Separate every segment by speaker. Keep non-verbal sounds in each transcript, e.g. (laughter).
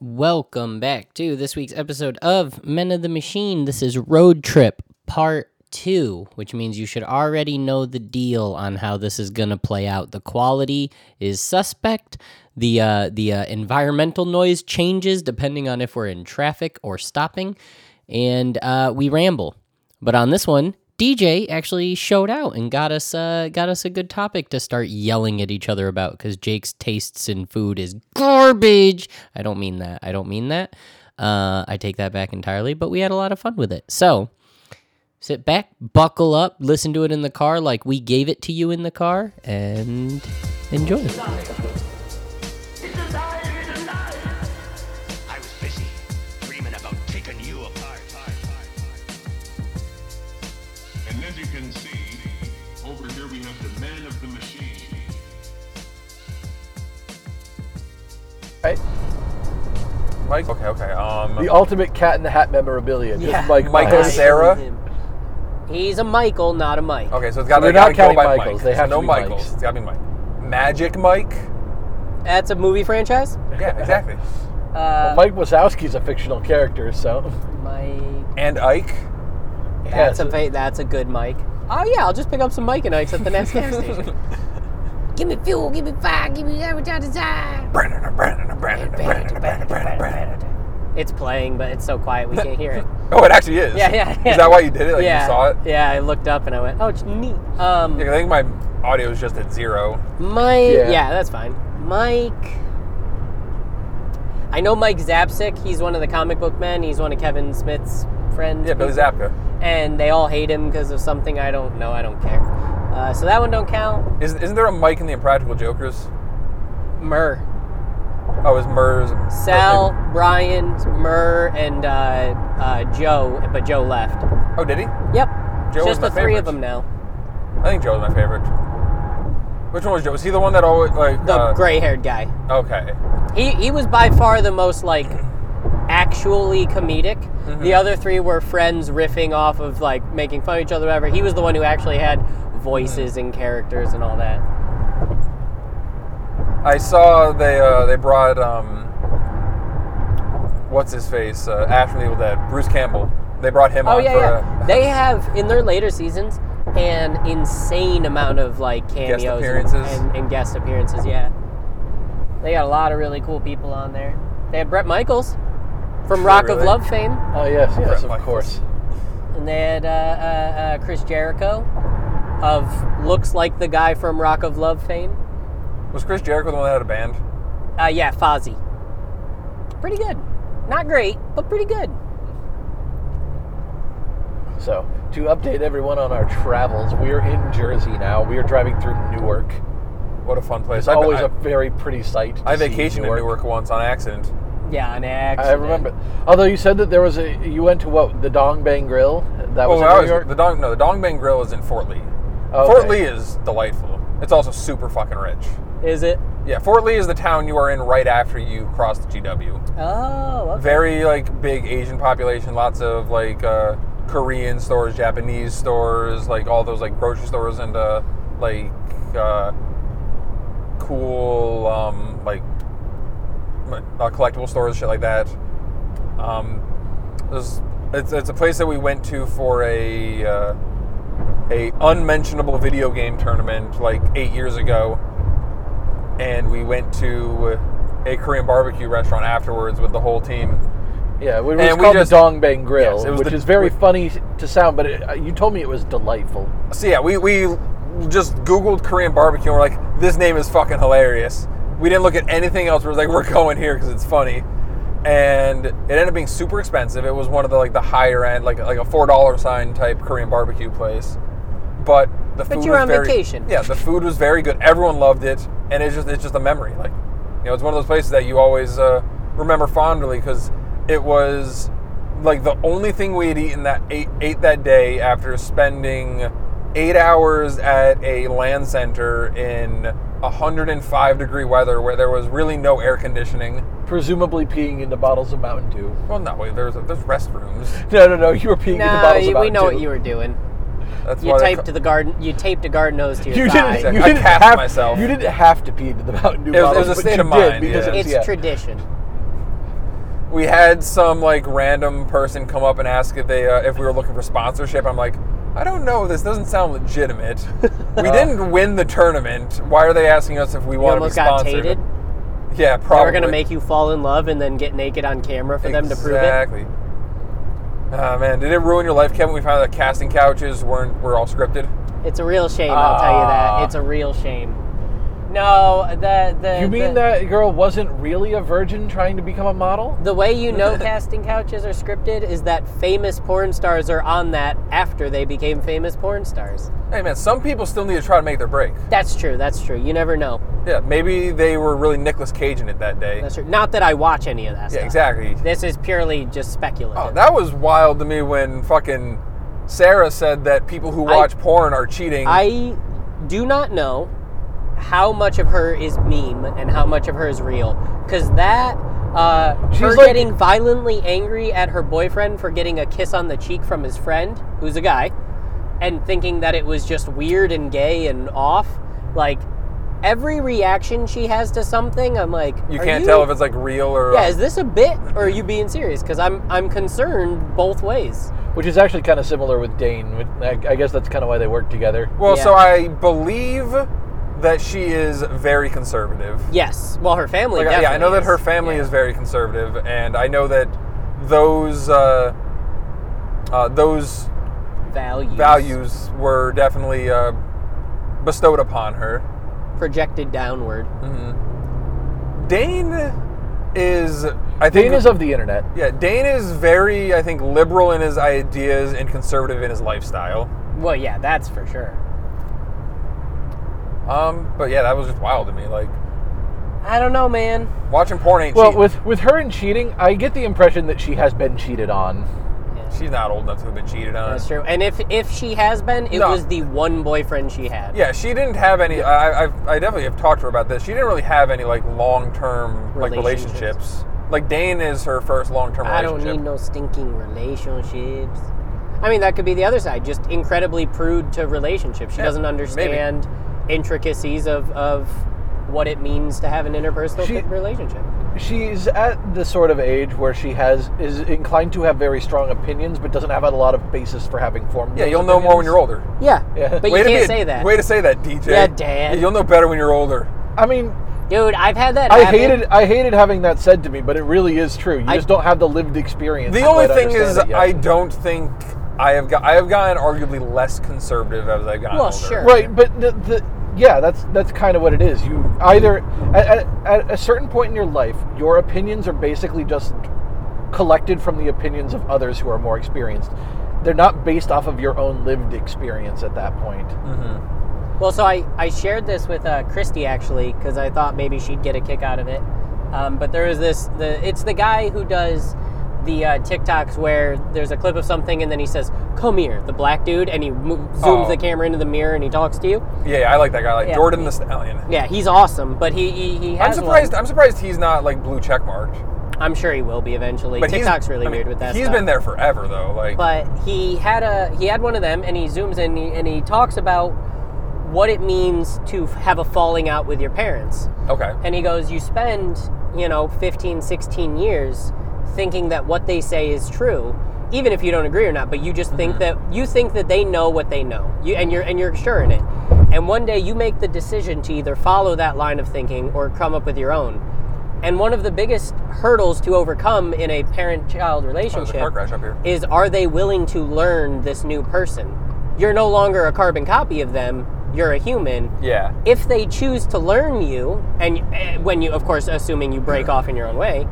Speaker 1: Welcome back to this week's episode of Men of the Machine. This is Road Trip Part 2, which means you should already know the deal on how this is going to play out. The quality is suspect. The uh, the uh, environmental noise changes depending on if we're in traffic or stopping, and uh, we ramble. But on this one, DJ actually showed out and got us uh, got us a good topic to start yelling at each other about because Jake's tastes in food is garbage. I don't mean that. I don't mean that. Uh, I take that back entirely. But we had a lot of fun with it. So sit back, buckle up, listen to it in the car like we gave it to you in the car, and enjoy.
Speaker 2: It's alive! It's alive! I was busy dreaming about taking you apart.
Speaker 3: And as you can see, over here we have the man of the machine.
Speaker 4: Right?
Speaker 5: Mike. Okay, okay. Um,
Speaker 4: The ultimate cat in the hat memorabilia. Just
Speaker 1: Yeah.
Speaker 4: like
Speaker 5: Michael
Speaker 4: Myers.
Speaker 5: Sarah.
Speaker 1: He's a Michael, not a Mike.
Speaker 5: Okay, so it's got
Speaker 4: They're
Speaker 5: to
Speaker 4: not
Speaker 5: go
Speaker 4: counting
Speaker 5: by
Speaker 4: Michaels,
Speaker 5: Mike.
Speaker 4: they have
Speaker 5: so no
Speaker 4: to be
Speaker 5: Michaels.
Speaker 4: Mikes.
Speaker 5: It's got to be Mike. Magic Mike.
Speaker 1: That's a movie franchise.
Speaker 5: Yeah, exactly.
Speaker 1: Uh,
Speaker 4: Mike Wazowski's a fictional character, so
Speaker 1: Mike.
Speaker 5: and Ike.
Speaker 1: That's a
Speaker 4: Yeah,
Speaker 1: va- that's a good mic. Oh yeah, I'll just pick up some Mike and Ike's at the next gas station.
Speaker 6: Give me fuel, give me fire, give me everything I desire.
Speaker 5: Brandon. and Brandon. and Brandon. and Brandon. and Brandon. Brandon. Brandon.
Speaker 1: It's playing, but it's so quiet we can't hear it.
Speaker 5: Oh, it actually is.
Speaker 1: Yeah, yeah, yeah.
Speaker 5: Is that why Oh, you did it? Like
Speaker 1: yeah,
Speaker 5: you saw it?
Speaker 1: Yeah, I looked up and I went, oh, it's neat. Um,
Speaker 5: Yeah, I think my audio is just at zero.
Speaker 1: Mike. Yeah.
Speaker 4: Yeah.
Speaker 1: that's fine. Mike. I know Mike Zapsik. He's one of the comic book men. He's one of Kevin Smith's friends.
Speaker 5: Yeah, Billy
Speaker 1: people.
Speaker 5: Zapka.
Speaker 1: And they all hate him because of something I don't know. I don't care. Uh, so that one don't count.
Speaker 5: Is, isn't there a Mike in the Impractical Jokers?
Speaker 1: Myrrh.
Speaker 5: Oh, is Murs.
Speaker 1: Sal, Brian, Murr, and uh, uh, Joe, but Joe left.
Speaker 5: Oh, did he?
Speaker 1: Yep.
Speaker 5: Joe
Speaker 1: Just
Speaker 5: was
Speaker 1: the
Speaker 5: my
Speaker 1: three of
Speaker 5: favorite.
Speaker 1: them now.
Speaker 5: I think Joe was my favorite. Which one was Joe? Was he the one that always like?
Speaker 1: The
Speaker 5: uh,
Speaker 1: gray haired guy.
Speaker 5: Okay.
Speaker 1: He, he was by far the most, like, actually comedic.
Speaker 5: Mm-hmm.
Speaker 1: The other three were friends riffing off of, like, making fun of each other, whatever. He was the one who actually had voices
Speaker 5: Mm-hmm.
Speaker 1: and characters and all that.
Speaker 5: I saw they uh, they brought um, what's his face uh, Ash from the Evil Dead, Bruce Campbell. They brought him
Speaker 1: Oh
Speaker 5: on
Speaker 1: yeah,
Speaker 5: for
Speaker 1: yeah.
Speaker 5: a
Speaker 1: They have in their later seasons an insane amount of like cameos and-
Speaker 5: appearances.
Speaker 1: And, and guest appearances. Yeah, they got a lot of really cool people on there. They had Brett Michaels from Rock of
Speaker 5: really?
Speaker 1: Love fame,
Speaker 4: Oh yes, yes, of
Speaker 5: Michaels.
Speaker 4: course.
Speaker 1: and they had uh, uh, uh, Chris Jericho of looks like the guy from Rock of Love fame.
Speaker 5: uh, was Chris Jericho the one that had a band?
Speaker 1: Uh, yeah, Fozzy. Pretty good. Not great, but pretty good.
Speaker 4: So to update everyone on our travels, we are in Jersey now. We are driving through Newark.
Speaker 5: What a fun place!
Speaker 4: It's
Speaker 5: I-
Speaker 4: always
Speaker 5: I,
Speaker 4: a very pretty sight. To
Speaker 5: I
Speaker 4: see
Speaker 5: vacationed
Speaker 4: Newark.
Speaker 5: in Newark once on accident.
Speaker 1: Yeah, an accident.
Speaker 4: I remember. Although you said that there was a, you went to what the Dong Bang Grill. That
Speaker 5: oh,
Speaker 4: was in
Speaker 5: I
Speaker 4: New
Speaker 5: was-
Speaker 4: York.
Speaker 5: the Dong no the Dong Bang Grill is in Fort Lee.
Speaker 4: Oh,
Speaker 5: Fort
Speaker 4: okay.
Speaker 5: Lee is delightful. It's also super fucking rich.
Speaker 1: Is it?
Speaker 5: Yeah, Fort Lee is the town you are in right after you cross the GW.
Speaker 1: Oh, okay.
Speaker 5: very like big Asian population. Lots of like uh, Korean stores, Japanese stores, like all those like grocery stores and uh, like uh, cool um, like uh, collectible stores, shit like that. Um, there's, it's, it's a place that we went to for a uh, a unmentionable video game tournament like eight years ago and we went to a Korean barbecue restaurant afterwards with the whole team.
Speaker 4: Yeah, it was
Speaker 5: And we
Speaker 4: called
Speaker 5: just-
Speaker 4: the Dong Bang Grill,
Speaker 5: Yes, it was
Speaker 4: which
Speaker 5: the-
Speaker 4: is very
Speaker 5: we-
Speaker 4: funny to sound, but it, you told me it was delightful.
Speaker 5: So yeah, we, we just Googled Korean barbecue and we're like, this name is fucking hilarious. We didn't look at anything else. We're like, (laughs) we're going here because it's funny. And it ended up being super expensive. It was one of the like the higher end, like like a four dollar sign type Korean barbecue place. But the food
Speaker 1: you were
Speaker 5: was
Speaker 1: on
Speaker 5: very,
Speaker 1: vacation.
Speaker 5: Yeah, the food was very good. Everyone loved it, and it's just it's just a memory. Like, you know, it's one of those places that you always uh, remember fondly because it was like the only thing we had eaten that ate, ate that day after spending eight hours at a land center in 105 degree weather where there was really no air conditioning.
Speaker 4: Presumably peeing into bottles of Mountain Dew.
Speaker 5: Well, no, wait, there's there's restrooms.
Speaker 4: No, no, no. You were peeing into
Speaker 1: no,
Speaker 4: bottles of
Speaker 1: we
Speaker 4: Mountain
Speaker 1: know
Speaker 4: Dew.
Speaker 1: what you were doing.
Speaker 5: That's
Speaker 1: You
Speaker 5: why they
Speaker 1: taped
Speaker 5: ca-
Speaker 1: the garden. You taped a garden hose to your
Speaker 4: You
Speaker 1: thigh.
Speaker 4: didn't.
Speaker 5: Exactly.
Speaker 4: You
Speaker 5: I
Speaker 4: didn't
Speaker 5: cast
Speaker 4: have.
Speaker 5: myself.
Speaker 4: You didn't have to pee into the Mountain Dew
Speaker 5: It was- it was
Speaker 4: bottles,
Speaker 5: a
Speaker 4: but
Speaker 5: state
Speaker 4: you
Speaker 5: of
Speaker 4: did
Speaker 5: mind,
Speaker 4: because
Speaker 5: yeah.
Speaker 4: it was-
Speaker 1: It's
Speaker 4: yeah.
Speaker 1: tradition.
Speaker 5: we had some like random person come up and ask if they uh, if we were looking for sponsorship. I'm like, I don't know. This doesn't sound legitimate. we didn't win the tournament. Why are they asking us if we
Speaker 1: You
Speaker 5: want to be
Speaker 1: almost got
Speaker 5: sponsored?
Speaker 1: tated.
Speaker 5: Yeah,
Speaker 1: They
Speaker 5: probably.
Speaker 1: were gonna make you fall in love and then get naked on camera for them to prove it.
Speaker 5: exactly. Ah man, did it ruin your life, Kevin? We found out that casting couches weren't were all scripted.
Speaker 1: It's a real shame. I'll tell you
Speaker 5: Ah.
Speaker 1: that. It's a real shame. No, the the
Speaker 4: You mean
Speaker 1: the,
Speaker 4: that girl wasn't really a virgin trying to become a model?
Speaker 1: The way you know (laughs) casting couches are scripted is that famous porn stars are on that after they became famous porn stars.
Speaker 5: Hey man, some people still need to try to make their break.
Speaker 1: That's true. That's true. You never know.
Speaker 5: Yeah, maybe they were really Nicolas Cage in it that day.
Speaker 1: That's true. Not that I watch any of that
Speaker 5: yeah,
Speaker 1: stuff.
Speaker 5: exactly.
Speaker 1: This is purely just speculative.
Speaker 5: Oh, that was wild to me when fucking Sarah said that people who
Speaker 1: I-
Speaker 5: watch porn are cheating.
Speaker 1: I do not know how much of her is meme and how much of her is real. Because that, uh, her
Speaker 4: She's like-
Speaker 1: getting violently angry at her boyfriend for getting a kiss on the cheek from his friend, who's a guy, and thinking that it was just weird and gay and off. Like, every reaction she has to something, I'm like,
Speaker 5: you
Speaker 1: "Are
Speaker 5: can't tell if it's like real or
Speaker 1: Yeah, is this a bit or are you being serious? Because I'm I'm concerned both ways.
Speaker 4: Which is actually kind of similar with Dane. with- I I guess that's kind of why they work together.
Speaker 5: well. So
Speaker 1: yeah.
Speaker 5: I believe that she is very conservative.
Speaker 1: Yes. Well, her family.
Speaker 5: Like, yeah, I
Speaker 1: definitely
Speaker 5: know that
Speaker 1: is.
Speaker 5: her family
Speaker 1: Yeah.
Speaker 5: is very conservative, and I know that those uh, uh, those
Speaker 1: values
Speaker 5: values were definitely uh, bestowed upon her.
Speaker 1: projected downward. Mm-hmm.
Speaker 5: Dane is, I think,
Speaker 4: Dane is of the internet.
Speaker 5: Yeah, Dane is very, I think, liberal in his ideas and conservative in his lifestyle.
Speaker 1: Well, yeah, that's for sure.
Speaker 5: Um, but yeah, that was just wild to me. Like
Speaker 1: I don't know, man.
Speaker 5: watching porn ain't
Speaker 4: Well,
Speaker 5: cheating.
Speaker 4: with with her and cheating, I get the impression that she has been cheated on.
Speaker 5: She's not old enough to have been cheated on.
Speaker 1: That's true. And if if she has been, it
Speaker 5: No.
Speaker 1: was the one boyfriend she had.
Speaker 5: Yeah, she didn't have any. I, I've, I definitely have talked to her about this. She didn't really have any like long-term like
Speaker 1: Relationships.
Speaker 5: relationships. Like Dane is her first long-term
Speaker 1: I don't
Speaker 5: relationship.
Speaker 1: need no stinking relationships. I mean, that could be the other side. Just incredibly prude to relationships. She
Speaker 5: Yeah,
Speaker 1: doesn't
Speaker 5: maybe.
Speaker 1: understand intricacies of of what it means to have an interpersonal
Speaker 4: She-
Speaker 1: relationship.
Speaker 4: She's at the sort of age where she has is inclined to have very strong opinions, but doesn't have a lot of basis for having formed.
Speaker 5: yeah,
Speaker 4: those
Speaker 5: you'll know more when
Speaker 4: opinions.
Speaker 5: you're older.
Speaker 1: Yeah.
Speaker 4: Yeah.
Speaker 1: But
Speaker 5: Way
Speaker 1: you
Speaker 5: to be
Speaker 1: can't
Speaker 5: a-
Speaker 1: say that.
Speaker 5: Way to say that, DJ.
Speaker 1: Yeah, Dad.
Speaker 5: you'll know better when you're older.
Speaker 4: I mean,
Speaker 1: Dude, I've had that.
Speaker 4: I
Speaker 1: happen.
Speaker 4: hated I hated having that said to me, but it really is true. You
Speaker 1: I-
Speaker 4: just don't have the lived experience.
Speaker 5: The
Speaker 4: to
Speaker 5: only
Speaker 4: quite
Speaker 5: thing is,
Speaker 4: understand it yet.
Speaker 5: I don't think I have got. I have gotten arguably less conservative as I've gotten
Speaker 1: Well,
Speaker 5: older.
Speaker 1: sure.
Speaker 4: right, but the, the yeah, that's that's kind of what it is. You either at, at, at a certain point in your life, your opinions are basically just collected from the opinions of others who are more experienced. They're not based off of your own lived experience at that point.
Speaker 1: Well, so I, I shared this with uh, Christy actually because I thought maybe she'd get a kick out of it. Um, but there is this the it's the guy who does the uh, TikToks where there's a clip of something and then he says, "Come here," the black dude, and he mo- zooms
Speaker 5: Oh.
Speaker 1: the camera into the mirror and he talks to you.
Speaker 5: Yeah, yeah, I like that guy, like
Speaker 1: Yeah.
Speaker 5: Jordan the Stallion.
Speaker 1: Yeah, he's awesome, but he he, he
Speaker 5: I'm
Speaker 1: has
Speaker 5: surprised.
Speaker 1: One.
Speaker 5: I'm surprised he's not like blue check marked.
Speaker 1: I'm sure he will be eventually.
Speaker 5: But
Speaker 1: TikTok's
Speaker 5: he's,
Speaker 1: really
Speaker 5: I mean,
Speaker 1: weird with that.
Speaker 5: He's
Speaker 1: stuff.
Speaker 5: been there forever though. Like,
Speaker 1: but he had a he had one of them and he zooms in and he, and he talks about what it means to have a falling out with your parents
Speaker 5: okay,
Speaker 1: and he goes you spend you know 15 16 years thinking that what they say is true even if you don't agree or not but you just think that you think that they know what they know you and you're and you're sure in it and one day you make the decision to either follow that line of thinking or come up with your own and one of the biggest hurdles to overcome in a parent-child
Speaker 5: there's a
Speaker 1: relationship
Speaker 5: car crash up here.
Speaker 1: is are they willing to learn this new person? You're no longer a carbon copy of them, you're a human.
Speaker 5: Yeah,
Speaker 1: If they choose to learn you, and eh, when you, of course, assuming you break off in your own way,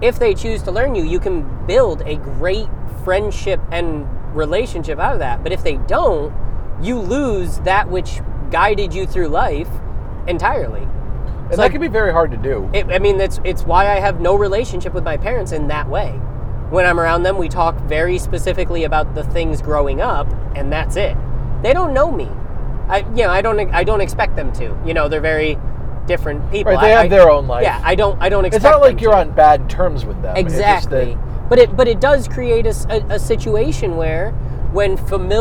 Speaker 1: if they choose to learn you, you can build a great friendship and relationship out of that. But if they don't, you lose that which guided you through life entirely.
Speaker 4: And
Speaker 1: So-
Speaker 4: that can be very hard to do.
Speaker 1: It, I mean, it's it's why I have no relationship with my parents in that way. When I'm around them, we talk very specifically about the things growing up, and that's it. They don't know me. I you know I don't I don't expect them to. You know, they're very different people.
Speaker 4: Right, they
Speaker 1: I-
Speaker 4: have
Speaker 1: I-
Speaker 4: their own life.
Speaker 1: Yeah, I don't I don't expect.
Speaker 4: It's not
Speaker 1: them
Speaker 4: like you're
Speaker 1: to.
Speaker 4: on bad terms with them. It's just uh, that-
Speaker 5: Uh,
Speaker 1: Exactly. But it but it does create a, s- a- a situation where when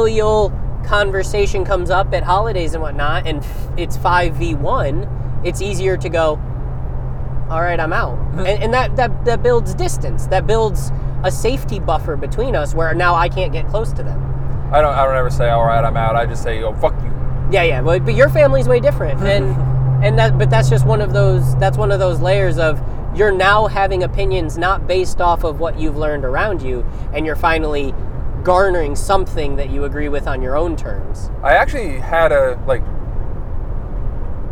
Speaker 1: familial conversation comes up at holidays and whatnot, and f- it's five v one, it's easier to go. all right, I'm out. and and that, that, that builds distance. That builds a safety buffer between us where now I can't get close to them.
Speaker 5: I don't. I don't ever say, "All right, I'm out." I just say, "Yo, fuck you."
Speaker 1: Yeah, yeah, but, but your family's way different, and and that but that's just one of those that's one of those layers of you're now having opinions not based off of what you've learned around you, and you're finally garnering something that you agree with on your own terms.
Speaker 5: I actually had a like.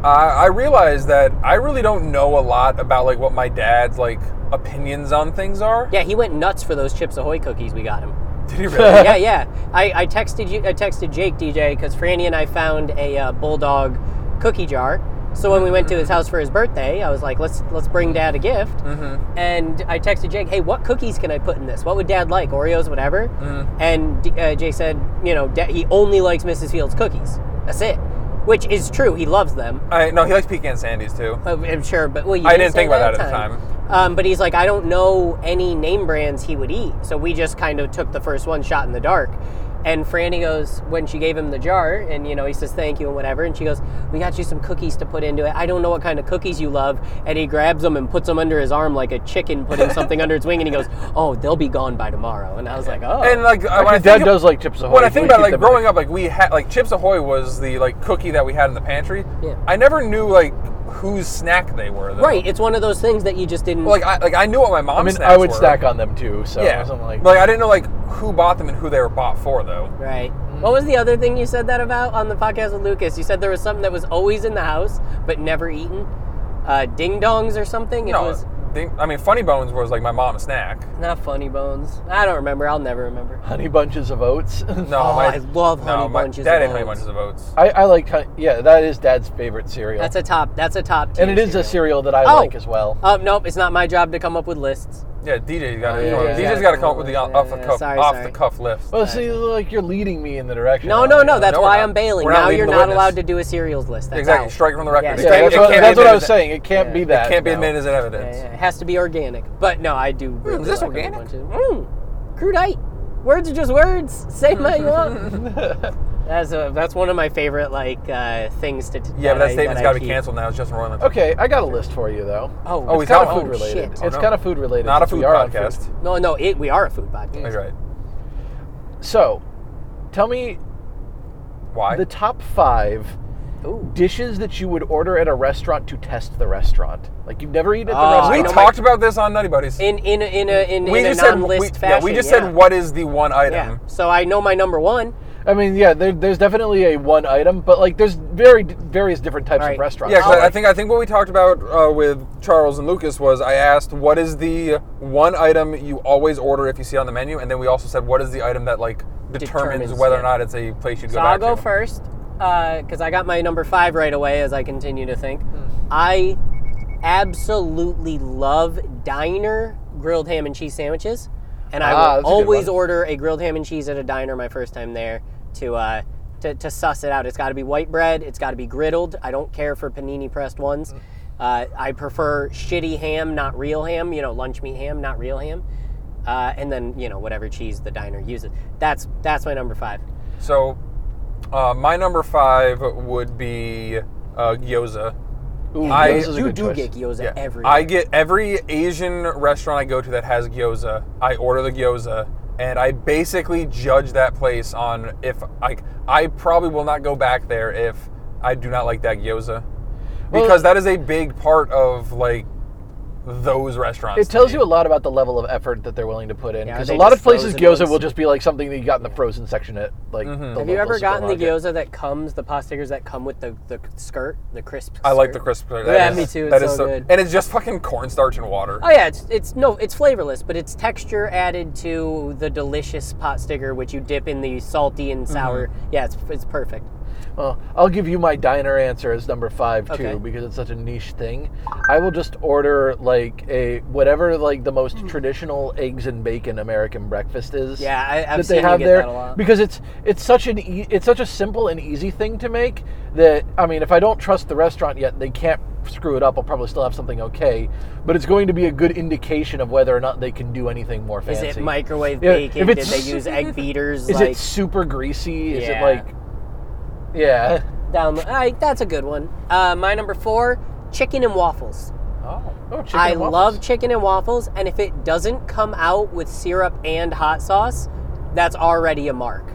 Speaker 5: I, I realized that I really don't know a lot about like what my dad's like opinions on things are.
Speaker 1: Yeah, he went nuts for those Chips Ahoy cookies we got him.
Speaker 5: Did he
Speaker 1: (laughs)
Speaker 5: really?
Speaker 1: yeah, yeah. I, I texted you. I texted Jake DJ because Franny and I found a uh, bulldog cookie jar. So when we went to his house for his birthday, I was like, "Let's let's bring Dad a gift."
Speaker 5: mm-hmm.
Speaker 1: And I texted Jake, "Hey, what cookies can I put in this? What would Dad like? Oreos, whatever."
Speaker 5: mm-hmm.
Speaker 1: And uh, Jay said, "You know, Dad, he only likes Mrs. Fields cookies. That's it." Which is true. He loves them.
Speaker 5: I no, he likes pecan sandies too.
Speaker 1: Uh, I'm sure, but well, you
Speaker 5: I
Speaker 1: did
Speaker 5: didn't think
Speaker 1: say
Speaker 5: about that at the
Speaker 1: Um, but he's like, I don't know any name brands he would eat, so we just kind of took the first one shot in the dark. And Franny goes when she gave him the jar, and you know he says thank you and whatever, and she goes, "We got you some cookies to put into it. I don't know what kind of cookies you love." And he grabs them and puts them under his arm like a chicken
Speaker 5: (laughs)
Speaker 1: putting something under its wing, and he goes, "Oh, they'll be gone by tomorrow." And I was like, "Oh."
Speaker 5: And like when
Speaker 4: Your
Speaker 5: I
Speaker 4: dad
Speaker 5: think of-
Speaker 4: does like Chips Ahoy.
Speaker 5: when I
Speaker 4: He
Speaker 5: think
Speaker 4: would
Speaker 5: about
Speaker 4: keep
Speaker 5: it, like
Speaker 4: them
Speaker 5: growing up, like we had like Chips Ahoy was the like cookie that we had in the pantry.
Speaker 1: Yeah.
Speaker 5: I never knew like whose snack they were. Though.
Speaker 1: right, it's one of those things that you just didn't.
Speaker 5: Well, like I like I knew what my
Speaker 4: I
Speaker 5: mom's.
Speaker 4: mean,
Speaker 5: snacks
Speaker 4: I would
Speaker 5: were.
Speaker 4: stack on them too. So
Speaker 5: Yeah.
Speaker 4: something like,
Speaker 5: But, like I didn't know like who bought them and who they were bought for though.
Speaker 1: Right.
Speaker 5: Mm-hmm.
Speaker 1: What was the other thing you said that about on the podcast with Lucas? You said there was something that was always in the house but never eaten. Uh, ding dongs or something. It
Speaker 5: no,
Speaker 1: was
Speaker 5: they- I mean Funny Bones was like my mom's
Speaker 4: (laughs)
Speaker 5: snack.
Speaker 1: not funny bones. I don't remember. I'll never remember.
Speaker 4: honey bunches of oats. (laughs)
Speaker 5: No,
Speaker 1: Oh,
Speaker 5: my,
Speaker 1: I love
Speaker 5: no,
Speaker 1: Honey
Speaker 5: my
Speaker 1: Bunches
Speaker 5: Dad
Speaker 1: of
Speaker 5: ate Honey
Speaker 1: Oats.
Speaker 5: Bunches of Oats.
Speaker 4: I, I like, honey- yeah, that is Dad's favorite cereal,
Speaker 1: That's a top. That's a top.
Speaker 4: and
Speaker 1: tier
Speaker 4: it is a cereal that I
Speaker 1: Oh.
Speaker 4: like as well.
Speaker 1: Oh nope, it's not my job to come up with lists.
Speaker 5: Yeah, DJ's got to
Speaker 4: Oh, yeah, yeah,
Speaker 5: DJ's
Speaker 4: yeah.
Speaker 5: got to come up with the off the
Speaker 1: Yeah,
Speaker 5: cuff
Speaker 1: sorry,
Speaker 5: off
Speaker 1: sorry.
Speaker 5: the cuff list.
Speaker 4: Well, see, like you're leading me in the direction.
Speaker 1: No,
Speaker 4: I
Speaker 1: no,
Speaker 4: like
Speaker 1: no.
Speaker 4: that.
Speaker 1: That's
Speaker 5: No, we're
Speaker 1: why
Speaker 5: not.
Speaker 1: I'm bailing.
Speaker 5: We're not
Speaker 1: now
Speaker 5: leading
Speaker 1: you're
Speaker 5: the
Speaker 1: not
Speaker 5: witness.
Speaker 1: allowed to do a cereals list. That's
Speaker 5: exactly,
Speaker 1: out.
Speaker 5: strike from the
Speaker 1: Yeah,
Speaker 5: record. It
Speaker 1: yeah,
Speaker 4: Yeah,
Speaker 5: can't-
Speaker 4: that's,
Speaker 5: it
Speaker 4: what,
Speaker 5: can't
Speaker 4: that's
Speaker 5: be
Speaker 4: what I was
Speaker 5: admitted-
Speaker 4: saying. It can't be that.
Speaker 5: It can't be
Speaker 4: no.
Speaker 5: admitted as
Speaker 1: Yeah,
Speaker 5: evidence.
Speaker 1: yeah, Uh, It has to be organic. But no, I do. Really
Speaker 5: is this
Speaker 1: like Honey
Speaker 5: organic?
Speaker 1: Bunches. Mm, crudite. Words are just words. Say what you
Speaker 5: (laughs)
Speaker 1: want. that's a, that's one of my favorite like uh, things to.
Speaker 5: Yeah, but that
Speaker 1: I-
Speaker 5: statement's
Speaker 1: I
Speaker 5: got to be
Speaker 1: keep.
Speaker 5: canceled now. It's Justin Roiland.
Speaker 4: Okay, I got a list for you though.
Speaker 1: Oh,
Speaker 5: Oh,
Speaker 1: it's
Speaker 5: he's out.
Speaker 4: It's kind of
Speaker 5: Oh,
Speaker 4: food related.
Speaker 1: shit.
Speaker 5: Oh,
Speaker 4: It's
Speaker 5: no.
Speaker 4: kind of food related.
Speaker 5: Not a
Speaker 4: since we
Speaker 5: food
Speaker 4: are on
Speaker 5: podcast.
Speaker 4: food.
Speaker 1: No, no, it, we are a food podcast.
Speaker 5: He's right.
Speaker 4: So, tell me
Speaker 5: Why?
Speaker 4: the top five
Speaker 1: Ooh.
Speaker 4: dishes that you would order at a restaurant to test the restaurant. Like you've never eaten at the
Speaker 1: Oh, I
Speaker 5: we
Speaker 4: restaurant.
Speaker 1: know
Speaker 5: talked about this on Nutty Buddies.
Speaker 1: In in a, in a in,
Speaker 5: we
Speaker 1: in a
Speaker 5: just said
Speaker 1: non-list
Speaker 5: we,
Speaker 1: fashion.
Speaker 5: yeah, we just
Speaker 1: yeah.
Speaker 5: said what is the one
Speaker 1: Yeah.
Speaker 5: item.
Speaker 1: So I know my number one.
Speaker 4: I mean, yeah, there, there's definitely a one item, but like there's very various different types
Speaker 1: All right.
Speaker 4: of restaurants.
Speaker 5: Yeah, 'cause I, I
Speaker 4: Like,
Speaker 5: think I think what we talked about uh, with Charles and Lucas was I asked what is the one item you always order if you see it on the menu, and then we also said what is the item that like determines,
Speaker 1: Determines,
Speaker 5: whether
Speaker 1: yeah.
Speaker 5: or not it's a place you'd
Speaker 1: So
Speaker 5: go
Speaker 1: I'll
Speaker 5: back
Speaker 1: go
Speaker 5: to.
Speaker 1: first because I got my number five right away as I continue to think. I absolutely love diner grilled ham and cheese sandwiches, and I
Speaker 4: Ah,
Speaker 1: will
Speaker 4: that's a good
Speaker 1: always
Speaker 4: one.
Speaker 1: order a grilled ham and cheese at a diner my first time there to. Uh, to, to suss it out, it's got to be white bread. It's got to be griddled. I don't care for panini pressed ones. Uh, I prefer shitty ham, not real ham. You know, lunch meat ham, not real ham. Uh, and then you know whatever cheese the diner uses. That's that's my number five.
Speaker 5: So uh, my number five would be uh, gyoza.
Speaker 4: ooh,
Speaker 5: I-
Speaker 4: this is a
Speaker 1: You
Speaker 4: good
Speaker 1: do
Speaker 4: choice.
Speaker 1: get gyoza
Speaker 5: Yeah.
Speaker 1: every.
Speaker 5: I get every Asian restaurant I go to that has gyoza. I order the gyoza, and I basically judge that place on if I I probably will not go back there if I do not like that gyoza, because that is a big part of like those restaurants.
Speaker 4: It tells you a lot about the level of effort that they're willing to put in.
Speaker 1: Yeah, are
Speaker 4: Because
Speaker 1: they
Speaker 4: a lot
Speaker 1: just
Speaker 4: of places
Speaker 1: frozen
Speaker 4: gyoza
Speaker 1: ones?
Speaker 4: will just be like something that you got in the frozen section at like. the
Speaker 1: Have you
Speaker 4: local
Speaker 1: ever gotten the
Speaker 4: supermarket.
Speaker 1: gyoza that comes, the pot stickers that come with the, the skirt, the crisp?
Speaker 5: I like
Speaker 1: skirt?
Speaker 5: the crisp. that
Speaker 1: Yeah,
Speaker 5: is-
Speaker 1: me too, it's
Speaker 5: that is
Speaker 1: so good.
Speaker 5: and it's just fucking cornstarch and water.
Speaker 1: Oh yeah, it's it's no, it's flavorless, but it's texture added to the delicious pot sticker, which you dip in the salty
Speaker 4: Mm-hmm.
Speaker 1: and sour. Yeah, it's it's perfect.
Speaker 4: Well, I'll give you my diner answer as number five
Speaker 1: Okay.
Speaker 4: too, because it's such a niche thing. I will just order like a whatever like the most traditional eggs and bacon American breakfast is.
Speaker 1: Mm. Yeah, I, I've
Speaker 4: that
Speaker 1: seen
Speaker 4: they have
Speaker 1: you get
Speaker 4: there
Speaker 1: that a lot.
Speaker 4: because it's it's such an e- it's such a simple and easy thing to make that I mean if I don't trust the restaurant yet they can't screw it up I'll probably still have something okay but it's going to be a good indication of whether or not they can do anything more
Speaker 1: Is
Speaker 4: fancy
Speaker 1: it microwave
Speaker 4: Yeah,
Speaker 1: bacon?
Speaker 4: if
Speaker 1: Did
Speaker 4: it's-
Speaker 1: they use
Speaker 4: (laughs)
Speaker 1: egg beaters?
Speaker 4: is
Speaker 1: like
Speaker 4: it super greasy is
Speaker 1: Yeah.
Speaker 4: it like yeah
Speaker 1: down? The, all right, that's a good one. Uh, my number four, chicken and waffles.
Speaker 4: oh Oh, chicken
Speaker 1: I
Speaker 4: and waffles.
Speaker 1: love chicken and waffles, and if it doesn't come out with syrup and hot sauce, that's already a mark.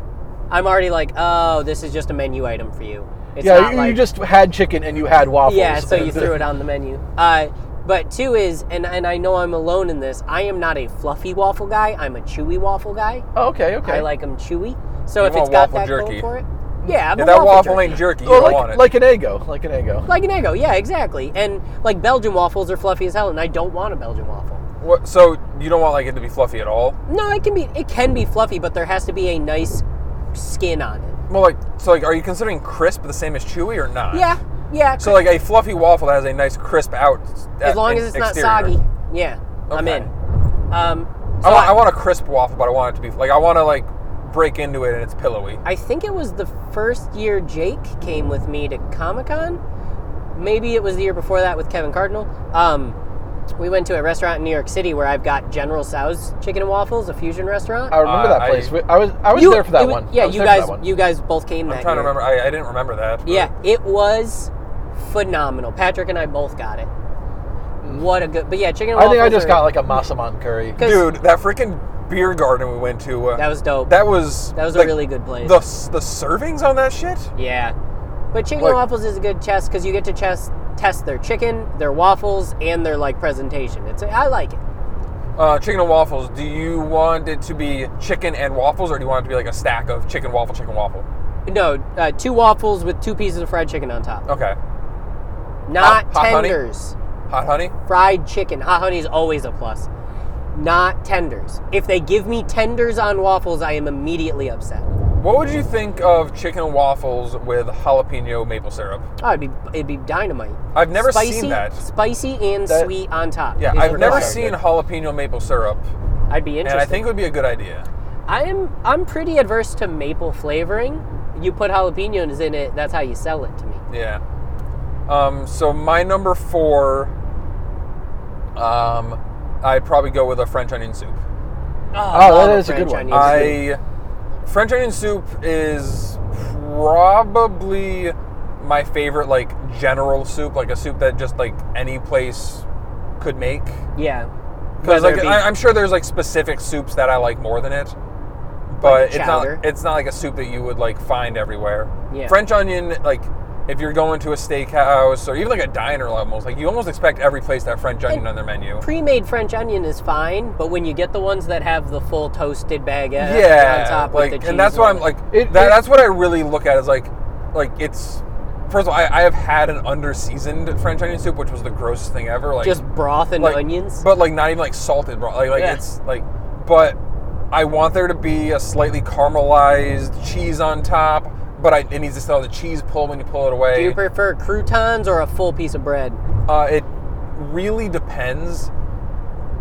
Speaker 1: I'm already like, oh, this is just a menu item for you. It's
Speaker 4: yeah,
Speaker 1: not
Speaker 4: you, you
Speaker 1: like,
Speaker 4: just had chicken and you had waffles.
Speaker 1: yeah, so you threw it on the menu. Uh, but two is, and and I know I'm alone in this. I am not a fluffy waffle guy. I'm a chewy waffle guy.
Speaker 4: Oh, okay, okay.
Speaker 1: I like them chewy. So if
Speaker 5: want
Speaker 1: it's got
Speaker 5: waffle
Speaker 1: that going
Speaker 5: jerky.
Speaker 1: for it, yeah, I'm
Speaker 5: Yeah,
Speaker 1: a
Speaker 5: that
Speaker 1: waffle,
Speaker 5: waffle
Speaker 1: jerky.
Speaker 5: ain't jerky. You
Speaker 4: Or
Speaker 5: don't want
Speaker 4: like,
Speaker 5: it.
Speaker 4: like an Eggo, like an Eggo.
Speaker 1: like an Eggo. Yeah, exactly. And like Belgian waffles are fluffy as hell, and I don't want a Belgian waffle.
Speaker 5: What- so you don't want like it to be fluffy at all.
Speaker 1: No, it can be it can be fluffy, but there has to be a nice skin on it.
Speaker 5: Well, like so, like are you considering crisp the same as chewy or not?
Speaker 1: Yeah, yeah.
Speaker 5: So like a fluffy waffle that has a nice crisp out.
Speaker 1: as
Speaker 4: e-
Speaker 1: long as it's not soggy. Yeah, I'm
Speaker 5: Okay.
Speaker 1: in. Um, so
Speaker 5: I want, I
Speaker 1: I,
Speaker 5: want a crisp waffle, but I want it to be like I want to like break into it and it's pillowy.
Speaker 1: I think it was the first year Jake came with me to Comic Con. Maybe it was the year before that with Kevin Cardinal. Um, we went to a restaurant in New York City where I've got General Tso's chicken and waffles, a fusion restaurant.
Speaker 4: I remember
Speaker 5: Uh,
Speaker 4: that place.
Speaker 5: I-
Speaker 4: We- I, was I was
Speaker 1: You-
Speaker 4: there for that
Speaker 1: it was-
Speaker 4: one. I
Speaker 1: Yeah,
Speaker 4: was
Speaker 1: you
Speaker 4: there for that
Speaker 1: guys,
Speaker 4: one.
Speaker 1: you guys both came that
Speaker 5: I'm trying to
Speaker 1: year.
Speaker 5: remember. I, I didn't remember that. but-
Speaker 1: Yeah, it was phenomenal. Patrick and I both got it. What a good, but yeah, chicken. And
Speaker 4: I think I
Speaker 1: waffles
Speaker 4: just
Speaker 1: are-
Speaker 4: got like a massaman curry.
Speaker 1: 'cause
Speaker 5: Dude, that freaking beer garden we went to. Uh,
Speaker 1: That was dope.
Speaker 5: that was
Speaker 1: That was a
Speaker 5: like,
Speaker 1: really good place.
Speaker 5: The s- the servings on that shit.
Speaker 1: yeah, but chicken
Speaker 5: Like-
Speaker 1: and waffles is a good test because you get to test test their chicken, their waffles, and their like presentation. It's I like it.
Speaker 5: Uh, chicken and waffles. Do you want it to be chicken and waffles, or do you want it to be like a stack of chicken waffle, chicken waffle?
Speaker 1: No, uh, two waffles with two pieces of fried chicken on top.
Speaker 5: Okay.
Speaker 1: Not
Speaker 5: Oh, hot honey?
Speaker 1: tenders.
Speaker 5: Hot honey.
Speaker 1: Fried chicken. Hot honey is always a plus. Not tenders. If they give me tenders on waffles, I am immediately upset.
Speaker 5: What would you think of chicken and waffles with jalapeno maple syrup?
Speaker 1: Oh, it'd be it'd be dynamite.
Speaker 5: I've never
Speaker 1: spicy,
Speaker 5: seen that.
Speaker 1: Spicy and
Speaker 4: That-
Speaker 1: sweet on top.
Speaker 5: Yeah,
Speaker 1: is
Speaker 5: I've never
Speaker 1: required.
Speaker 5: seen jalapeno maple syrup,
Speaker 1: I'd be
Speaker 5: and
Speaker 1: interested.
Speaker 5: I think it would be a good idea.
Speaker 1: I'm I'm pretty adverse to maple flavoring. You put jalapenos in it. That's how you sell it to me.
Speaker 5: Yeah. Um, so my number four, um, I'd probably go with a French onion soup.
Speaker 1: I
Speaker 4: that
Speaker 1: love
Speaker 4: is a good
Speaker 1: French
Speaker 4: one.
Speaker 1: onion soup.
Speaker 5: I French onion soup is probably my favorite, like general soup, like a soup that just like any place could make.
Speaker 1: yeah.
Speaker 5: Because
Speaker 1: Whether
Speaker 5: like
Speaker 1: it be-
Speaker 5: I, I'm sure there's like specific soups that I like more than it, but it's
Speaker 1: chowder.
Speaker 5: not it's not like a soup that you would like find everywhere.
Speaker 1: Yeah.
Speaker 5: French onion, like if you're going to a steakhouse or even like a diner almost, like you almost expect every place to have French onion
Speaker 1: And
Speaker 5: on their menu.
Speaker 1: Pre-made French onion is fine, but when you get the ones that have the full toasted baguette
Speaker 5: yeah,
Speaker 1: on top
Speaker 5: like
Speaker 1: with the cheese,
Speaker 5: and that's what
Speaker 1: on
Speaker 5: I'm
Speaker 1: it.
Speaker 5: like.
Speaker 4: It-
Speaker 5: that,
Speaker 4: it-
Speaker 5: that's what I really look at is like, like it's first of all, I, I have had an under-seasoned French onion soup, which was the grossest thing ever. Like
Speaker 1: just broth and
Speaker 5: like,
Speaker 1: onions.
Speaker 5: but like not even like salted broth. Like, like
Speaker 1: Yeah.
Speaker 5: it's like, but I want there to be a slightly caramelized cheese on top, but I, it needs to still have the cheese pull when you pull it away.
Speaker 1: Do you prefer croutons or a full piece of bread? (laughs)
Speaker 5: Uh, it really depends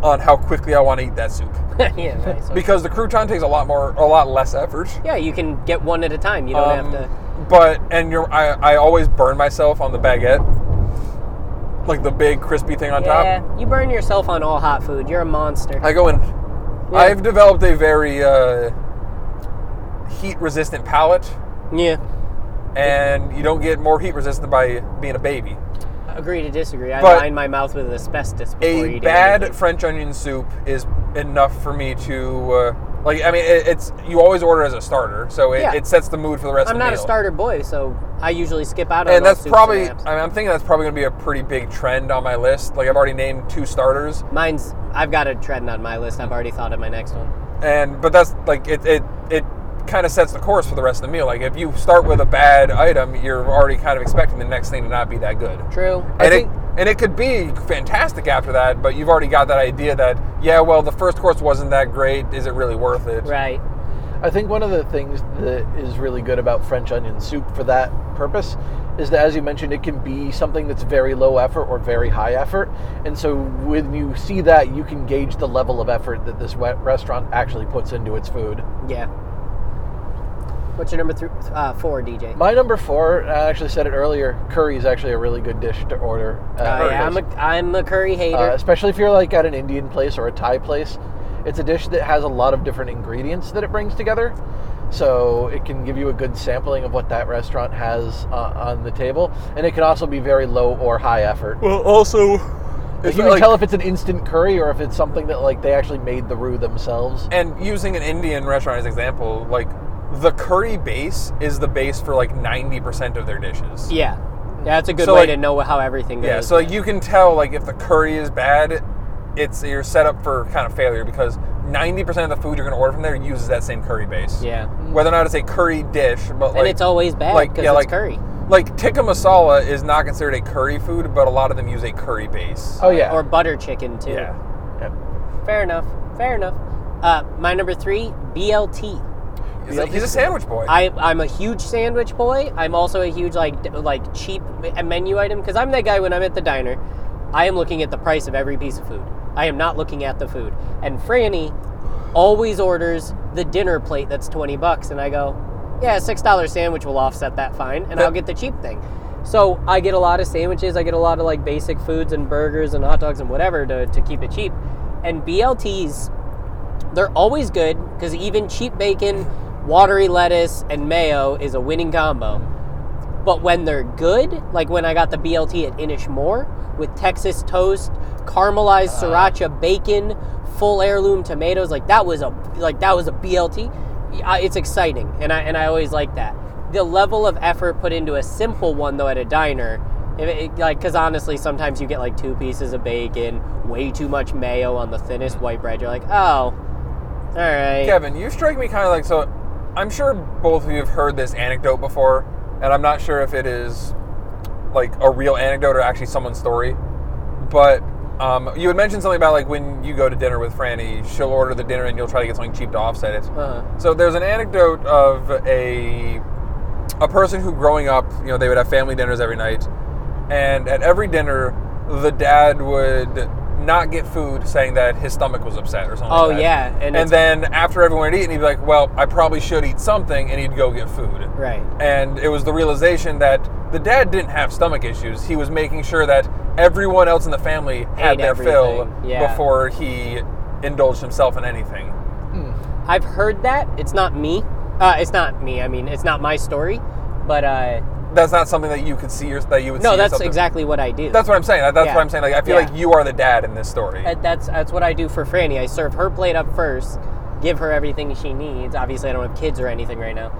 Speaker 5: on how quickly I want to eat that soup
Speaker 1: yeah, nice. okay.
Speaker 5: because the crouton takes a lot more, a lot less effort.
Speaker 1: yeah, you can get one at a time. You don't
Speaker 5: Um,
Speaker 1: have to.
Speaker 5: But and you're, I, I always burn myself on the baguette, like the big crispy thing on
Speaker 1: Yeah,
Speaker 5: top.
Speaker 1: you burn yourself on all hot food. You're a monster.
Speaker 5: I go in.
Speaker 1: Yeah.
Speaker 5: I've developed a very uh, heat-resistant palate,
Speaker 1: yeah.
Speaker 5: and you don't get more heat-resistant by being a baby.
Speaker 1: Agree to disagree. I
Speaker 5: But-
Speaker 1: line my mouth with asbestos before
Speaker 5: A
Speaker 1: eating
Speaker 5: bad
Speaker 1: anything.
Speaker 5: French onion soup is enough for me to uh, like. I mean, it, it's you always order as a starter, so it,
Speaker 1: Yeah.
Speaker 5: it sets the mood for the rest
Speaker 1: I'm
Speaker 5: of the
Speaker 1: not a
Speaker 5: meal.
Speaker 1: starter boy, so I usually skip out on.
Speaker 5: and
Speaker 1: all
Speaker 5: that's
Speaker 1: soups
Speaker 5: probably. I
Speaker 1: apps.
Speaker 5: mean, I'm thinking that's probably going to be a pretty big trend on my list. Like I've already named two starters.
Speaker 1: mine's. I've got a trend on my list. I've already thought of my next one.
Speaker 5: and but that's like it it it kind of sets the course for the rest of the meal like if you start with a bad item you're already kind of expecting the next thing to not be that good
Speaker 1: True.
Speaker 5: and
Speaker 4: think-
Speaker 5: it and it could be fantastic after that but you've already got that idea that yeah well the first course wasn't that great is it really worth it
Speaker 1: Right.
Speaker 4: I think one of the things that is really good about French onion soup for that purpose is that, as you mentioned, it can be something that's very low effort or very high effort. And so when you see that, you can gauge the level of effort that this we- restaurant actually puts into its food.
Speaker 1: Yeah. What's your number three, uh, four, DJ?
Speaker 4: My number four, I actually said it earlier, curry is actually a really good dish to order. at
Speaker 1: Uh,
Speaker 4: a
Speaker 1: yeah, I'm a, I'm a curry hater.
Speaker 4: Uh, especially if you're like at an Indian place or a Thai place. It's a dish that has a lot of different ingredients that it brings together. So it can give you a good sampling of what that restaurant has uh, on the table. And it can also be very low or high effort.
Speaker 5: well also It's
Speaker 4: you can
Speaker 5: like-
Speaker 4: tell if it's an instant curry or if it's something that like they actually made the roux themselves.
Speaker 5: and using an Indian restaurant as an example, like the curry base is the base for like ninety percent of their dishes.
Speaker 1: Yeah, that's a good
Speaker 5: So,
Speaker 1: way
Speaker 5: like-
Speaker 1: to know how everything goes.
Speaker 5: Yeah, so like you can tell like if the curry is bad, it's you're set up for kind of failure because ninety percent of the food you're gonna order from there uses that same curry base.
Speaker 1: yeah,
Speaker 5: Whether or not it's a curry dish, but like
Speaker 1: and it's always bad
Speaker 5: like,
Speaker 1: because
Speaker 5: yeah,
Speaker 1: it's
Speaker 5: like-
Speaker 1: curry
Speaker 5: like tikka masala is not considered a curry food, but a lot of them use a curry base.
Speaker 4: Oh yeah,
Speaker 1: or butter chicken too.
Speaker 5: yeah.
Speaker 1: Fair enough. Fair enough. Uh, my number three, BLT.
Speaker 5: He's, a- he's a sandwich boy.
Speaker 1: I, I'm a huge sandwich boy. I'm also a huge like d- like cheap menu item because I'm that guy when I'm at the diner. I am looking at the price of every piece of food. I am not looking at the food. And Franny always orders the dinner plate that's 20 bucks, and I go, yeah, six dollar sandwich will offset that fine, and I'll get the cheap thing. So I get a lot of sandwiches. I get a lot of like basic foods and burgers and hot dogs and whatever to, to keep it cheap. And BLTs they're always good because even cheap bacon, watery lettuce, and mayo is a winning combo. But when they're good, like when I got the BLT at Inishmore with Texas toast, caramelized sriracha bacon, full heirloom tomatoes, like that was a like that was a BLT. I- It's exciting, and I and I always like that. The level of effort put into a simple one though at a diner, if it, like because honestly, sometimes you get like two pieces of bacon, way too much mayo on the thinnest white bread. You're like, oh, all right.
Speaker 5: Kevin, you strike me kind of like so. I'm sure both of you have heard this anecdote before, and I'm not sure if it is like a real anecdote or actually someone's story. But um, you had mentioned something about like when you go to dinner with Franny, she'll order the dinner and you'll try to get something cheap to offset it.
Speaker 1: Uh-huh.
Speaker 5: So there's an anecdote of a a person who growing up, you know, they would have family dinners every night, and at every dinner, the dad would not get food, saying that his stomach was upset or something.
Speaker 1: Oh,
Speaker 5: like that.
Speaker 1: yeah, and
Speaker 5: and,
Speaker 1: it's-
Speaker 5: then after everyone had eaten, he'd be like, "Well, I probably should eat something," and he'd go get food.
Speaker 1: Right.
Speaker 5: And it was the realization that the dad didn't have stomach issues. He was making sure that everyone else in the family
Speaker 1: Ate
Speaker 5: had their fill
Speaker 1: everything, yeah.
Speaker 5: before he indulged himself in anything.
Speaker 1: I've heard that. It's not me. Uh, it's not me. I mean, it's not my story. But uh,
Speaker 5: That's not something that you could see or that you would.
Speaker 1: no,
Speaker 5: see
Speaker 1: that's
Speaker 5: yourself doing.
Speaker 1: exactly what I do.
Speaker 5: That's what I'm saying. That- That's
Speaker 1: Yeah.
Speaker 5: what I'm saying. Like I feel
Speaker 1: Yeah.
Speaker 5: like you are the dad in this story.
Speaker 1: That- Uh, that's that's what I do for Franny. I serve her plate up first, give her everything she needs. Obviously, I don't have kids or anything right now,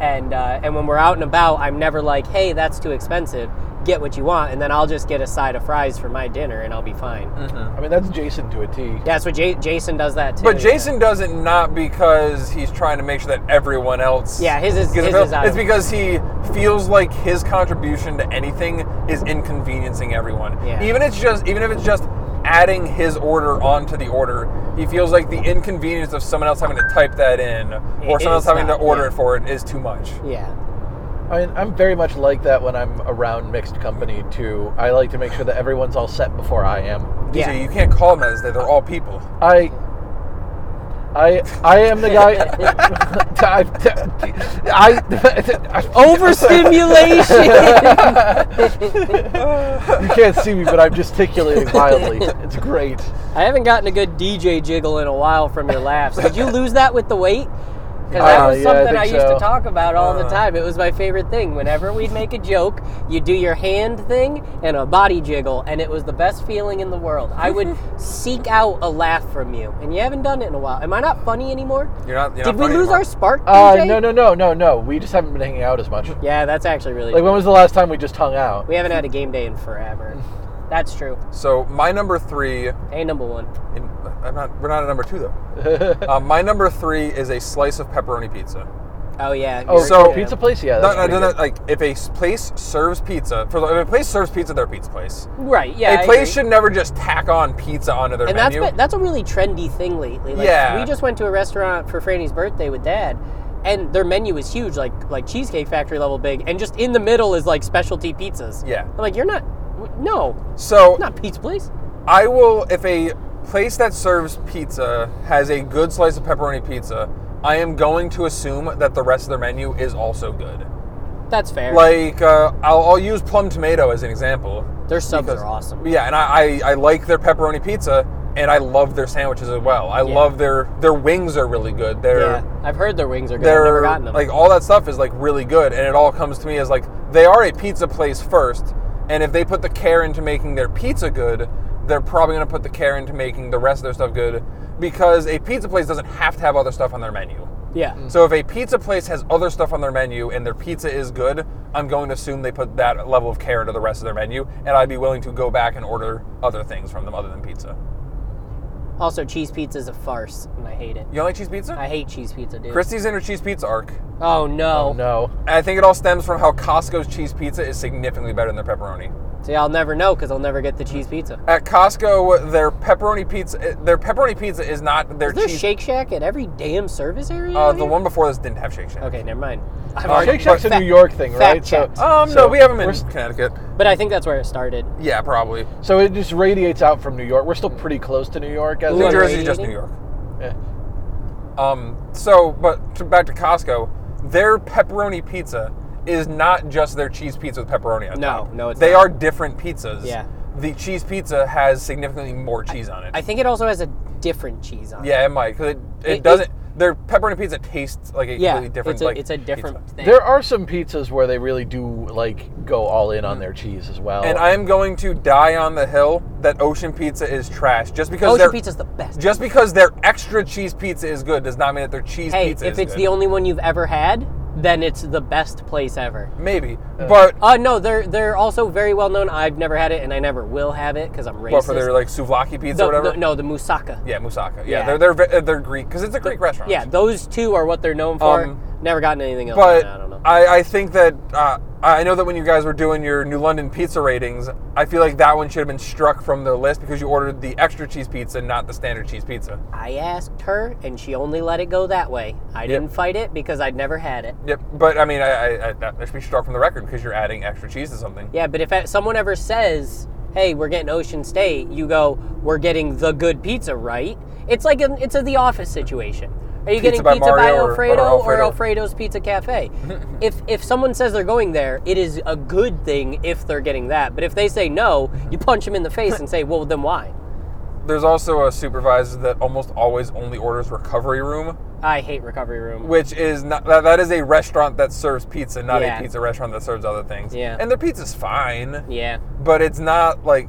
Speaker 1: and uh, and when we're out and about, I'm never like, hey, that's too expensive. Get what you want, and then I'll just get a side of fries for my dinner, and I'll be fine.
Speaker 4: I mean that's Jason to a T.
Speaker 1: That's what Ja Jason does that too.
Speaker 5: Mm-hmm. but
Speaker 1: yeah.
Speaker 5: Jason does it not because he's trying to make sure that everyone else.
Speaker 1: Yeah, his is-
Speaker 5: gets
Speaker 1: his
Speaker 5: a fill.
Speaker 1: is out
Speaker 5: It's
Speaker 1: of-
Speaker 5: because he feels like his contribution to anything is inconveniencing everyone.
Speaker 1: Yeah.
Speaker 5: Even it's just even if it's just adding his order onto the order, he feels like the inconvenience of someone else having to type that in or
Speaker 1: It
Speaker 5: someone else
Speaker 1: is
Speaker 5: having
Speaker 1: not,
Speaker 5: to order
Speaker 1: yeah.
Speaker 5: it for it is too much. (laughs)
Speaker 1: Yeah.
Speaker 4: I mean, I'm very much like that when I'm around mixed company too. I like to make sure that everyone's all set before I am.
Speaker 1: Yeah.
Speaker 5: DJ, you can't call them as that. They're all people.
Speaker 4: I. I, I am the guy. (laughs) I, I- (laughs)
Speaker 1: (laughs)
Speaker 4: oh,
Speaker 1: Overstimulation.
Speaker 4: you can't see me, but I'm gesticulating wildly. It's great.
Speaker 1: I haven't gotten a good DJ jiggle in a while from your laughs. Did you lose that with the weight? Because that
Speaker 4: Uh,
Speaker 1: was
Speaker 4: yeah, I
Speaker 1: something I,
Speaker 4: think
Speaker 1: used
Speaker 4: so. Uh.
Speaker 1: to talk about all the time. It was my favorite thing. Whenever we'd make a joke, you do your hand thing and a body jiggle, and it was the best feeling in the world. I
Speaker 4: (laughs)
Speaker 1: would seek out a laugh from you, and you haven't done it in a while. Am I not funny anymore?
Speaker 5: You're not. You're
Speaker 1: Did
Speaker 5: not
Speaker 1: we
Speaker 5: funny
Speaker 1: lose
Speaker 5: anymore.
Speaker 1: our spark?
Speaker 4: Uh,
Speaker 1: DJ?
Speaker 4: no, no, no, no, no. We just haven't been hanging out as much. Like,
Speaker 1: Yeah, that's actually really.
Speaker 4: when was the last time we just hung out?
Speaker 1: we haven't had a game day in
Speaker 4: (laughs)
Speaker 1: forever. That's true.
Speaker 5: So my number three
Speaker 1: Hey, number one.
Speaker 5: In, I'm not. We're not at number two though.
Speaker 1: (laughs)
Speaker 5: um, my number three is a slice of pepperoni pizza.
Speaker 1: Oh yeah.
Speaker 4: Oh,
Speaker 1: you're-
Speaker 5: So-
Speaker 4: pizza place? Yeah.
Speaker 5: No,
Speaker 4: That's
Speaker 5: no,
Speaker 4: pretty
Speaker 5: no,
Speaker 4: good.
Speaker 5: no, like if a s- place serves pizza, for, if a place serves pizza, they're a pizza place.
Speaker 1: right. Yeah.
Speaker 5: a
Speaker 1: I
Speaker 5: place
Speaker 1: agree.
Speaker 5: should never just tack on pizza onto their
Speaker 1: and that's
Speaker 5: menu.
Speaker 1: been, that's a really trendy thing lately. Like,
Speaker 5: Yeah.
Speaker 1: we just went to a restaurant for Franny's birthday with Dad, and their menu is huge, like like Cheesecake Factory level big, and just in the middle is like specialty pizzas.
Speaker 5: Yeah.
Speaker 1: I'm like, you're not, w- no,
Speaker 5: so
Speaker 1: not pizza place.
Speaker 5: I will if a place that serves pizza has a good slice of pepperoni pizza. I am going to assume that the rest of their menu is also good.
Speaker 1: That's fair.
Speaker 5: Like uh, I'll, I'll use plum tomato as an example.
Speaker 1: their subs
Speaker 5: because-
Speaker 1: are awesome.
Speaker 5: Yeah, and I, I, I like their pepperoni pizza, and I love their sandwiches as well. I
Speaker 1: Yeah.
Speaker 5: love their their wings are really good. Their
Speaker 1: Yeah, I've heard their wings are good. I've never
Speaker 5: their
Speaker 1: gotten them.
Speaker 5: like all that stuff is like really good, and it all comes to me as like they are a pizza place first, and if they put the care into making their pizza good, they're probably going to put the care into making the rest of their stuff good because a pizza place doesn't have to have other stuff on their menu.
Speaker 1: Yeah.
Speaker 5: So if a pizza place has other stuff on their menu and their pizza is good, I'm going to assume they put that level of care into the rest of their menu, and I'd be willing to go back and order other things from them other than pizza.
Speaker 1: Also, cheese pizza is a farce, and I hate it.
Speaker 5: You don't like cheese pizza?
Speaker 1: I hate cheese pizza, dude.
Speaker 5: Christie's in her cheese pizza arc.
Speaker 1: oh no.
Speaker 4: No.
Speaker 5: And I think it all stems from how Costco's cheese pizza is significantly better than their pepperoni.
Speaker 1: See, I'll never know because I'll never get the cheese
Speaker 5: Mm.
Speaker 1: pizza.
Speaker 5: At Costco, their pepperoni pizza, their pepperoni pizza is not their
Speaker 1: Is there
Speaker 5: cheese.
Speaker 1: Shake Shack at every damn service area?
Speaker 5: uh,
Speaker 1: out
Speaker 5: the
Speaker 1: here?
Speaker 5: one before this didn't have Shake Shack.
Speaker 1: Okay, never mind. I've
Speaker 5: Uh,
Speaker 1: already-
Speaker 4: Shake Shack's a
Speaker 1: fact-
Speaker 4: New York thing,
Speaker 1: fact
Speaker 4: right? So,
Speaker 1: checked.
Speaker 5: Um,
Speaker 4: So
Speaker 5: no, we have them in
Speaker 4: we're s-
Speaker 5: Connecticut.
Speaker 1: But I think that's where it started.
Speaker 5: Yeah, probably.
Speaker 4: so it just radiates out from New York. We're still pretty close to New York. As
Speaker 1: Ooh,
Speaker 4: it
Speaker 5: New
Speaker 4: is.
Speaker 1: I'm
Speaker 5: Jersey,
Speaker 1: radiating?
Speaker 5: just New York.
Speaker 4: Yeah.
Speaker 5: Um, so, but to, back to Costco, their pepperoni pizza is not just their cheese pizza with pepperoni on
Speaker 1: No,
Speaker 5: top.
Speaker 1: no, it's
Speaker 5: they
Speaker 1: not.
Speaker 5: are different pizzas.
Speaker 1: Yeah.
Speaker 5: the cheese pizza has significantly more cheese on it.
Speaker 1: I think it also has a different cheese on it.
Speaker 5: yeah, it might because it, it,
Speaker 1: It- it-
Speaker 5: doesn't. their pepperoni pizza tastes like a
Speaker 1: Yeah.
Speaker 5: completely different.
Speaker 1: it's, a,
Speaker 5: like,
Speaker 1: it's a different
Speaker 5: pizza.
Speaker 1: thing.
Speaker 4: There are some pizzas where they really do like go all in on their cheese as well.
Speaker 5: And I am going to die on the hill that Ocean Pizza is trash. Just because
Speaker 1: Ocean
Speaker 5: their-
Speaker 1: Pizza's the best.
Speaker 5: just because their extra cheese pizza is good does not mean that their cheese
Speaker 1: hey,
Speaker 5: pizza is
Speaker 1: if it's
Speaker 5: good.
Speaker 1: the only one you've ever had, then it's the best place ever.
Speaker 5: maybe, but
Speaker 1: Uh, no, they're they're also very well known. I've never had it, and I never will have it because I'm racist.
Speaker 5: But for their like souvlaki pizza
Speaker 1: The-
Speaker 5: or whatever.
Speaker 1: the- no, the moussaka.
Speaker 5: Yeah, moussaka. Yeah,
Speaker 1: Yeah.
Speaker 5: they're they're ve- uh, they're Greek because it's a Greek restaurant.
Speaker 1: Yeah, those two are what they're known for.
Speaker 5: Um,
Speaker 1: never gotten anything else.
Speaker 5: but
Speaker 1: I don't know.
Speaker 5: I, I think that uh, I know that when you guys were doing your New London pizza ratings, I feel like that one should have been struck from the list because you ordered the extra cheese pizza, not the standard cheese pizza.
Speaker 1: I asked her, and she only let it go that way. I didn't fight it because I'd never had it.
Speaker 5: Yep. But I mean, I, I, I that should be struck from the record because you're adding extra cheese to something.
Speaker 1: Yeah, but if uh, someone ever says, "Hey, we're getting Ocean State," you go, "We're getting the good pizza, right?" It's like an, it's a The Office situation. Are you getting
Speaker 5: Pizza by
Speaker 1: pizza by
Speaker 5: Mario or- or
Speaker 1: Alfredo or,
Speaker 5: Alfredo.
Speaker 1: Alfredo's Pizza
Speaker 5: (laughs)
Speaker 1: Cafe? if if someone says they're going there, it is a good thing if they're getting that. But if they say no, you punch them in the face and say, "Well, then why?"
Speaker 5: There's also a supervisor that almost always only orders recovery room,
Speaker 1: I hate recovery room.
Speaker 5: which is not that, that is a restaurant that serves pizza, not
Speaker 1: Yeah.
Speaker 5: a pizza restaurant that serves other things.
Speaker 1: Yeah.
Speaker 5: And their pizza's fine.
Speaker 1: yeah.
Speaker 5: but it's not like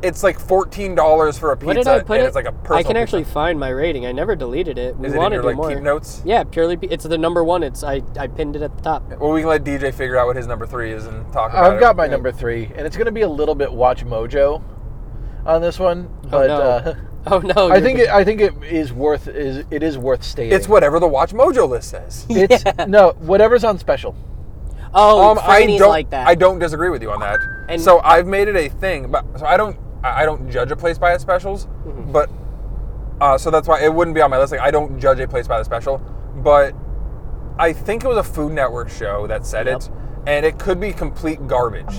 Speaker 5: it's like fourteen dollars for a pizza,
Speaker 1: What did I put
Speaker 5: and
Speaker 1: it?
Speaker 5: it's like a personal.
Speaker 1: I can actually
Speaker 5: Pizza.
Speaker 1: find my rating. I never deleted it. We
Speaker 5: Is it in
Speaker 1: wanted
Speaker 5: your
Speaker 1: to
Speaker 5: like
Speaker 1: do more.
Speaker 5: keep notes?
Speaker 1: Yeah, purely. pe- It's the number one. It's I, I pinned it at the top.
Speaker 5: Well, we can let DJ figure out what his number three is and talk about it.
Speaker 4: I've got my number three, and it's going to be a little bit Watch Mojo on this one, but
Speaker 1: no.
Speaker 5: (laughs)
Speaker 4: uh,
Speaker 1: (laughs) Oh no!
Speaker 4: I
Speaker 1: you're
Speaker 4: think it, I think it is worth is it is worth stating.
Speaker 5: It's whatever the Watch Mojo list says.
Speaker 4: It's no whatever's on special.
Speaker 1: Oh,
Speaker 5: um, I
Speaker 1: Franny's
Speaker 5: don't.
Speaker 1: like that.
Speaker 5: I don't disagree with you on that.
Speaker 1: And-
Speaker 5: so I've made it a thing, but so I don't. I I don't judge a place by its specials,
Speaker 1: Mm-hmm.
Speaker 5: but uh, so that's why it wouldn't be on my list. Like I don't judge a place by the special, but I think it was a Food Network show that said it, and it could be complete garbage.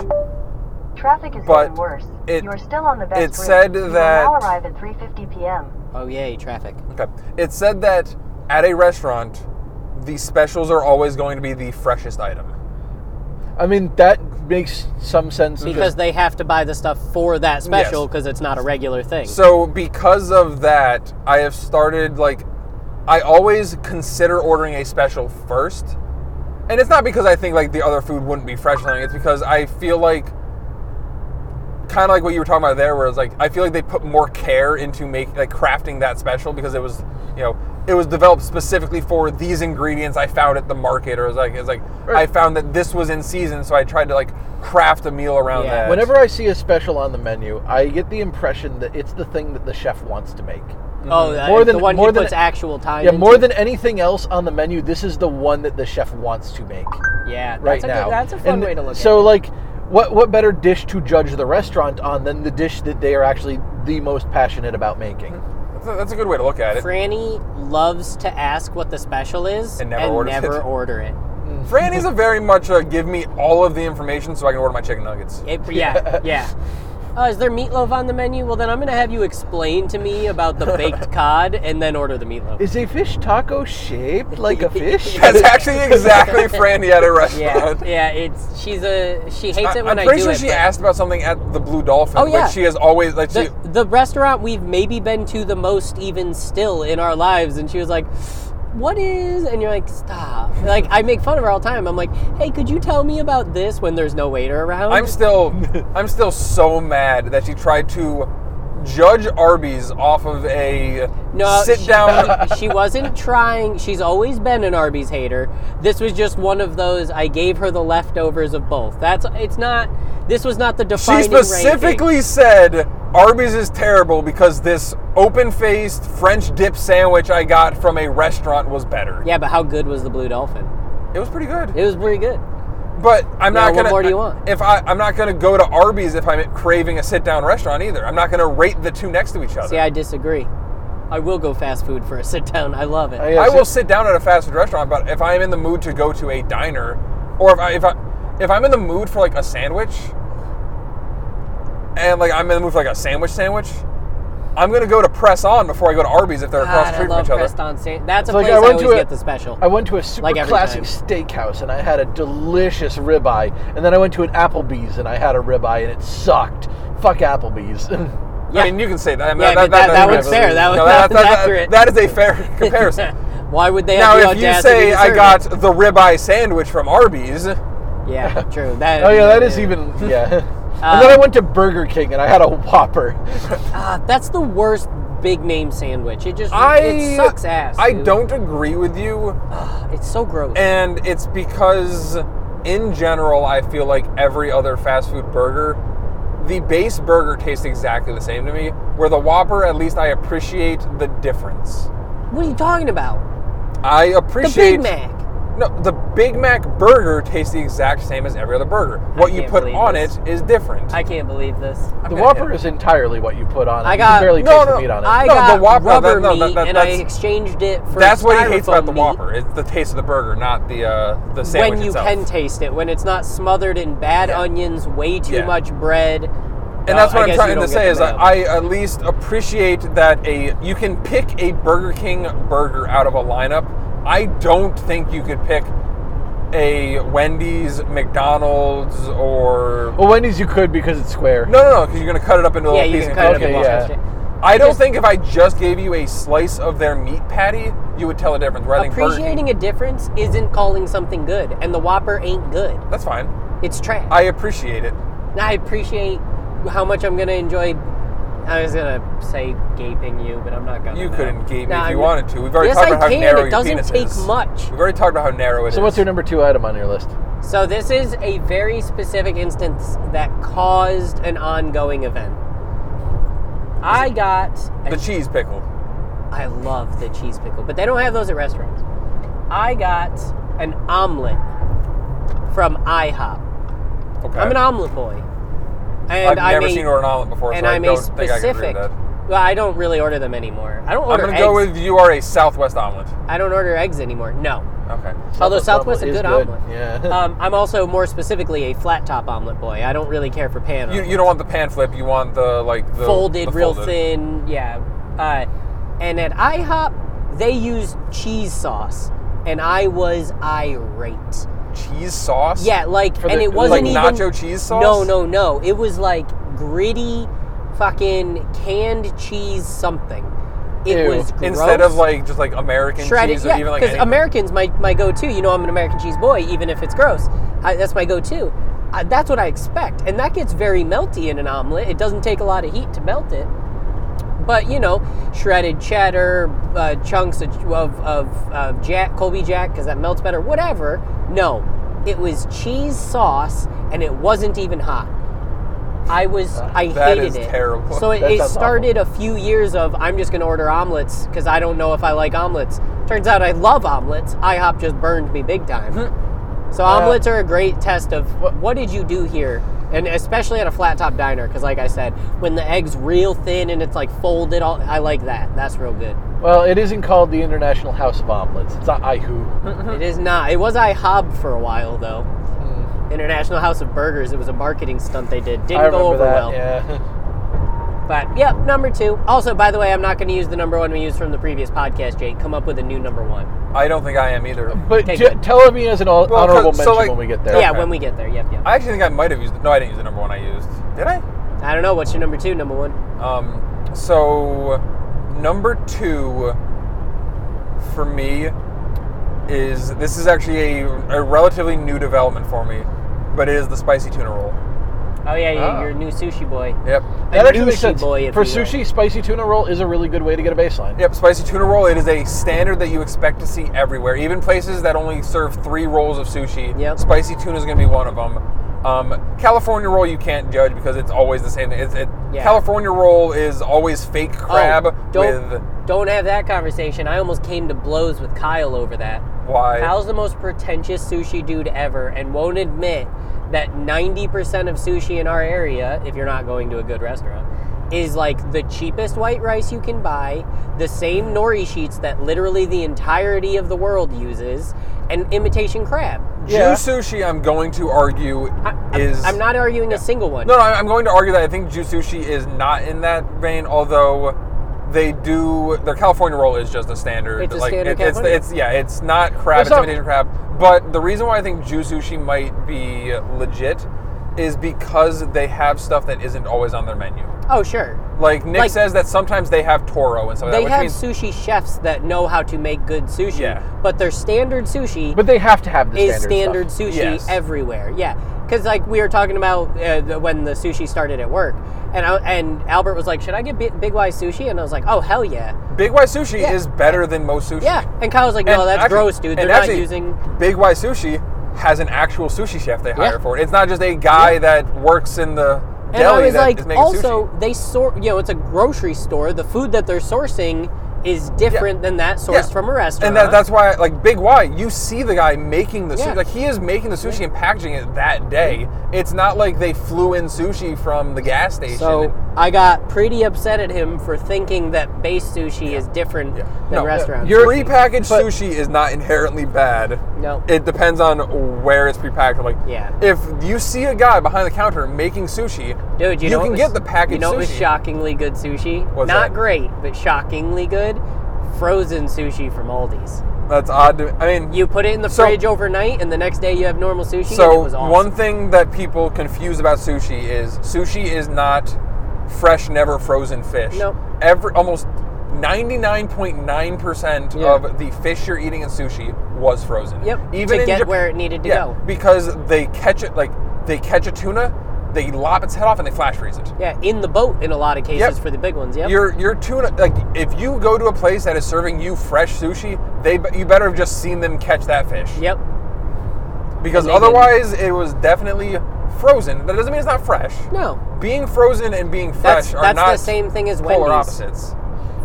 Speaker 7: Traffic is
Speaker 5: But
Speaker 7: getting worse.
Speaker 5: it-
Speaker 7: You're still on the best
Speaker 5: it
Speaker 7: route.
Speaker 5: said
Speaker 7: You will
Speaker 5: that-
Speaker 7: now arrive at 3:50 p.m.
Speaker 1: Oh yay, traffic.
Speaker 5: Okay. It said that at a restaurant, the specials are always going to be the freshest item.
Speaker 4: I mean that makes some sense
Speaker 1: Because they have to buy the stuff for that special
Speaker 5: Yes.
Speaker 1: because it's not a regular thing.
Speaker 5: So because of that, I have started like I always consider ordering a special first. And it's not because I think like the other food wouldn't be fresh or something, it's because I feel like kind of like what you were talking about there where it's like I feel like they put more care into make like crafting that special because it was, you know, it was developed specifically for these ingredients I found at the market or it was like it's like I found that this was in season so I tried to like craft a meal around
Speaker 1: Yeah.
Speaker 5: that.
Speaker 4: Whenever I see a special on the menu, I get the impression that it's the thing that the chef wants to make.
Speaker 1: oh, that-
Speaker 4: More than-
Speaker 1: the one
Speaker 4: more
Speaker 1: he
Speaker 4: than-
Speaker 1: puts actual time.
Speaker 4: Yeah,
Speaker 1: into.
Speaker 4: more than anything else on the menu, this is the one that the chef wants to make
Speaker 1: yeah. That's
Speaker 4: right
Speaker 1: a, good-
Speaker 4: now.
Speaker 1: That's a fun
Speaker 4: And
Speaker 1: way to look
Speaker 4: so,
Speaker 1: at. it.
Speaker 4: like, what what better dish to judge the restaurant on than the dish that they are actually the most passionate about making?
Speaker 5: that's, a, that's a good way to look at it.
Speaker 1: Franny loves to ask what the special is
Speaker 5: And never orders
Speaker 1: never
Speaker 5: it.
Speaker 1: order it.
Speaker 5: Franny's a very much a give me all of the information so I can order my chicken nuggets.
Speaker 1: It- yeah, yeah. Oh, is there meatloaf on the menu? Well, then I'm gonna have you explain to me about the baked cod and then order the meatloaf.
Speaker 4: Is a fish taco shaped
Speaker 1: (laughs)
Speaker 4: like a
Speaker 5: (laughs)
Speaker 4: fish? (laughs)
Speaker 5: That's actually exactly Franny at a
Speaker 1: yeah,
Speaker 5: restaurant.
Speaker 1: yeah. It's she's a she hates it
Speaker 5: I,
Speaker 1: when
Speaker 5: am
Speaker 1: I
Speaker 5: pretty
Speaker 1: do
Speaker 5: sure
Speaker 1: it,
Speaker 5: she
Speaker 1: but-
Speaker 5: asked about something at the Blue Dolphin,
Speaker 1: Oh, yeah.
Speaker 5: which she has always like she,
Speaker 1: the, the restaurant we've maybe been to the most even still in our lives and she was like what is and you're like stop like i make fun of her all the time i'm like hey could you tell me about this when there's no waiter around
Speaker 5: I'm still I'm still so mad that she tried to judge Arby's off of a
Speaker 1: No,
Speaker 5: sit
Speaker 1: she-
Speaker 5: down.
Speaker 1: (laughs) she wasn't trying. She's always been an Arby's hater. This was just one of those. I gave her the leftovers of both. That's. It's not. This was not the
Speaker 5: She
Speaker 1: defining. ranking.
Speaker 5: specifically said Arby's is terrible because this open-faced French dip sandwich I got from a restaurant was better.
Speaker 1: Yeah, but how good was the Blue Dolphin?
Speaker 5: It was pretty good.
Speaker 1: It was pretty good.
Speaker 5: But I'm
Speaker 1: Now, what
Speaker 5: not gonna.
Speaker 1: more do you want?
Speaker 5: If I, I'm not gonna go to Arby's if I'm craving a sit-down restaurant either. I'm not gonna rate the two next to each other.
Speaker 1: See, I disagree. I will go fast food for a sit down. I love it.
Speaker 4: I-
Speaker 5: I will sit down at a fast food restaurant, but if I am in the mood to go to a diner, or if I if I if I'm in the mood for like a sandwich, and like I'm in the mood for like a sandwich sandwich, I'm gonna go to Press On before I go to Arby's if they're
Speaker 1: God,
Speaker 5: across the
Speaker 1: I
Speaker 5: street from
Speaker 1: love
Speaker 5: each other.
Speaker 1: Preston Sand. That's a
Speaker 4: It's like
Speaker 1: place
Speaker 4: I
Speaker 1: I,
Speaker 4: went
Speaker 1: always
Speaker 4: to a-
Speaker 1: get the special.
Speaker 4: I went to a super
Speaker 1: Like every
Speaker 4: classic
Speaker 1: time.
Speaker 4: steakhouse and I had a delicious ribeye, and then I went to an Applebee's and I had a ribeye and it sucked. Fuck Applebee's. (laughs)
Speaker 5: I mean, you can say that. I mean,
Speaker 1: Yeah, but that- that one's fair. That was- that was accurate.
Speaker 5: that is a fair (laughs)
Speaker 1: (laughs)
Speaker 5: comparison.
Speaker 1: Why would they
Speaker 5: now,
Speaker 1: have the
Speaker 5: if you
Speaker 1: audacity
Speaker 5: say
Speaker 1: to
Speaker 5: I
Speaker 1: serve
Speaker 5: got the ribeye sandwich from Arby's, (laughs)
Speaker 1: it? Yeah, true. That,
Speaker 4: oh yeah, that is even
Speaker 1: (laughs)
Speaker 4: yeah.
Speaker 1: Uh,
Speaker 4: and then I went to Burger King and I had a Whopper.
Speaker 1: Ah, that's the worst big name sandwich. It just
Speaker 5: I
Speaker 1: it sucks ass.
Speaker 5: I
Speaker 1: dude.
Speaker 5: don't agree with you.
Speaker 1: It's so gross.
Speaker 5: And it's because, in general, I feel like every other fast food burger, the base burger tastes exactly the same to me. Where the Whopper, at least I appreciate the difference.
Speaker 1: what are you talking about?
Speaker 5: I
Speaker 1: The
Speaker 5: appreciate
Speaker 1: Big Mac.
Speaker 5: No, the Big Mac burger tastes the exact same as every other burger. What you
Speaker 1: can't
Speaker 5: put
Speaker 1: believe
Speaker 5: on
Speaker 1: this.
Speaker 5: it is different.
Speaker 1: I can't believe this.
Speaker 4: The
Speaker 5: gonna
Speaker 4: Whopper
Speaker 5: hit-
Speaker 4: is entirely what you put on it.
Speaker 1: I
Speaker 4: You
Speaker 1: got-
Speaker 4: can barely
Speaker 5: No,
Speaker 4: taste
Speaker 5: no,
Speaker 4: the meat on it.
Speaker 1: I
Speaker 5: No,
Speaker 1: got
Speaker 5: the Whopper,
Speaker 1: rubber
Speaker 5: that- no,
Speaker 1: meat
Speaker 5: that- that-
Speaker 1: and I
Speaker 5: that's-
Speaker 1: exchanged it for
Speaker 5: That's what he hates
Speaker 1: styrofoam
Speaker 5: about the
Speaker 1: meat.
Speaker 5: Whopper. It's the taste of the burger, not the uh, the sandwich
Speaker 1: when you
Speaker 5: itself.
Speaker 1: can taste it, when it's not smothered in bad
Speaker 5: Yeah.
Speaker 1: onions, way too
Speaker 5: Yeah.
Speaker 1: much bread.
Speaker 5: And
Speaker 1: Uh,
Speaker 5: that's what I'm trying to say is I, I at least appreciate that a you can pick a Burger King burger out of a lineup. I don't think you could pick a Wendy's, McDonald's, or
Speaker 4: well, Wendy's you could because it's square.
Speaker 5: no, no, no, because you're going to cut it up into
Speaker 1: yeah,
Speaker 5: little
Speaker 1: you
Speaker 5: pieces.
Speaker 1: can
Speaker 5: and
Speaker 1: cut
Speaker 5: put
Speaker 1: it
Speaker 5: in
Speaker 4: okay,
Speaker 1: up and
Speaker 5: a box.
Speaker 4: yeah.
Speaker 1: crunch it.
Speaker 5: I don't think if I just gave you a slice of their meat patty, you would tell a difference. Where I think Burger King-
Speaker 1: Appreciating a difference isn't calling something good, and the Whopper ain't good.
Speaker 5: that's fine.
Speaker 1: It's trash.
Speaker 5: I appreciate it.
Speaker 1: And I appreciate how much I'm gonna enjoy. I was gonna say gaping you, but I'm not gonna.
Speaker 5: You
Speaker 1: now.
Speaker 5: couldn't gape me
Speaker 1: Nah,
Speaker 5: if you
Speaker 1: I'm-
Speaker 5: wanted to. We've already
Speaker 1: Yes,
Speaker 5: talked
Speaker 1: I
Speaker 5: about
Speaker 1: can.
Speaker 5: how narrow
Speaker 1: It
Speaker 5: your
Speaker 1: doesn't
Speaker 5: penis
Speaker 1: take
Speaker 5: is.
Speaker 1: much.
Speaker 5: We've already talked about how narrow it is.
Speaker 4: So what's your number two item on your list?
Speaker 1: So this is a very specific instance that caused an ongoing event. I got a
Speaker 5: the cheese pickle?
Speaker 1: I love the cheese pickle, but they don't have those at restaurants. I got an omelet from IHOP.
Speaker 5: Okay.
Speaker 1: I'm an omelet boy, and
Speaker 5: I've
Speaker 1: I
Speaker 5: never
Speaker 1: made-
Speaker 5: seen an omelet before,
Speaker 1: and
Speaker 5: so I
Speaker 1: I'm
Speaker 5: don't
Speaker 1: a
Speaker 5: think I can agree
Speaker 1: specific.
Speaker 5: with that.
Speaker 1: well, I don't really order them anymore. I don't
Speaker 5: I'm
Speaker 1: order
Speaker 5: gonna
Speaker 1: eggs.
Speaker 5: go with you are a Southwest omelet.
Speaker 1: I don't order eggs anymore.
Speaker 5: (laughs)
Speaker 1: No.
Speaker 5: Okay.
Speaker 1: Although Southwest
Speaker 4: Southwest
Speaker 1: a
Speaker 4: is
Speaker 1: good,
Speaker 4: good,
Speaker 1: omelet.
Speaker 4: yeah.
Speaker 1: um, I'm also more specifically a flat top omelet boy. I don't really care for pan.
Speaker 5: You,
Speaker 1: omelets.
Speaker 5: you don't want the pan flip. You want the like the
Speaker 1: folded
Speaker 5: the
Speaker 1: real
Speaker 5: folded.
Speaker 1: thin. Yeah. Uh, and at IHOP, they use cheese sauce, and I was irate.
Speaker 5: cheese sauce.
Speaker 1: Yeah, like,
Speaker 4: For
Speaker 1: and
Speaker 4: the-
Speaker 1: it wasn't
Speaker 5: like
Speaker 1: even
Speaker 5: nacho cheese sauce?
Speaker 1: No, no, no. It was like gritty, fucking canned cheese something. It
Speaker 4: Ew.
Speaker 1: was gross.
Speaker 5: Instead of like just like American
Speaker 1: shredded.
Speaker 5: cheese or
Speaker 1: yeah,
Speaker 5: even like
Speaker 1: because
Speaker 5: any-
Speaker 1: Americans my my go to. You know, I'm an American cheese boy, even if it's gross. I, that's my go to. That's what I expect, and that gets very melty in an omelet. It doesn't take a lot of heat to melt it, but you know, shredded cheddar, uh, chunks of of, of, of jack, Colby Jack, because that melts better. Whatever. No, it was cheese sauce, and it wasn't even hot. I was I
Speaker 5: That
Speaker 1: hated
Speaker 5: is
Speaker 1: it.
Speaker 5: terrible.
Speaker 1: So it,
Speaker 4: That
Speaker 1: it
Speaker 4: sounds awful.
Speaker 1: started a few years of I'm just going to order omelets because I don't know if I like omelets. Turns out I love omelets. IHOP just burned me big time. so omelets are a great test of what did you do here, and especially at a flat top diner because, like I said, when the eggs real thin and it's like folded, all I like that. That's real good.
Speaker 4: Well, it isn't called the International House of Omelets. It's not IHU.
Speaker 1: It is not. It was IHOB for a while though. International House of Burgers. It was a marketing stunt they did.
Speaker 4: Mm. I
Speaker 1: Didn't
Speaker 4: remember
Speaker 1: go over
Speaker 4: that.
Speaker 1: well.
Speaker 4: Yeah.
Speaker 1: But yep, number two. Also, by the way, I'm not going to use the number one we used from the previous podcast. Jake, come up with a new number one.
Speaker 5: I don't think I am either.
Speaker 4: But
Speaker 1: Okay,
Speaker 4: t-
Speaker 1: good.
Speaker 4: tell me as an hon-
Speaker 5: Well, 'cause-
Speaker 4: honorable
Speaker 5: so,
Speaker 4: mention
Speaker 5: like-
Speaker 4: when we get there.
Speaker 1: Yeah,
Speaker 5: Okay.
Speaker 1: when we get there. Yep, yep.
Speaker 5: I actually think I might have used. No, I didn't use the number one. I used. Did I?
Speaker 1: I don't know what's your number two, number one.
Speaker 5: Um, so number two for me is this is actually a, a relatively new development for me, but it is the spicy tuna roll.
Speaker 1: Oh yeah, you
Speaker 5: Ah.
Speaker 1: your new sushi boy.
Speaker 5: Yep.
Speaker 4: That actually makes
Speaker 1: sushi
Speaker 4: sense.
Speaker 1: boy, if
Speaker 4: For
Speaker 1: you will.
Speaker 4: sushi, spicy tuna roll is a really good way to get a baseline.
Speaker 5: Yep, spicy tuna roll. It is a standard that you expect to see everywhere, even places that only serve three rolls of sushi.
Speaker 1: Yep.
Speaker 5: Spicy tuna is going to be one of them. Um, California roll you can't judge because it's always the same. It's, it,
Speaker 1: Yeah.
Speaker 5: California roll is always fake crab
Speaker 1: Oh, don't
Speaker 5: with
Speaker 1: don't have that conversation. I almost came to blows with Kyle over that.
Speaker 5: why?
Speaker 1: Kyle's the most pretentious sushi dude ever, and won't admit that 90% of sushi in our area, if you're not going to a good restaurant, is like the cheapest white rice you can buy, the same nori sheets that literally the entirety of the world uses, and imitation crab.
Speaker 5: Ju sushi, I'm going to argue
Speaker 1: I, I'm-
Speaker 5: is
Speaker 1: I'm not arguing a single one.
Speaker 5: No, no, I'm going to argue that I think Ju Sushi is not in that vein, although they do their California roll is just a standard.
Speaker 1: It's a standard
Speaker 5: it- it's,
Speaker 1: California.
Speaker 5: it's yeah, it's not crab,
Speaker 4: What's
Speaker 5: it's
Speaker 4: up?
Speaker 5: imitation crab. But the reason why I think Ju Sushi might be legit is because they have stuff that isn't always on their menu.
Speaker 1: Oh, sure.
Speaker 5: Like Nick
Speaker 1: Like-
Speaker 5: says that sometimes they have toro and stuff like
Speaker 1: They
Speaker 5: that, which
Speaker 1: have
Speaker 5: means
Speaker 1: sushi chefs that know how to make good sushi,
Speaker 5: Yeah.
Speaker 1: but their standard sushi
Speaker 4: But they have to have the
Speaker 1: is
Speaker 4: standard.
Speaker 1: standard
Speaker 4: stuff.
Speaker 1: sushi
Speaker 5: Yes.
Speaker 1: everywhere. Yeah, because like we were talking about uh, the, when the sushi started at work, and I, and Albert was like, "Should I get Bi- Big Y sushi?" And I was like, "Oh hell yeah,
Speaker 5: Big Y Sushi
Speaker 1: Yeah.
Speaker 5: is better than most sushi.
Speaker 1: yeah." And Kyle was like, "No,
Speaker 5: And
Speaker 1: that's
Speaker 5: actually-
Speaker 1: gross, dude. They're
Speaker 5: and
Speaker 1: not
Speaker 5: actually,
Speaker 1: using."
Speaker 5: Big Y Sushi has an actual sushi chef they hire
Speaker 1: Yeah.
Speaker 5: for it. It's not just a guy that works in the
Speaker 1: And I
Speaker 5: deli
Speaker 1: was
Speaker 5: that
Speaker 1: like,
Speaker 5: is making
Speaker 1: also
Speaker 5: sushi.
Speaker 1: they sort, you know, it's a grocery store. The food that they're sourcing is different than that sourced
Speaker 5: Yeah.
Speaker 1: from a restaurant.
Speaker 5: And that, that's why, like Big Y, you see the guy making the sushi.
Speaker 1: uh-huh. Yeah.
Speaker 5: Like he is making the sushi and packaging it that day. It's not like they flew in sushi from the gas station.
Speaker 1: So I got pretty upset at him for thinking that base sushi is different
Speaker 5: Yeah.
Speaker 1: than
Speaker 5: No,
Speaker 1: restaurant.
Speaker 4: you're-
Speaker 1: sushi.
Speaker 5: prepackaged
Speaker 4: But-
Speaker 5: sushi is not inherently bad.
Speaker 1: No.
Speaker 5: It depends on where it's prepackaged. Like,
Speaker 1: Yeah.
Speaker 5: if you see a guy behind the counter making sushi,
Speaker 1: Dude, you, know
Speaker 5: can
Speaker 1: what was-
Speaker 5: get the packaged
Speaker 1: You know, it was
Speaker 5: sushi.
Speaker 1: shockingly good sushi.
Speaker 5: What's
Speaker 1: Not
Speaker 5: that?
Speaker 1: great, but shockingly good. Frozen sushi from Aldi's.
Speaker 5: That's odd. To, I mean,
Speaker 1: You put it in the
Speaker 5: So-
Speaker 1: fridge overnight, and the next day you have normal sushi. and it
Speaker 5: So
Speaker 1: was awesome.
Speaker 5: one thing that people confuse about sushi is sushi is not fresh, never frozen fish.
Speaker 1: Nope.
Speaker 5: Every almost ninety nine point nine percent
Speaker 1: Yeah.
Speaker 5: of the fish you're eating in sushi was frozen.
Speaker 1: Yep, to
Speaker 5: in
Speaker 1: get
Speaker 5: Jap-
Speaker 1: where it needed to
Speaker 5: yeah,
Speaker 1: go.
Speaker 5: Because they catch it like they catch a tuna, they lop its head off and they flash freeze it.
Speaker 1: Yeah, in the boat in a lot of cases
Speaker 5: Yep.
Speaker 1: for the big ones. Yep.
Speaker 5: Your your tuna like if you go to a place that is serving you fresh sushi, they be- you better have just seen them catch that fish.
Speaker 1: yep.
Speaker 5: Because
Speaker 1: And they didn't.
Speaker 5: otherwise it was definitely frozen. That doesn't mean it's not fresh.
Speaker 1: No,
Speaker 5: being frozen and being fresh
Speaker 1: that's
Speaker 5: are
Speaker 1: that's
Speaker 5: not
Speaker 1: the same thing as
Speaker 5: polar
Speaker 1: Wendy's.
Speaker 5: opposites.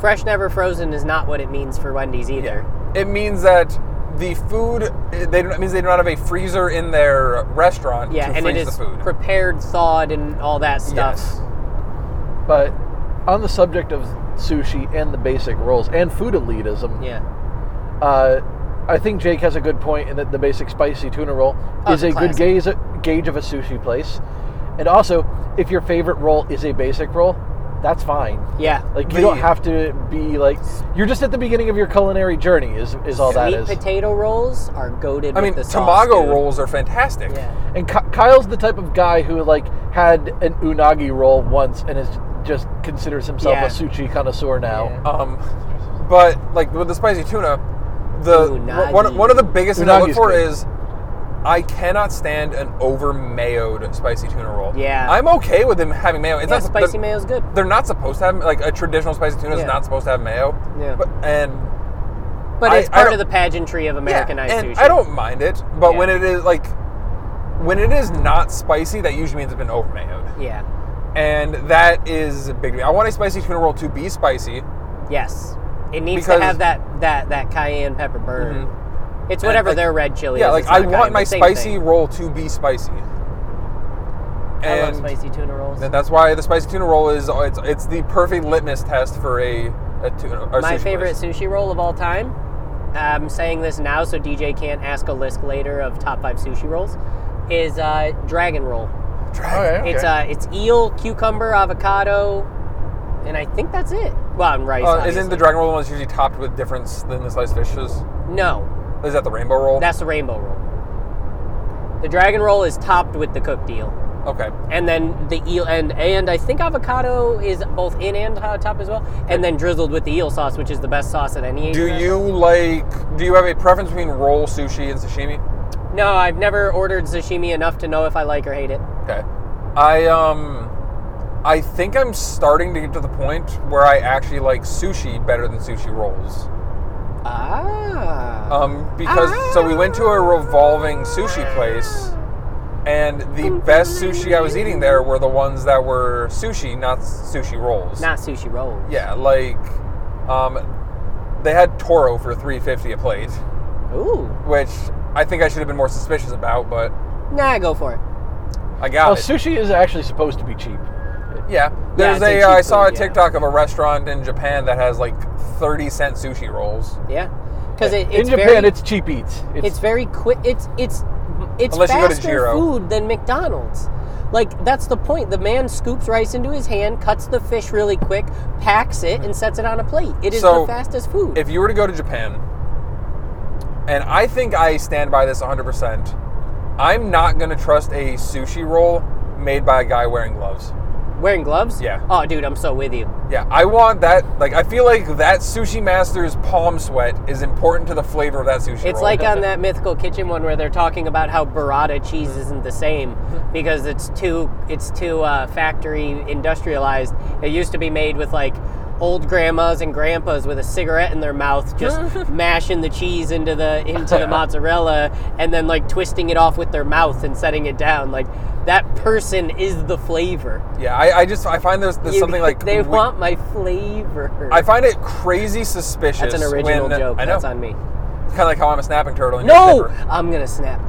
Speaker 1: Fresh, never frozen is not what it means for Wendy's either.
Speaker 5: It means that the food they don't, it means they don't have a freezer in their restaurant
Speaker 1: Yeah,
Speaker 5: to
Speaker 1: and it
Speaker 5: freeze
Speaker 1: is
Speaker 5: the food.
Speaker 1: prepared, thawed, and all that stuff.
Speaker 5: Yes.
Speaker 4: But on the subject of sushi and the basic rolls and food elitism,
Speaker 1: Yeah.
Speaker 4: uh, I think Jake has a good point in that the basic spicy tuna roll
Speaker 1: Oh,
Speaker 4: is
Speaker 1: it's a
Speaker 4: a good
Speaker 1: classic.
Speaker 4: gauge, gauge of a sushi place. And also, if your favorite roll is a basic roll, that's fine.
Speaker 1: Yeah.
Speaker 4: Like you
Speaker 5: The-
Speaker 4: don't have to be like you're just at the beginning of your culinary journey. Is is all that
Speaker 1: Sweet
Speaker 4: is.
Speaker 1: potato rolls are goaded.
Speaker 5: I mean,
Speaker 1: with the sauce,
Speaker 5: tamago
Speaker 1: dude.
Speaker 5: rolls are fantastic.
Speaker 1: Yeah.
Speaker 4: And Ky- Kyle's the type of guy who like had an unagi roll once and is just considers himself
Speaker 1: Yeah.
Speaker 4: a sushi connoisseur now.
Speaker 1: Yeah.
Speaker 5: Um, but like with the spicy tuna, the
Speaker 1: Unagi.
Speaker 5: one, one of the biggest things I look
Speaker 4: Unagi's
Speaker 5: for
Speaker 4: good.
Speaker 5: is I cannot stand an over mayoed spicy tuna roll.
Speaker 1: Yeah.
Speaker 5: I'm okay with them having mayo. It's
Speaker 1: Yeah,
Speaker 5: not the-
Speaker 1: spicy mayo's good.
Speaker 5: They're not supposed to have like a traditional spicy tuna
Speaker 1: Yeah.
Speaker 5: is not supposed to have mayo.
Speaker 1: Yeah.
Speaker 5: But, and
Speaker 1: But
Speaker 5: I-
Speaker 1: it's
Speaker 5: I
Speaker 1: part
Speaker 5: don't-
Speaker 1: of the pageantry of Americanized
Speaker 5: yeah, and
Speaker 1: sushi.
Speaker 5: I don't mind it, but
Speaker 1: Yeah.
Speaker 5: when it is like when it is not spicy, that usually means it's been over mayoed,
Speaker 1: Yeah.
Speaker 5: and that is a big. to me. I want a spicy tuna roll to be spicy.
Speaker 1: Yes. It needs
Speaker 5: Because- Mm-hmm.
Speaker 1: to have that that that cayenne pepper burn. It's whatever
Speaker 5: like-
Speaker 1: their red chili
Speaker 5: yeah,
Speaker 1: is.
Speaker 5: like
Speaker 1: Mm-hmm. it's not
Speaker 5: I want
Speaker 1: cayenne,
Speaker 5: my
Speaker 1: but same
Speaker 5: spicy
Speaker 1: thing.
Speaker 5: roll to be spicy.
Speaker 1: I love
Speaker 5: And
Speaker 1: spicy tuna rolls.
Speaker 5: th- that's why the spicy tuna roll is uh, it's, it's the perfect litmus test for a, a tuna. Or
Speaker 1: my
Speaker 5: sushi
Speaker 1: favorite
Speaker 5: place.
Speaker 1: sushi roll of all time. I'm saying this now so DJ can't ask a list later of top five sushi rolls. Is uh, dragon roll.
Speaker 4: Alright, okay.
Speaker 1: It's uh, it's eel, cucumber, avocado, and I think that's it. Well, and rice.
Speaker 5: Uh, isn't the
Speaker 1: obviously.
Speaker 5: dragon roll the one that's usually topped with different s- than the sliced fishes?
Speaker 1: no?
Speaker 5: Is that the rainbow roll?
Speaker 1: That's the rainbow roll. The dragon roll is topped with the cooked eel,
Speaker 5: okay.
Speaker 1: and then the eel and and I think avocado is both in and on top as well, and then drizzled with the eel sauce, which is the best sauce at any.
Speaker 5: Do
Speaker 1: Asian
Speaker 5: you like? Do you have a preference between roll, sushi, and sashimi?
Speaker 1: restaurant. No, I've never ordered sashimi enough to know if I like or hate it.
Speaker 5: Okay. I um I think I'm starting to get to the point where I actually like sushi better than sushi rolls.
Speaker 1: Ah.
Speaker 5: Um, because so we went to a revolving sushi place, and the best sushi I was eating there were the ones that were sushi, not sushi rolls.
Speaker 1: Not sushi rolls.
Speaker 5: Yeah, like um, they had toro for three fifty a plate,
Speaker 1: Ooh.
Speaker 5: which I think I should have been more suspicious about, but
Speaker 1: Nah, go for it.
Speaker 5: I
Speaker 1: Oh,
Speaker 5: got
Speaker 4: Well,
Speaker 5: it.
Speaker 4: sushi is actually supposed to be cheap.
Speaker 5: Yeah, there's
Speaker 1: it's a
Speaker 5: a. uh,
Speaker 1: cheap
Speaker 5: I saw a
Speaker 1: food, yeah.
Speaker 5: TikTok of a restaurant in Japan that has like thirty cent sushi rolls.
Speaker 1: Yeah. Because it, it's
Speaker 4: in Japan,
Speaker 1: very,
Speaker 4: it's cheap eats. It's,
Speaker 1: it's very quick. It's it's it's
Speaker 5: Unless you go to
Speaker 1: faster
Speaker 5: Jiro.
Speaker 1: food than McDonald's. Like that's the point. The man scoops rice into his hand, cuts the fish really quick, packs it, and sets it on a plate. It is
Speaker 5: So,
Speaker 1: the fastest food.
Speaker 5: if you were to go to Japan, and I think I stand by this 100%, I'm not going to trust a sushi roll made by a guy wearing gloves.
Speaker 1: Wearing gloves?
Speaker 5: Yeah.
Speaker 1: Oh, dude, I'm so with you.
Speaker 5: Yeah, I want that. Like, I feel like that sushi master's palm sweat is important to the flavor of that sushi
Speaker 1: It's
Speaker 5: roll.
Speaker 1: like on that mythical kitchen one where they're talking about how burrata cheese isn't the
Speaker 5: (laughs)
Speaker 1: same because it's too it's too uh, factory industrialized. It used to be made with like old grandmas and grandpas with a cigarette in their mouth,
Speaker 5: (laughs)
Speaker 1: just mashing the cheese into the into the mozzarella and then like twisting it off with their mouth and setting it down. Like that person is the flavor.
Speaker 5: Yeah, I, I just I find there's, there's
Speaker 1: You- (laughs)
Speaker 5: something like
Speaker 1: they
Speaker 5: we-
Speaker 1: want my flavor.
Speaker 5: I find it crazy suspicious.
Speaker 1: That's an original
Speaker 5: when, uh,
Speaker 1: joke.
Speaker 5: I know.
Speaker 1: That's on me.
Speaker 5: kind of like how I'm a snapping turtle. And you're a
Speaker 1: No,
Speaker 5: snapper.
Speaker 1: I'm gonna snap.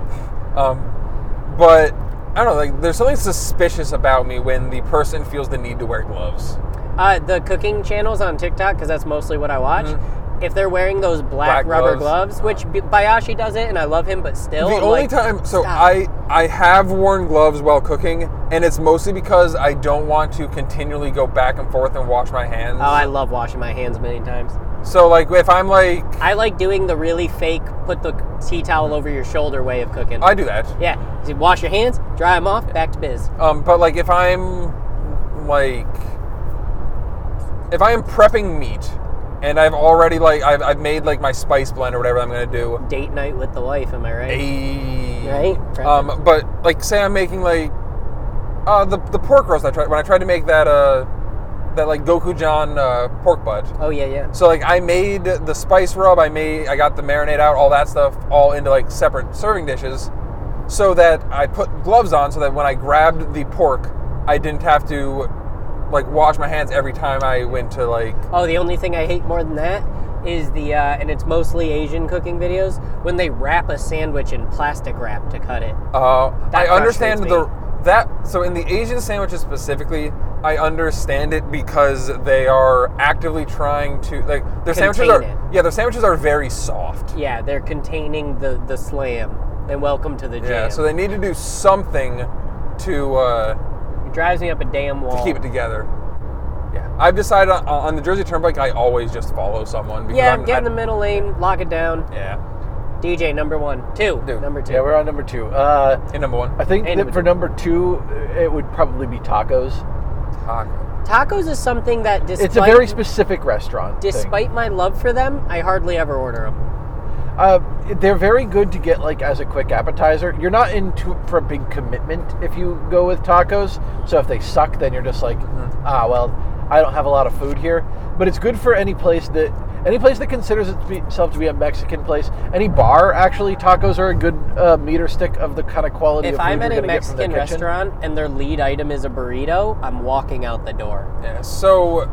Speaker 5: Um, but I don't know. Like, there's something suspicious about me when the person feels the need to wear gloves.
Speaker 1: Uh, the cooking channels on TikTok, because that's mostly what I watch. If they're wearing those black,
Speaker 5: Mm-hmm. Black
Speaker 1: rubber gloves,
Speaker 5: gloves.
Speaker 1: which B- Bayashi does it, and I love him, but still,
Speaker 5: The
Speaker 1: I'm
Speaker 5: only
Speaker 1: like,
Speaker 5: time, so
Speaker 1: stop.
Speaker 5: I I have worn gloves while cooking, and it's mostly because I don't want to continually go back and forth and wash my hands.
Speaker 1: Oh, I love washing my hands a million times.
Speaker 5: so like if I'm like
Speaker 1: I like doing the really fake put the tea towel over your shoulder way of cooking.
Speaker 5: I do that,
Speaker 1: yeah, you wash your hands, dry them off, back to biz.
Speaker 5: um, but like if I'm like if I am prepping meat and I've already like I've, I've made like my spice blend or whatever I'm gonna do.
Speaker 1: Date night with the wife, am I right?
Speaker 5: Ayy.
Speaker 1: Right?
Speaker 5: Um, but like, say I'm making like uh, the the pork roast. I tried when I tried to make that uh that like Gokujan uh, pork butt.
Speaker 1: Oh yeah, yeah.
Speaker 5: So like, I made the spice rub. I made I got the marinade out, all that stuff, all into like separate serving dishes, so that I put gloves on, so that when I grabbed the pork, I didn't have to like wash my hands every time I went to like.
Speaker 1: Oh, the only thing I hate more than that is the, uh, and it's mostly Asian cooking videos when they wrap a sandwich in plastic wrap to cut it.
Speaker 5: Uh, I
Speaker 1: That
Speaker 5: understand
Speaker 1: frustrates
Speaker 5: the that so in the Asian sandwiches specifically, I understand it because they are actively trying to like their sandwiches
Speaker 1: Contain
Speaker 5: are
Speaker 1: it.
Speaker 5: yeah their sandwiches are very soft
Speaker 1: Yeah, they're containing the the slam. And welcome to the jam.
Speaker 5: yeah, so they need to do something to uh,
Speaker 1: it drives me up a damn wall.
Speaker 5: to keep it together. Yeah, I've decided on, on the Jersey Turnpike I always just follow someone because
Speaker 1: yeah,
Speaker 5: I'm,
Speaker 1: get in
Speaker 5: I-
Speaker 1: the middle lane, lock it down.
Speaker 5: yeah
Speaker 1: DJ number one, two,
Speaker 5: Dude.
Speaker 1: number two.
Speaker 4: yeah, we're on number two. Uh,
Speaker 5: in number one
Speaker 4: I think
Speaker 1: And
Speaker 4: that for number two, it would probably be tacos.
Speaker 5: taco.
Speaker 1: Tacos is something that, despite
Speaker 4: it's a very specific restaurant. thing.
Speaker 1: despite my love for them, I hardly ever order them.
Speaker 4: Uh, they're very good to get like as a quick appetizer. You're not into for a big commitment if you go with tacos. So if they suck, then you're just like, ah, well, I don't have a lot of food here. But it's good for any place that any place that considers it to be- itself to be a Mexican place. Any bar actually, tacos are a good uh, meter stick of the kind of quality.
Speaker 1: If
Speaker 4: of food
Speaker 1: I'm
Speaker 4: you're
Speaker 1: at a
Speaker 4: gonna get from their
Speaker 1: Mexican
Speaker 4: kitchen.
Speaker 1: restaurant and their lead item is a burrito, I'm walking out the door.
Speaker 5: Yeah, so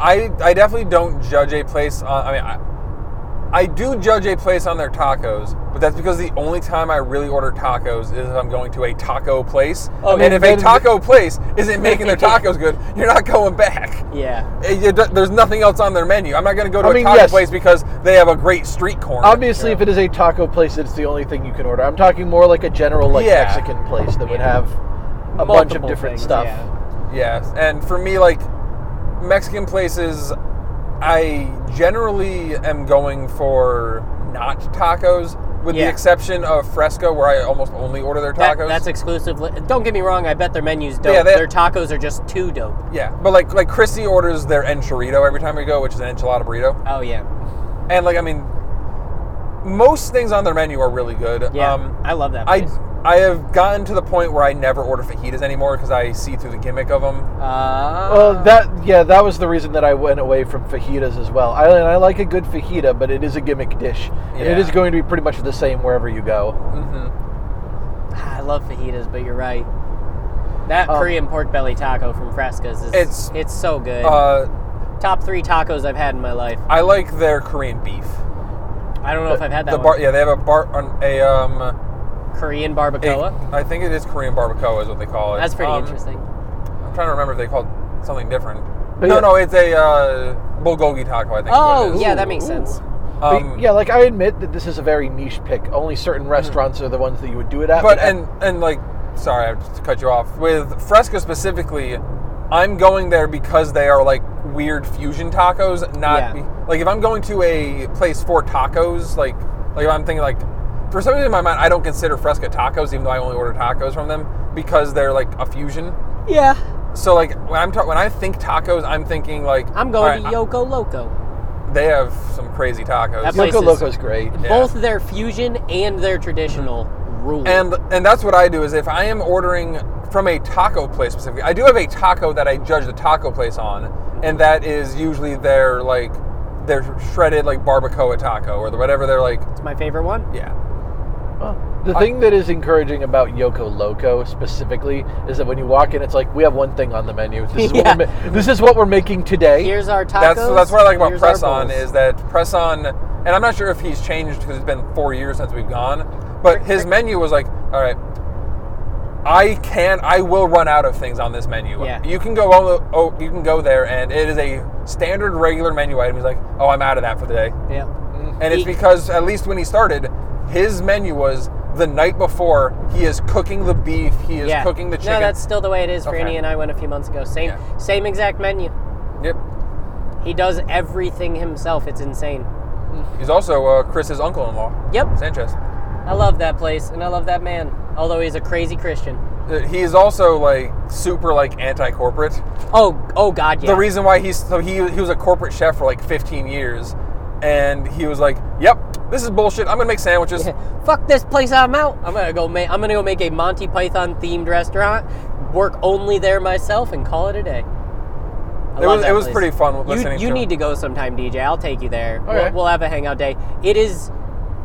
Speaker 5: I I definitely don't judge a place on. I mean, I, I do judge a place on their tacos, but that's because the only time I really order tacos is if I'm going to a taco place.
Speaker 1: Oh,
Speaker 5: and if a
Speaker 4: then-
Speaker 5: taco place isn't making
Speaker 4: (laughs)
Speaker 5: their tacos good, you're not going back.
Speaker 1: Yeah.
Speaker 5: Eh, you don't- there's nothing else on their menu. I'm not going to go to a
Speaker 4: I mean,
Speaker 5: taco
Speaker 4: yes.
Speaker 5: place because they have a great street corner.
Speaker 4: Obviously, if it is a taco place, it's the only thing you can order. I'm talking more like a general like
Speaker 5: Yeah.
Speaker 4: Mexican place that would have a bunch of
Speaker 1: Multiple
Speaker 4: different
Speaker 1: things,
Speaker 4: stuff.
Speaker 1: yeah.
Speaker 5: Yeah, and for me, like Mexican places, I generally am going for not tacos, with
Speaker 1: Yeah.
Speaker 5: the exception of Fresco, where I almost only order their
Speaker 1: That-
Speaker 5: tacos.
Speaker 1: that's exclusive. li- Don't get me wrong. I bet their menus dope.
Speaker 5: Yeah, that-
Speaker 1: their tacos are just too dope.
Speaker 5: yeah, but like like Chrissy orders their enchilito every time we go, which is an enchilada burrito,
Speaker 1: Oh yeah.
Speaker 5: and like I mean, most things on their menu are really good.
Speaker 1: Yeah.
Speaker 5: Um,
Speaker 1: I love that.
Speaker 5: I
Speaker 1: Place.
Speaker 5: I have gotten to the point where I never order fajitas anymore because I see through the gimmick of them.
Speaker 1: Uh,
Speaker 4: Well, that yeah, that was the reason that I went away from fajitas as well. I, and I like a good fajita, but it is a gimmick dish, and
Speaker 5: Yeah.
Speaker 4: it is going to be pretty much the same wherever you go.
Speaker 1: Mm-hmm. I love fajitas, but you're right. That
Speaker 4: Um,
Speaker 1: Korean pork belly taco from Fresca's is
Speaker 5: Oh. It's-
Speaker 1: it's, so good.
Speaker 5: Uh,
Speaker 1: Top three tacos I've had in my life.
Speaker 5: I like their Korean beef.
Speaker 1: I don't know if I've had that
Speaker 5: the
Speaker 1: one.
Speaker 5: bar, yeah, they have a bar, an- a um,
Speaker 1: Korean
Speaker 5: a-
Speaker 1: barbacoa.
Speaker 5: I think it is Korean barbacoa is what they call it.
Speaker 1: That's pretty
Speaker 5: Um,
Speaker 1: interesting.
Speaker 5: I'm trying to remember if they called something different.
Speaker 4: But
Speaker 5: no,
Speaker 4: yeah.
Speaker 5: no, it's a uh, bulgogi taco. I think. is what it
Speaker 1: Oh
Speaker 5: is.
Speaker 1: yeah, that makes
Speaker 4: Ooh.
Speaker 1: sense.
Speaker 4: But
Speaker 5: Um,
Speaker 4: yeah, like I admit that this is a very niche pick. Only
Speaker 1: Hmm.
Speaker 4: certain restaurants are the ones that you would do it at.
Speaker 5: But and and like, sorry, I have to cut you off. With Fresca specifically, I'm going there because they are like weird fusion tacos. Not
Speaker 1: Yeah.
Speaker 5: like if I'm going to a place for tacos, like like if I'm thinking like. For some reason in my mind, I don't consider Fresca tacos, even though I only order tacos from them, because they're like a fusion.
Speaker 1: Yeah,
Speaker 5: So like when I'm ta- when I think tacos, I'm thinking like
Speaker 1: I'm going
Speaker 5: all
Speaker 1: to
Speaker 5: right,
Speaker 1: Yoko Loco.
Speaker 5: I- They have some crazy tacos.
Speaker 1: That
Speaker 4: Loco
Speaker 1: places-
Speaker 4: Loco's great.
Speaker 5: Yeah.
Speaker 1: Both their fusion and their traditional rule.
Speaker 5: And and that's what I do is if I am ordering from a taco place specifically, I do have a taco that I judge the taco place on, and that is usually their like their shredded like barbacoa taco or the, whatever they're like.
Speaker 1: it's my favorite one.
Speaker 5: Yeah,
Speaker 4: The thing that is encouraging about Yoko Loco specifically is that when you walk in, it's like we have one thing on the menu.
Speaker 1: (laughs)
Speaker 4: This is, what, we're ma- this is what we're making today.
Speaker 1: Here's our tacos.
Speaker 5: that's that's what I like about
Speaker 1: here's our
Speaker 5: Press On
Speaker 1: bowls.
Speaker 5: is that Press On, and I'm not sure if he's changed because it's been four years since we've gone, but his menu was like, all right. I can, I will run out of things on this menu.
Speaker 1: Yeah.
Speaker 5: You can go, oh, oh, you can go there, and it is a standard, regular menu item. He's like, oh, I'm out of that for the day.
Speaker 1: Yeah.
Speaker 5: And it's
Speaker 1: He-
Speaker 5: because, at least when he started, his menu was the night before he is cooking the beef, he is
Speaker 1: yeah.
Speaker 5: cooking the chicken.
Speaker 1: No, that's still the way it is.
Speaker 5: Okay.
Speaker 1: Franny and I went a few months ago. Same
Speaker 5: Yeah.
Speaker 1: same exact menu.
Speaker 5: Yep.
Speaker 1: He does everything himself. It's insane.
Speaker 5: He's also uh, Chris's uncle in law,
Speaker 1: Yep.
Speaker 5: Sanchez.
Speaker 1: I love that place and I love that man. Although he's a crazy Christian.
Speaker 5: Uh, He is also like super like anti corporate.
Speaker 1: Oh, oh God, yeah.
Speaker 5: The reason why he's so he he was a corporate chef for like 15 years, and he was like, "Yep, this is bullshit. I'm gonna make sandwiches."
Speaker 1: (laughs) Fuck this place. I'm out. I'm gonna go. Ma- I'm gonna go make a Monty Python themed restaurant. Work only there myself and call it a day. I
Speaker 5: It
Speaker 1: love
Speaker 5: was-
Speaker 1: that
Speaker 5: it was
Speaker 1: place.
Speaker 5: pretty fun listening
Speaker 1: You, you
Speaker 5: to
Speaker 1: need
Speaker 5: him.
Speaker 1: to go sometime, DJ. I'll take you there. We'll-
Speaker 4: Okay.
Speaker 1: We'll, have a hangout day. It is.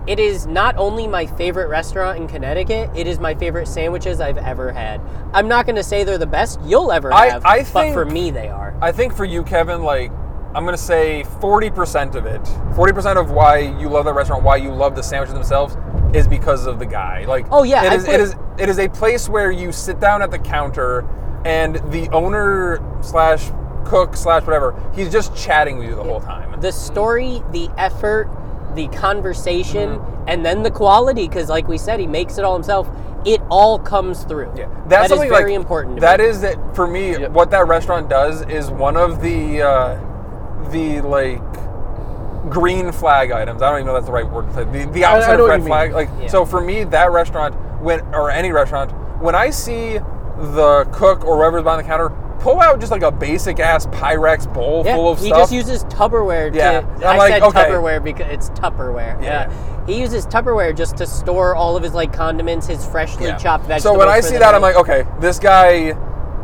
Speaker 1: It is not only my favorite restaurant in Connecticut. It is my favorite sandwiches I've ever had. I'm not going to say they're the best you'll ever
Speaker 5: I-
Speaker 1: have,
Speaker 5: I
Speaker 1: but
Speaker 5: think-
Speaker 1: for me they are.
Speaker 5: I think for you, Kevin, like I'm gonna say 40% of it, 40% of why you love that restaurant, why you love the sandwiches themselves, is because of the guy. Like,
Speaker 1: Oh, yeah,
Speaker 5: it
Speaker 1: I
Speaker 5: is,
Speaker 1: put-
Speaker 5: it is it is a place where you sit down at the counter, and the owner slash cook slash whatever, he's just chatting with you the whole time.
Speaker 1: the story, the effort, the conversation,
Speaker 5: Mm-hmm.
Speaker 1: and then the quality. Because, like we said, he makes it all himself. It all comes through.
Speaker 5: Yeah,
Speaker 1: That
Speaker 5: that's
Speaker 1: is
Speaker 5: something
Speaker 1: very
Speaker 5: like,
Speaker 1: important. To
Speaker 5: That
Speaker 1: me.
Speaker 5: is it for me. What that restaurant does is one of the uh, the like green flag items. I don't even know if that's the right word. The, the opposite
Speaker 4: I
Speaker 5: of
Speaker 4: know what
Speaker 5: red
Speaker 4: you
Speaker 5: flag.
Speaker 4: mean.
Speaker 5: Like
Speaker 1: Yeah.
Speaker 5: so for me, that restaurant when or any restaurant when I see the cook or whoever's behind the counter pull out just like a basic ass Pyrex bowl
Speaker 1: Yeah,
Speaker 5: full of
Speaker 1: he
Speaker 5: stuff.
Speaker 1: just uses Tupperware.
Speaker 5: Yeah,
Speaker 1: to,
Speaker 5: I'm
Speaker 1: I
Speaker 5: like,
Speaker 1: said
Speaker 5: okay.
Speaker 1: Tupperware because it's Tupperware.
Speaker 5: Yeah.
Speaker 1: he uses Tupperware just to store all of his like condiments, his freshly
Speaker 5: Yeah.
Speaker 1: chopped
Speaker 5: So
Speaker 1: vegetables.
Speaker 5: when I
Speaker 1: for
Speaker 5: see
Speaker 1: the
Speaker 5: that, I'm
Speaker 1: night.
Speaker 5: like, okay, this guy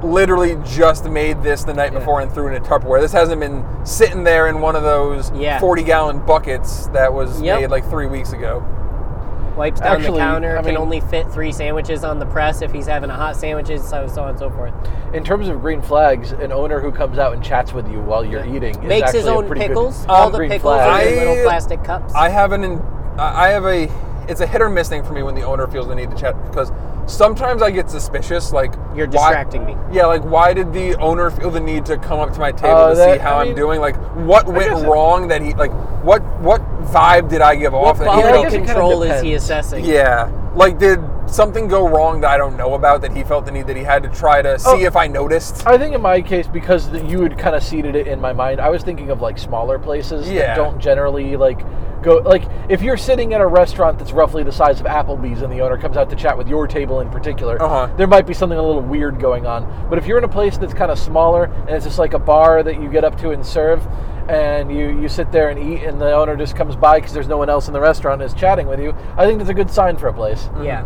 Speaker 5: literally just made this the night before and threw it in a Tupperware. This hasn't been sitting there in one of those
Speaker 1: Yeah.
Speaker 5: 40 gallon buckets that was
Speaker 1: Yep.
Speaker 5: made like three weeks ago. oh,
Speaker 1: wipes down the
Speaker 4: Actually,
Speaker 1: counter.
Speaker 4: I
Speaker 1: can
Speaker 4: mean-
Speaker 1: only fit three sandwiches on the press if he's having a hot sandwiches, so so on and so forth.
Speaker 4: In terms of green flags, an owner who comes out and chats with you while you're eating is
Speaker 1: Makes his
Speaker 4: actually a
Speaker 1: own
Speaker 4: pretty good um,
Speaker 1: pickles. all the
Speaker 4: green
Speaker 1: pickles
Speaker 4: flag.
Speaker 1: are in
Speaker 5: I-
Speaker 1: little plastic cups.
Speaker 5: I have an, I have a, it's a hit or miss thing for me when the owner feels the need to chat because sometimes I get suspicious. Like
Speaker 1: You're
Speaker 5: why-
Speaker 1: distracting me.
Speaker 5: Yeah, like why did the owner feel the need to come up to my table
Speaker 4: Oh,
Speaker 5: to
Speaker 4: that-
Speaker 5: see how
Speaker 4: I
Speaker 5: I
Speaker 4: mean,
Speaker 5: am doing? Like what
Speaker 4: guess
Speaker 5: went
Speaker 4: it-
Speaker 5: wrong that he like what what vibe did I give
Speaker 1: what
Speaker 5: off? that he
Speaker 1: quality
Speaker 5: felt-
Speaker 4: guess it kinda
Speaker 1: control is he
Speaker 4: depends.
Speaker 1: assessing?
Speaker 5: Yeah. Like, did something go wrong that I don't know about that he felt the need that he had to try to see
Speaker 4: Oh.
Speaker 5: if I noticed?
Speaker 4: I think in my case, because the, you had kind of seeded it in my mind, I was thinking of like smaller places
Speaker 5: Yeah.
Speaker 4: that don't generally like go. Like if you're sitting at a restaurant that's roughly the size of Applebee's and the owner comes out to chat with your table in particular,
Speaker 5: Uh-huh.
Speaker 4: there might be something a little weird going on. But if you're in a place that's kind of smaller and it's just like a bar that you get up to and serve. And you, you sit there and eat, and the
Speaker 5: Mm.
Speaker 4: owner just comes by because there's no one else in the restaurant and is chatting with you. I think that's a good sign for a place.
Speaker 1: Yeah.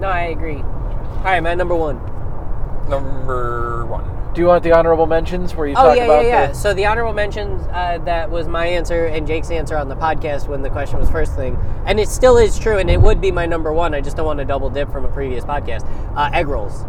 Speaker 1: No, I agree. All right, man. Number one.
Speaker 5: Number one.
Speaker 4: Do you want the honorable mentions where you
Speaker 1: Oh
Speaker 4: talk
Speaker 1: yeah, yeah,
Speaker 4: about
Speaker 1: yeah.
Speaker 4: the
Speaker 1: So the honorable mentions uh, that was my answer and Jake's answer on the podcast when the question was first thing, and it still is true, and it would be my number one. I just don't want to double dip from a previous podcast. Uh, egg rolls.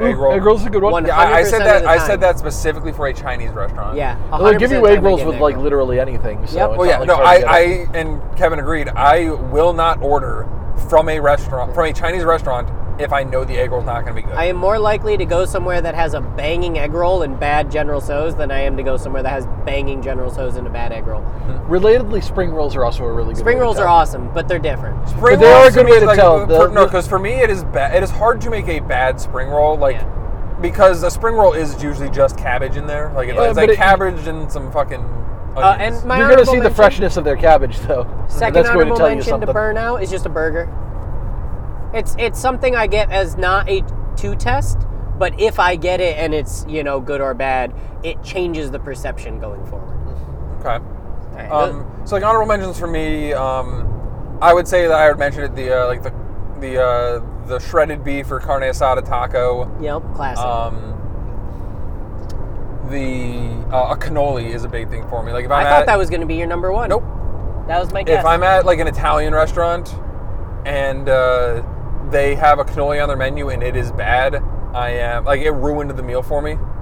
Speaker 5: Egg roll.
Speaker 4: egg rolls is a good one.
Speaker 1: One-
Speaker 5: Yeah, I, I said
Speaker 1: 100%
Speaker 5: that.
Speaker 1: of the
Speaker 5: I
Speaker 1: time.
Speaker 5: said that specifically for a Chinese restaurant.
Speaker 1: Yeah,
Speaker 4: They'll give
Speaker 1: 100%
Speaker 4: you egg
Speaker 1: time I
Speaker 4: rolls
Speaker 1: get
Speaker 4: with
Speaker 1: an
Speaker 4: like
Speaker 1: roll.
Speaker 4: literally anything. So
Speaker 1: Yep.
Speaker 4: it's
Speaker 5: Well,
Speaker 4: not
Speaker 5: yeah.
Speaker 4: like
Speaker 5: No,
Speaker 4: hard
Speaker 5: I,
Speaker 4: to
Speaker 5: I
Speaker 4: get it.
Speaker 5: and Kevin agreed. I will not order from a restaurant from a Chinese restaurant if I know the egg roll's not going to be good.
Speaker 1: I am more likely to go somewhere that has a banging egg roll and bad General So's than I am to go somewhere that has banging General So's and a bad egg roll.
Speaker 4: Relatedly, spring rolls are also a really good.
Speaker 1: Spring
Speaker 4: way to
Speaker 1: rolls are
Speaker 4: tell.
Speaker 1: awesome, but they're different.
Speaker 5: Spring
Speaker 4: But they
Speaker 5: rolls
Speaker 4: are a good
Speaker 5: me,
Speaker 4: way to
Speaker 5: like, uh,
Speaker 4: tell.
Speaker 5: for-
Speaker 4: The-
Speaker 5: no, because for me it is bad. It is hard to make a bad spring roll, like
Speaker 1: Yeah.
Speaker 5: because a spring roll is usually just cabbage in there. Like it's,
Speaker 4: Yeah,
Speaker 5: it's
Speaker 4: but
Speaker 5: like
Speaker 4: it-
Speaker 5: cabbage and some fucking.
Speaker 1: Uh,
Speaker 5: onions.
Speaker 1: and my
Speaker 4: You're gonna
Speaker 1: honorable
Speaker 4: see the
Speaker 1: mention-
Speaker 4: freshness of their cabbage, though. (laughs)
Speaker 1: Second
Speaker 4: That's going
Speaker 1: honorable
Speaker 4: to tell you
Speaker 1: mention to
Speaker 4: something.
Speaker 1: burnout is just a burger. It's it's something I get as not a two test, but if I get it and it's you know good or bad, it changes the perception going forward.
Speaker 5: okay.
Speaker 1: Alright,
Speaker 4: Uh,
Speaker 5: Um, so like honorable mentions for me, um, I would say that I would mention it the uh, like the the uh, the shredded beef or carne asada taco.
Speaker 1: th- yep, classic.
Speaker 5: Um, the uh, a cannoli is a big thing for me. Like if I'm
Speaker 1: I
Speaker 5: at,
Speaker 1: thought that was going to be your number one.
Speaker 5: nope.
Speaker 1: that was my guess.
Speaker 5: If I'm at like an Italian restaurant and uh, they have a cannoli on their menu and it is bad, I am like it ruined the meal for me. Um,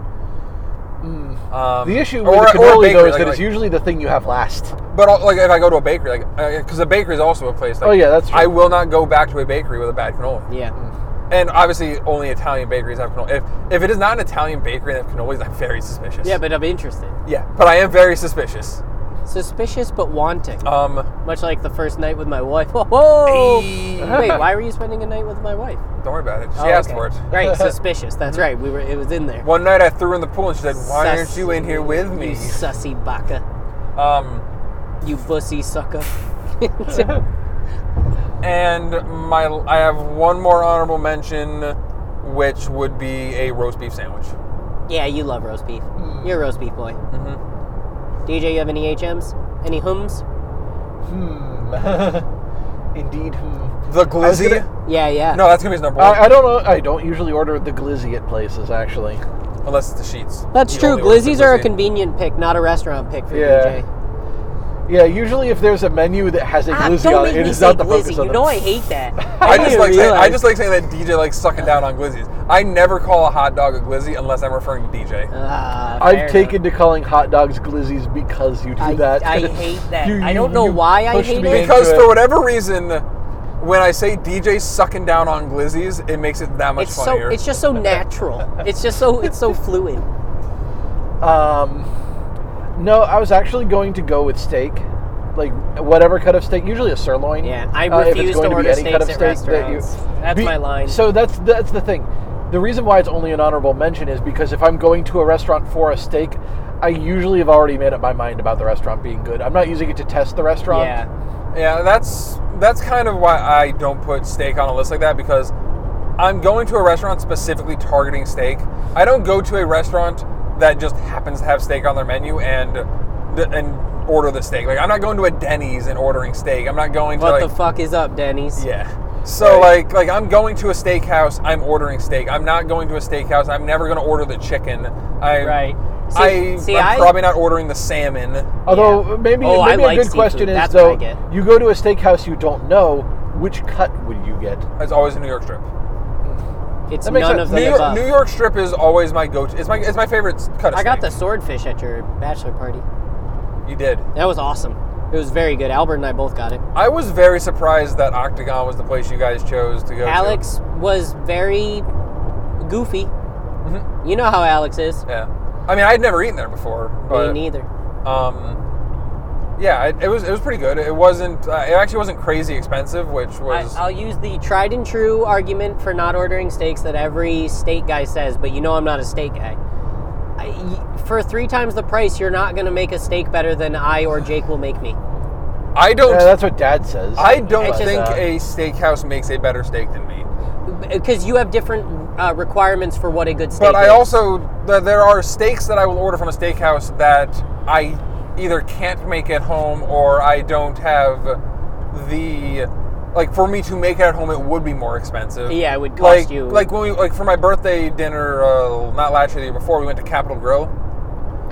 Speaker 4: Hmm. The issue
Speaker 5: or-
Speaker 4: with the
Speaker 5: or a
Speaker 4: cannoli
Speaker 5: bakery,
Speaker 4: though is
Speaker 5: like-
Speaker 4: that it's
Speaker 5: like-
Speaker 4: usually the thing you have last.
Speaker 5: But uh, like if I go to a bakery, like because a bakery is also a place. Like,
Speaker 4: Oh, yeah, that's true.
Speaker 5: I will not go back to a bakery with a bad cannoli.
Speaker 1: yeah,
Speaker 5: And obviously, only Italian bakeries have cannoli. If if it is not an Italian bakery and they have cannolis, I'm very suspicious.
Speaker 1: yeah, but I'm interested.
Speaker 5: yeah, but I am very suspicious.
Speaker 1: Suspicious but wanting.
Speaker 5: Um,
Speaker 1: Much like the first night with my wife. (laughs) Whoa!
Speaker 4: Oh.
Speaker 5: don't
Speaker 1: Wait, why were you spending a night with my wife?
Speaker 5: worry about it. She
Speaker 1: Oh,
Speaker 5: asked
Speaker 1: okay.
Speaker 5: for it. (laughs)
Speaker 1: Right, suspicious. That's right. We were. It was in there.
Speaker 5: One night, I threw her in the pool and she said, "Why aren't
Speaker 1: Sus-
Speaker 5: you in here with me?"
Speaker 1: You sussy baka.
Speaker 5: Um,
Speaker 1: You bussy (laughs) sucker.
Speaker 5: and my I have one more honorable mention, which would be a roast beef sandwich.
Speaker 1: yeah, you love roast beef. You're a roast beef boy.
Speaker 4: Mm-hmm.
Speaker 1: DJ, you have any HMs? Any hums?
Speaker 5: Hmm.
Speaker 4: (laughs) Indeed. hmm.
Speaker 5: The
Speaker 4: I was
Speaker 5: glizzy.
Speaker 4: gonna- Uh,
Speaker 1: Yeah, yeah.
Speaker 5: No, that's gonna be his number one.
Speaker 4: I, I don't know. I don't usually order the glizzy at places. Actually,
Speaker 5: Unless it's the sheets.
Speaker 1: That's
Speaker 5: You
Speaker 1: true.
Speaker 5: only order the
Speaker 1: Glizzies are a
Speaker 5: glizzy.
Speaker 1: convenient pick, not a restaurant pick for
Speaker 4: Yeah.
Speaker 1: DJ.
Speaker 4: yeah. Usually, if there's a menu that has a
Speaker 1: Ah,
Speaker 4: glizzy
Speaker 1: don't
Speaker 4: on
Speaker 1: make
Speaker 4: it, it
Speaker 1: me
Speaker 4: is
Speaker 1: say
Speaker 4: not the focus
Speaker 1: glizzy.
Speaker 4: on
Speaker 1: You
Speaker 4: it.
Speaker 1: know I hate (laughs) that.
Speaker 5: I just
Speaker 1: didn't
Speaker 5: like saying, I
Speaker 1: realize.
Speaker 5: just like saying that DJ likes sucking down on glizzies. I never call a hot dog a glizzy unless I'm referring to DJ.
Speaker 1: Ah, fair
Speaker 4: I've
Speaker 1: enough.
Speaker 4: taken to calling hot dogs glizzies because you do
Speaker 1: I-
Speaker 4: that. (laughs)
Speaker 1: I hate that.
Speaker 4: You-
Speaker 1: I
Speaker 4: you-
Speaker 1: don't know
Speaker 4: you
Speaker 1: why I
Speaker 4: pushed
Speaker 1: hate
Speaker 4: me
Speaker 1: it.
Speaker 4: into
Speaker 5: because for whatever reason, when I say DJ sucking down on glizzies, it makes it that much
Speaker 1: It's so.
Speaker 5: funnier.
Speaker 1: It's just so natural.
Speaker 5: (laughs)
Speaker 1: it's just so. It's so fluid.
Speaker 4: Um, no, I was actually going to go with steak, like whatever cut of steak. Usually a sirloin.
Speaker 1: Yeah, I
Speaker 4: uh, if it's
Speaker 1: refuse to
Speaker 4: going be
Speaker 1: order
Speaker 4: any cut
Speaker 1: steaks
Speaker 4: of
Speaker 1: at
Speaker 4: steak that you-
Speaker 1: restaurants. That's my line.
Speaker 4: So that's that's the thing. The reason why it's only an honorable mention is because if I'm going to a restaurant for a steak, I usually have already made up my mind about the restaurant being good. I'm not using it to test the restaurant.
Speaker 1: yeah.
Speaker 5: yeah, that's that's kind of why I don't put steak on a list like that because I'm going to a restaurant specifically targeting steak. I don't go to a restaurant that just happens to have steak on their menu and and order the steak. Like I'm not going to a Denny's and ordering steak. I'm not going to
Speaker 1: What
Speaker 5: like,
Speaker 1: the fuck is up, Denny's?
Speaker 5: Yeah. So like like I'm going to a steakhouse, I'm ordering steak. I'm not going to a steakhouse. I'm never going to order the chicken. I
Speaker 1: Right.
Speaker 5: I,
Speaker 1: See- see,
Speaker 5: I'm
Speaker 1: I-
Speaker 5: probably not ordering the salmon.
Speaker 4: Although
Speaker 1: Yeah.
Speaker 4: maybe,
Speaker 1: Oh, I
Speaker 4: maybe a
Speaker 1: like
Speaker 4: good
Speaker 1: seafood.
Speaker 4: question is
Speaker 1: That's what I
Speaker 4: though,
Speaker 1: get.
Speaker 4: you go to a steakhouse you don't know, which cut would you get?
Speaker 5: It's always a New York strip.
Speaker 1: It's
Speaker 4: That makes
Speaker 1: none
Speaker 4: sense.
Speaker 1: of
Speaker 5: New
Speaker 1: the
Speaker 5: York,
Speaker 1: above.
Speaker 5: New York strip is always my go-to. It's my it's my favorite cut. Of
Speaker 1: I got the
Speaker 5: steak.
Speaker 1: swordfish at your bachelor party.
Speaker 5: You did.
Speaker 1: That was awesome. It was very good. Albert and I both got it.
Speaker 5: I was very surprised that Octagon was the place you guys chose to go.
Speaker 1: Alex was very goofy.
Speaker 5: Mm-hmm.
Speaker 1: You know how Alex is.
Speaker 5: To. Yeah. I mean, I'd never eaten there before, but
Speaker 1: Me neither.
Speaker 5: um, yeah, it, it was it was pretty good. It wasn't. Uh, it actually wasn't crazy expensive, which
Speaker 1: I, uh,
Speaker 5: was.
Speaker 1: I'll use the tried and true argument for not ordering steaks that every steak guy says, but you know I'm not a steak guy. I y for three times the price, you're not going to make a steak better than I or Jake will make me.
Speaker 5: I don't
Speaker 4: Yeah, that's what Dad says.
Speaker 5: I don't
Speaker 1: just-
Speaker 5: think
Speaker 4: uh,
Speaker 5: a steakhouse makes a better steak than me.
Speaker 1: Because you have different uh, requirements for what a good steak
Speaker 5: But
Speaker 1: is.
Speaker 5: I also th- there are steaks that I will order from a steakhouse that I either can't make at home or I don't have the like for me to make it at home, it would be more expensive.
Speaker 1: Yeah, it would cost
Speaker 5: like,
Speaker 1: you.
Speaker 5: Like when we like for my birthday dinner, uh, not last year, the year before, we went to Capitol Grill.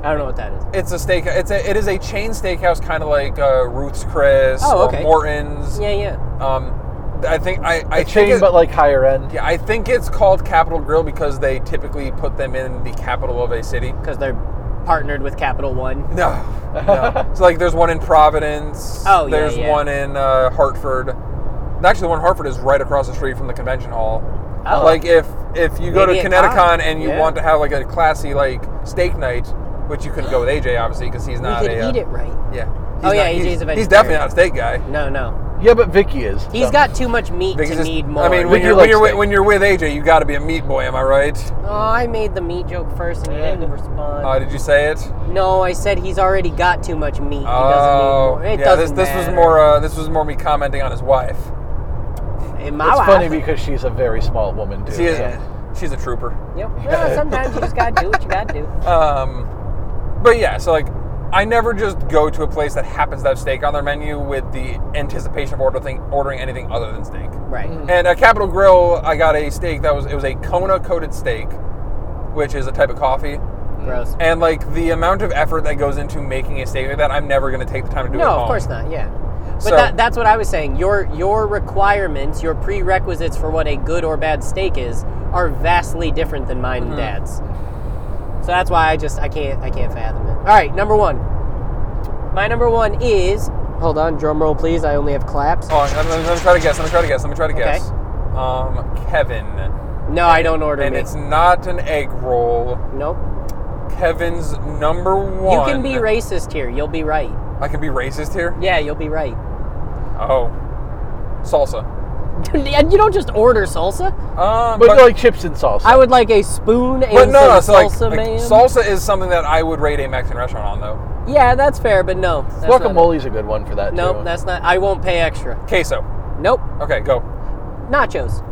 Speaker 1: I don't know what that is.
Speaker 5: It's a steak. It's a it is a chain steakhouse, kind of like uh, Ruth's Chris
Speaker 1: Oh,
Speaker 5: or
Speaker 1: okay.
Speaker 5: Morton's.
Speaker 1: Yeah, yeah.
Speaker 5: Um, I think I I
Speaker 4: A
Speaker 5: think
Speaker 4: chain,
Speaker 5: it-
Speaker 4: but like higher end.
Speaker 5: yeah, I think it's called Capitol Grill because they typically put them in the capital of a city.
Speaker 1: Because they're partnered with Capital One.
Speaker 5: No,
Speaker 1: (laughs)
Speaker 5: no. so like, there's one in Providence.
Speaker 1: Oh, yeah,
Speaker 5: There's
Speaker 1: yeah.
Speaker 5: one in uh, Hartford. Actually, the one in Hartford is right across the street from the convention hall.
Speaker 1: Oh.
Speaker 5: Like if if you go
Speaker 1: Maybe
Speaker 5: to
Speaker 1: it's on.
Speaker 5: Kineticon and you
Speaker 1: Yeah.
Speaker 5: want to have like a classy like steak night, which you couldn't go with AJ obviously because he's not
Speaker 1: we could
Speaker 5: a uh,
Speaker 1: eat it right.
Speaker 5: yeah. He's
Speaker 1: Oh, yeah,
Speaker 5: he's-
Speaker 1: AJ's a
Speaker 5: He's
Speaker 1: vegetarian.
Speaker 5: definitely not a steak guy.
Speaker 1: No, no.
Speaker 4: Yeah, but Vicky is. Um,
Speaker 1: He's
Speaker 4: so.
Speaker 1: got too much meat
Speaker 5: Because
Speaker 1: to
Speaker 5: it's-
Speaker 1: need more.
Speaker 5: I mean, when
Speaker 4: Vicky
Speaker 5: you're, when
Speaker 4: likes
Speaker 5: you're, with-
Speaker 4: steak.
Speaker 5: when you're with AJ, you got to be a meat boy. Am I right?
Speaker 1: oh, I made the meat joke first and you didn't respond.
Speaker 5: Uh, did you say it?
Speaker 1: no, I said he's already got too much meat. He
Speaker 5: Oh,
Speaker 1: doesn't need more. It
Speaker 5: yeah. This
Speaker 1: doesn't
Speaker 5: this was
Speaker 1: matter.
Speaker 5: more uh, this was more me commenting on his wife.
Speaker 1: In my
Speaker 4: It's
Speaker 1: wife.
Speaker 4: funny because she's a very small woman too.
Speaker 5: She is,
Speaker 1: Yeah.
Speaker 5: she's a trooper.
Speaker 1: Yep. Well, sometimes you just gotta do what you gotta
Speaker 5: (laughs)
Speaker 1: do.
Speaker 5: Um, but yeah, so like, I never just go to a place that happens to have steak on their menu with the anticipation of ordering ordering anything other than steak.
Speaker 1: Right.
Speaker 5: And at Capitol Grill, I got a steak that was it was a Kona coated steak, which is a type of coffee.
Speaker 1: Gross.
Speaker 5: And like the amount of effort that goes into making a steak like that, I'm never going to take the time to do it.
Speaker 1: No, of course not. Yeah. But
Speaker 5: So-
Speaker 1: that, that's what I was saying. Your your requirements, your prerequisites for what a good or bad steak is, are vastly different than mine
Speaker 5: Mm-hmm.
Speaker 1: and Dad's. So that's why I just I can't I can't fathom it. All right, number one. My number one is hold on, drum roll please. I only have claps.
Speaker 5: Oh, I'm, I'm, gonna try to guess. I'm gonna try to guess. I'm gonna try to
Speaker 1: Okay.
Speaker 5: guess. Um, Kevin.
Speaker 1: no, I don't order
Speaker 5: and
Speaker 1: me.
Speaker 5: it's not an egg roll.
Speaker 1: Nope.
Speaker 5: Kevin's number one.
Speaker 1: You can be racist here. You'll be right.
Speaker 5: I can be racist here.
Speaker 1: Yeah, you'll be right. (laughs)
Speaker 5: Oh, salsa.
Speaker 1: and you don't just order salsa.
Speaker 5: Um,
Speaker 4: But, like chips and salsa.
Speaker 1: I would like a spoon and
Speaker 5: but no, no.
Speaker 1: some
Speaker 5: So like,
Speaker 1: salsa,
Speaker 5: like,
Speaker 1: ma'am.
Speaker 5: salsa is something that I would rate a Mexican restaurant on, though.
Speaker 1: Yeah, that's fair, but no. that's not it.
Speaker 4: Guacamole's a good one for that
Speaker 1: Nope,
Speaker 4: too.
Speaker 1: that's not. I won't pay extra.
Speaker 5: Queso.
Speaker 1: Nope,
Speaker 5: Okay, go.
Speaker 1: nachos.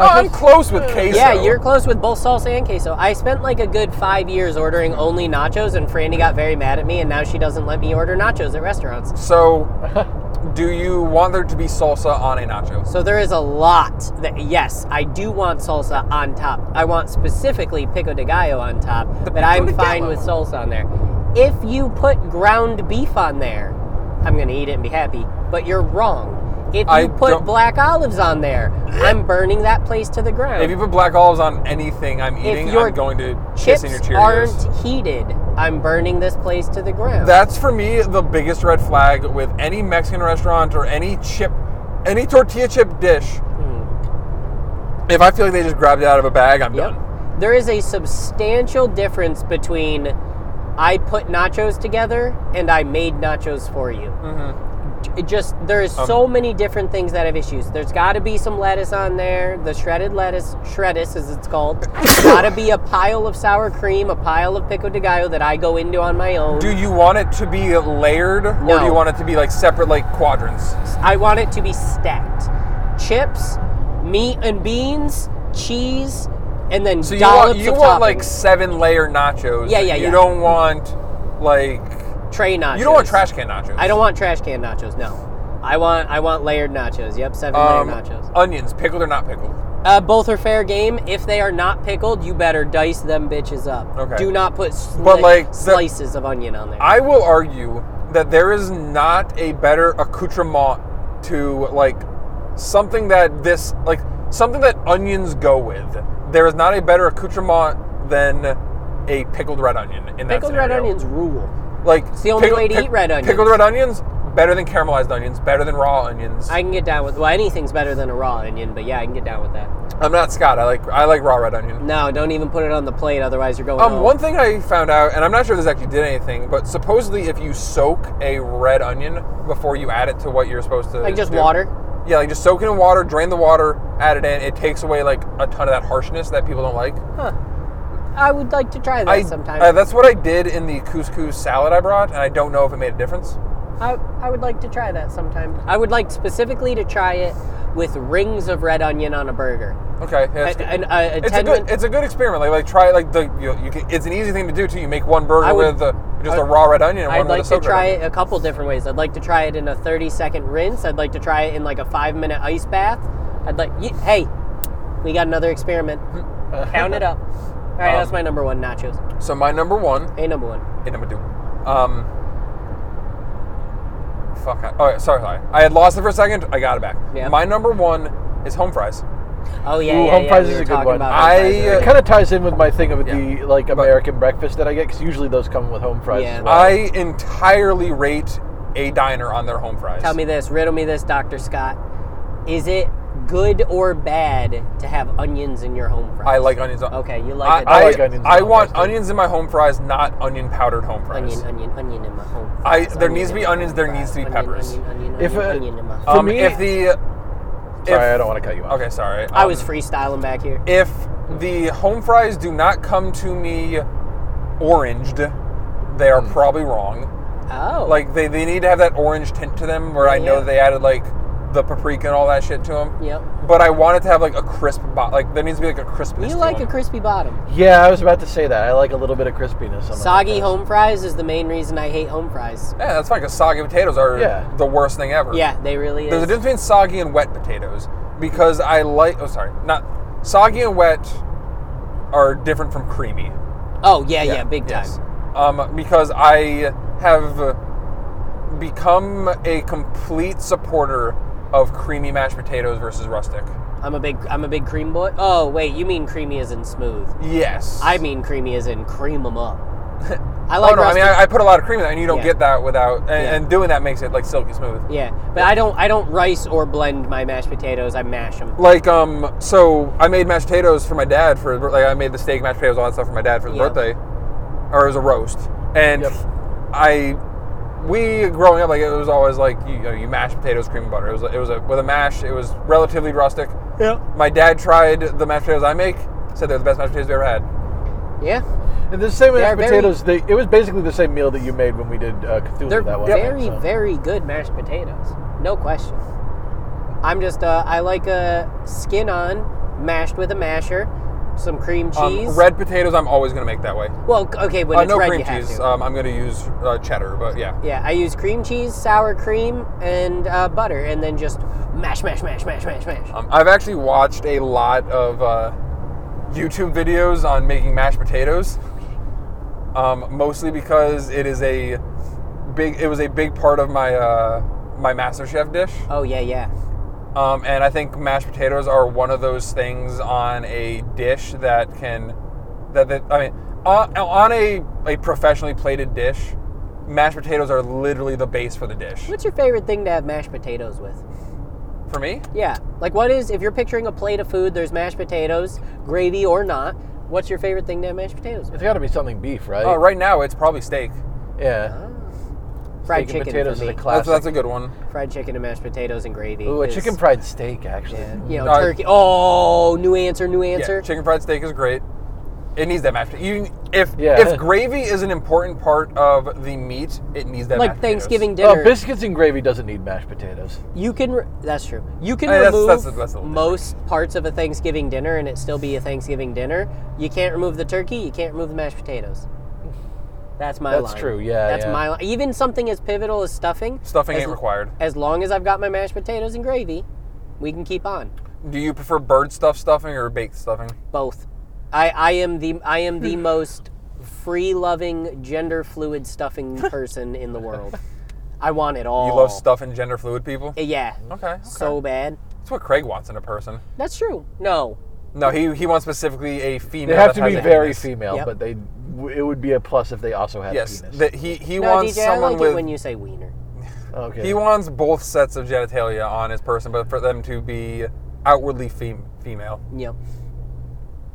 Speaker 5: Oh, I'm close with queso.
Speaker 1: Yeah, you're close with both salsa and queso. I spent like a good five years ordering only nachos, and Franny got very mad at me, and now she doesn't let me order nachos at restaurants.
Speaker 5: So, do you want there to be salsa on a nacho?
Speaker 1: So there is a lot that yes, I do want salsa on top. I want specifically pico de gallo on top, but I'm
Speaker 5: de
Speaker 1: fine
Speaker 5: gallo.
Speaker 1: with salsa on there. If you put ground beef on there, I'm gonna eat it and be happy. But you're wrong. If you
Speaker 5: I
Speaker 1: put
Speaker 5: don't-
Speaker 1: black olives on there, I'm burning that place to the ground.
Speaker 5: If you put black olives on anything I'm eating,
Speaker 1: your
Speaker 5: I'm going to
Speaker 1: chips
Speaker 5: piss in your Cheerios.
Speaker 1: aren't heated. I'm burning this place to the ground.
Speaker 5: That's for me the biggest red flag with any Mexican restaurant or any chip, any tortilla chip dish. If I feel like they just grabbed it out of a bag, I'm
Speaker 1: Hmm. yep.
Speaker 5: done.
Speaker 1: There is a substantial difference between I put nachos together and I made nachos for you. J- It just there is so many different things that have issues. There's got to be some lettuce on there, the shredded lettuce, shreddis as it's (coughs) called. got to be a pile of sour cream, a pile of pico de gallo that I go into on my own.
Speaker 5: Do you want it to be layered, or do
Speaker 1: No.
Speaker 5: you want it to be like separate, like quadrants?
Speaker 1: I want it to be stacked. Chips, meat and beans, cheese, and then
Speaker 5: So you want
Speaker 1: dollops
Speaker 5: you
Speaker 1: of
Speaker 5: want like
Speaker 1: toppings.
Speaker 5: seven layer nachos.
Speaker 1: Yeah, yeah,
Speaker 5: You
Speaker 1: yeah.
Speaker 5: don't want like
Speaker 1: tray nachos.
Speaker 5: you don't want trash can nachos.
Speaker 1: I don't want trash can nachos. No, I want I want layered nachos. Yep, seven
Speaker 5: um,
Speaker 1: layer nachos.
Speaker 5: onions, pickled or not pickled.
Speaker 1: Uh, both are fair game. If they are not pickled, you better dice them bitches up.
Speaker 5: Okay.
Speaker 1: Do not put sli-
Speaker 5: But, like, the-
Speaker 1: slices of onion on there.
Speaker 5: I will argue that there is not a better accoutrement to like something that this like something that onions go with. There is not a better accoutrement than a pickled red onion in that
Speaker 1: pickled red
Speaker 5: scenario.
Speaker 1: onions rule.
Speaker 5: Like
Speaker 1: It's the only way to eat red onions.
Speaker 5: Pickled red onions better than caramelized onions, better than raw onions.
Speaker 1: I can get down with well anything's better than a raw onion, but yeah, I can get down with that.
Speaker 5: I'm not Scott. I like I like raw red onion.
Speaker 1: No, don't even put it on the plate, otherwise you're going.
Speaker 5: Um,
Speaker 1: home.
Speaker 5: one thing I found out, and I'm not sure this actually did anything, but supposedly if you soak a red onion before you add it to what you're supposed to,
Speaker 1: like just
Speaker 5: do-
Speaker 1: water.
Speaker 5: Yeah, like just soak it in water, drain the water, add it in. It takes away like a ton of that harshness that people don't like.
Speaker 1: I would like to try that
Speaker 5: I
Speaker 1: sometime.
Speaker 5: uh, that's what I did in the couscous salad I brought, and I don't know if it made a difference.
Speaker 1: I, I would like to try that sometime. I would like specifically to try it with rings of red onion on a burger.
Speaker 5: Okay, yeah, it's,
Speaker 1: A-
Speaker 5: good.
Speaker 1: an- a- a
Speaker 5: It's a
Speaker 1: 10
Speaker 5: good
Speaker 1: min-
Speaker 5: it's a good experiment. Like like try it, like the you, you can, it's an easy thing to do too. You make one burger
Speaker 1: I would-
Speaker 5: with uh, just a raw red onion and one
Speaker 1: I'd
Speaker 5: with a
Speaker 1: like to
Speaker 5: soaked red
Speaker 1: try
Speaker 5: onion.
Speaker 1: it a couple different ways. I'd like to try it in a 30 second rinse. I'd like to try it in like a five minute ice bath. I'd like, ye- hey, we got another experiment.
Speaker 4: (laughs)
Speaker 1: Count it up. All right,
Speaker 5: Um,
Speaker 1: that's my number one nachos.
Speaker 5: So my number one
Speaker 1: A number one.
Speaker 5: Hey, number two. Um, fuck. I, oh, sorry, sorry. I had lost it for a second. I got it back.
Speaker 1: Yeah.
Speaker 5: My number one is home fries.
Speaker 1: Oh yeah,
Speaker 4: Ooh,
Speaker 1: yeah,
Speaker 4: home
Speaker 1: yeah.
Speaker 4: fries
Speaker 1: we
Speaker 4: is
Speaker 1: were
Speaker 4: a good
Speaker 1: talking
Speaker 4: one.
Speaker 1: about home fries
Speaker 5: I,
Speaker 1: earlier.
Speaker 5: uh,
Speaker 4: It kind of ties in with my thing of the like
Speaker 5: But-
Speaker 4: American breakfast that I get because usually those come with home fries.
Speaker 1: Yeah.
Speaker 4: as well.
Speaker 5: I entirely rate a diner on their home fries.
Speaker 1: Tell me this, riddle me this, Doctor Scott. Is it good or bad to have onions in your home fries?
Speaker 5: I like onions. on-
Speaker 1: Okay, you
Speaker 5: I,
Speaker 1: Oh, like
Speaker 5: I,
Speaker 1: it.
Speaker 4: like onions in
Speaker 5: I
Speaker 4: my
Speaker 5: want
Speaker 4: fries, too.
Speaker 5: onions in my home fries, not onion powdered home fries.
Speaker 1: onion, onion, onion in my home.
Speaker 5: I-
Speaker 1: fries,
Speaker 5: there
Speaker 1: onion
Speaker 5: needs to
Speaker 1: in
Speaker 5: be
Speaker 1: my
Speaker 5: onions,
Speaker 1: home
Speaker 5: there
Speaker 1: fries,
Speaker 5: needs to be
Speaker 1: onion,
Speaker 5: peppers.
Speaker 1: Onion, onion, onion,
Speaker 4: If, uh,
Speaker 1: onion in my
Speaker 4: for
Speaker 5: Um,
Speaker 4: me-
Speaker 5: if the
Speaker 4: Sorry,
Speaker 5: if-
Speaker 4: I don't want to cut you off.
Speaker 5: okay, sorry.
Speaker 1: I was
Speaker 5: Um,
Speaker 1: freestyling back here.
Speaker 5: if the home fries do not come to me oranged, they
Speaker 1: Hmm.
Speaker 5: are probably wrong.
Speaker 1: Oh,
Speaker 5: Like they, they need to have that orange tint to them where I
Speaker 1: Yeah.
Speaker 5: know they added like the paprika and all that shit to them.
Speaker 1: yep.
Speaker 5: But I want it to have like a crisp bo- like there needs to be like a crispness.
Speaker 1: You
Speaker 5: to
Speaker 1: like a
Speaker 5: them.
Speaker 1: crispy bottom.
Speaker 4: Yeah, I was about to say that. I like a little bit of crispiness. on my
Speaker 1: Soggy
Speaker 4: fries.
Speaker 1: home fries is the main reason I hate home fries.
Speaker 5: Yeah, that's fine because soggy potatoes are
Speaker 4: Yeah.
Speaker 5: the worst thing ever.
Speaker 1: Yeah, they really is.
Speaker 5: There's a difference between soggy and wet potatoes because I like oh sorry, not soggy and wet are different from creamy.
Speaker 1: Oh yeah, yeah, big time.
Speaker 5: Yes. Um, because I have become a complete supporter of creamy mashed potatoes versus rustic.
Speaker 1: I'm a big, I'm a big cream boy. Oh wait, you mean creamy as in smooth?
Speaker 5: Yes.
Speaker 1: I mean creamy as in cream 'em up. (laughs) I
Speaker 5: Oh
Speaker 1: like.
Speaker 5: no! I
Speaker 1: rustic-
Speaker 5: mean, I, I put a lot of cream in that, and you don't
Speaker 1: Yeah.
Speaker 5: get that without. And,
Speaker 1: Yeah.
Speaker 5: and doing that makes it like silky smooth.
Speaker 1: (laughs) Yeah, but I don't I don't rice or blend my mashed potatoes. I mash them.
Speaker 5: Like um, so I made mashed potatoes for my dad for his birth- like I made the steak mashed potatoes all that stuff for my dad for his
Speaker 1: Yeah.
Speaker 5: birthday, or it was a roast, and
Speaker 4: Yep.
Speaker 5: I we growing up like it was always like you, you know you mash potatoes cream and butter. It was it was a, with a mash. It was relatively rustic.
Speaker 1: Yeah.
Speaker 5: My dad tried the mashed potatoes I make. Said they're the best mashed potatoes we ever had.
Speaker 1: Yeah,
Speaker 4: And the same with
Speaker 1: They are
Speaker 4: mashed
Speaker 1: very-
Speaker 4: potatoes. They, it was basically the same meal that you made when we did uh, Cthulhu
Speaker 1: they're
Speaker 4: that one. time,
Speaker 1: very
Speaker 4: so.
Speaker 1: very good mashed potatoes. No question. I'm just uh, I like a skin on mashed with a masher, some cream
Speaker 5: Um,
Speaker 1: cheese.
Speaker 5: red potatoes I'm always gonna make that way.
Speaker 1: Well, c- okay, when
Speaker 5: Uh,
Speaker 1: it's
Speaker 5: no
Speaker 1: red,
Speaker 5: cream
Speaker 1: you have
Speaker 5: cheese.
Speaker 1: to.
Speaker 5: Um, I'm gonna use uh, cheddar, but yeah.
Speaker 1: yeah, I use cream cheese, sour cream, and uh, butter, and then just mash, mash, mash, mash, mash, mash.
Speaker 5: Um, I've actually watched a lot of uh, YouTube videos on making mashed potatoes, um, mostly because it is a big. It was a big part of my uh, my MasterChef dish,
Speaker 1: Oh yeah, yeah.
Speaker 5: um, and I think mashed potatoes are one of those things on a dish that can that, that I mean on, on a a professionally plated dish, mashed potatoes are literally the base for the dish.
Speaker 1: What's your favorite thing to have mashed potatoes with?
Speaker 5: For me,
Speaker 1: Yeah. Like, what is, if you're picturing a plate of food, there's mashed potatoes, gravy or not, what's your favorite thing to have mashed potatoes with?
Speaker 4: It's got to be something beef, right?
Speaker 1: Oh,
Speaker 5: uh, right now it's probably steak.
Speaker 4: Yeah.
Speaker 1: Fried
Speaker 4: Steak
Speaker 1: chicken
Speaker 4: and potatoes
Speaker 1: for
Speaker 4: is
Speaker 1: me.
Speaker 4: a
Speaker 5: That's,
Speaker 4: classic.
Speaker 5: that's a good one.
Speaker 1: Fried chicken and mashed potatoes and gravy.
Speaker 4: Ooh, a
Speaker 1: is-
Speaker 4: chicken fried steak, actually. Mm.
Speaker 1: You know,
Speaker 5: Uh,
Speaker 1: turkey. Oh, new answer, new answer.
Speaker 5: Yeah, chicken fried steak is great. It needs that mashed. You if
Speaker 4: Yeah.
Speaker 5: if gravy is an important part of the meat, it needs that.
Speaker 1: like
Speaker 5: mashed potatoes.
Speaker 1: Thanksgiving
Speaker 4: Oh,
Speaker 1: dinner,
Speaker 4: biscuits and gravy doesn't need mashed potatoes.
Speaker 1: you can. Re- that's true. You can
Speaker 4: Oh,
Speaker 5: Uh, that's-
Speaker 1: remove
Speaker 5: that's a- that's a little
Speaker 1: most parts of a Thanksgiving dinner, and it still be a Thanksgiving dinner. You can't remove the turkey. You can't remove the mashed potatoes. That's my.
Speaker 4: That's
Speaker 1: line.
Speaker 4: true, yeah,
Speaker 1: That's
Speaker 4: yeah.
Speaker 1: my. Li- Even something as pivotal as stuffing.
Speaker 5: Stuffing
Speaker 1: as
Speaker 5: ain't required.
Speaker 1: As long as I've got my mashed potatoes and gravy, we can keep on
Speaker 5: Do you prefer bird stuff stuffing or baked stuffing?
Speaker 1: both. I, I am the I am
Speaker 5: Hmm.
Speaker 1: the most free loving gender fluid
Speaker 5: (laughs)
Speaker 1: stuffing person in the world. I want it all. Uh,
Speaker 5: You love
Speaker 4: Oh.
Speaker 5: stuffing gender fluid people.
Speaker 1: Yeah.
Speaker 5: Okay, okay.
Speaker 1: So bad.
Speaker 5: That's what Craig wants in a person.
Speaker 1: That's true. No.
Speaker 5: No, he he wants specifically a
Speaker 4: They
Speaker 5: female.
Speaker 4: have
Speaker 5: that
Speaker 4: to
Speaker 5: has
Speaker 4: be
Speaker 5: a
Speaker 4: very
Speaker 5: penis.
Speaker 4: female,
Speaker 1: Yep.
Speaker 4: but they w- it would be a plus if they also had
Speaker 5: Yes,
Speaker 4: a penis.
Speaker 5: that he he
Speaker 1: No,
Speaker 5: wants
Speaker 1: DJ, I
Speaker 5: someone
Speaker 1: like
Speaker 5: with.
Speaker 1: it when you say wiener.
Speaker 4: okay.
Speaker 5: He wants both sets of genitalia on his person, but for them to be outwardly fem- female.
Speaker 1: Yep.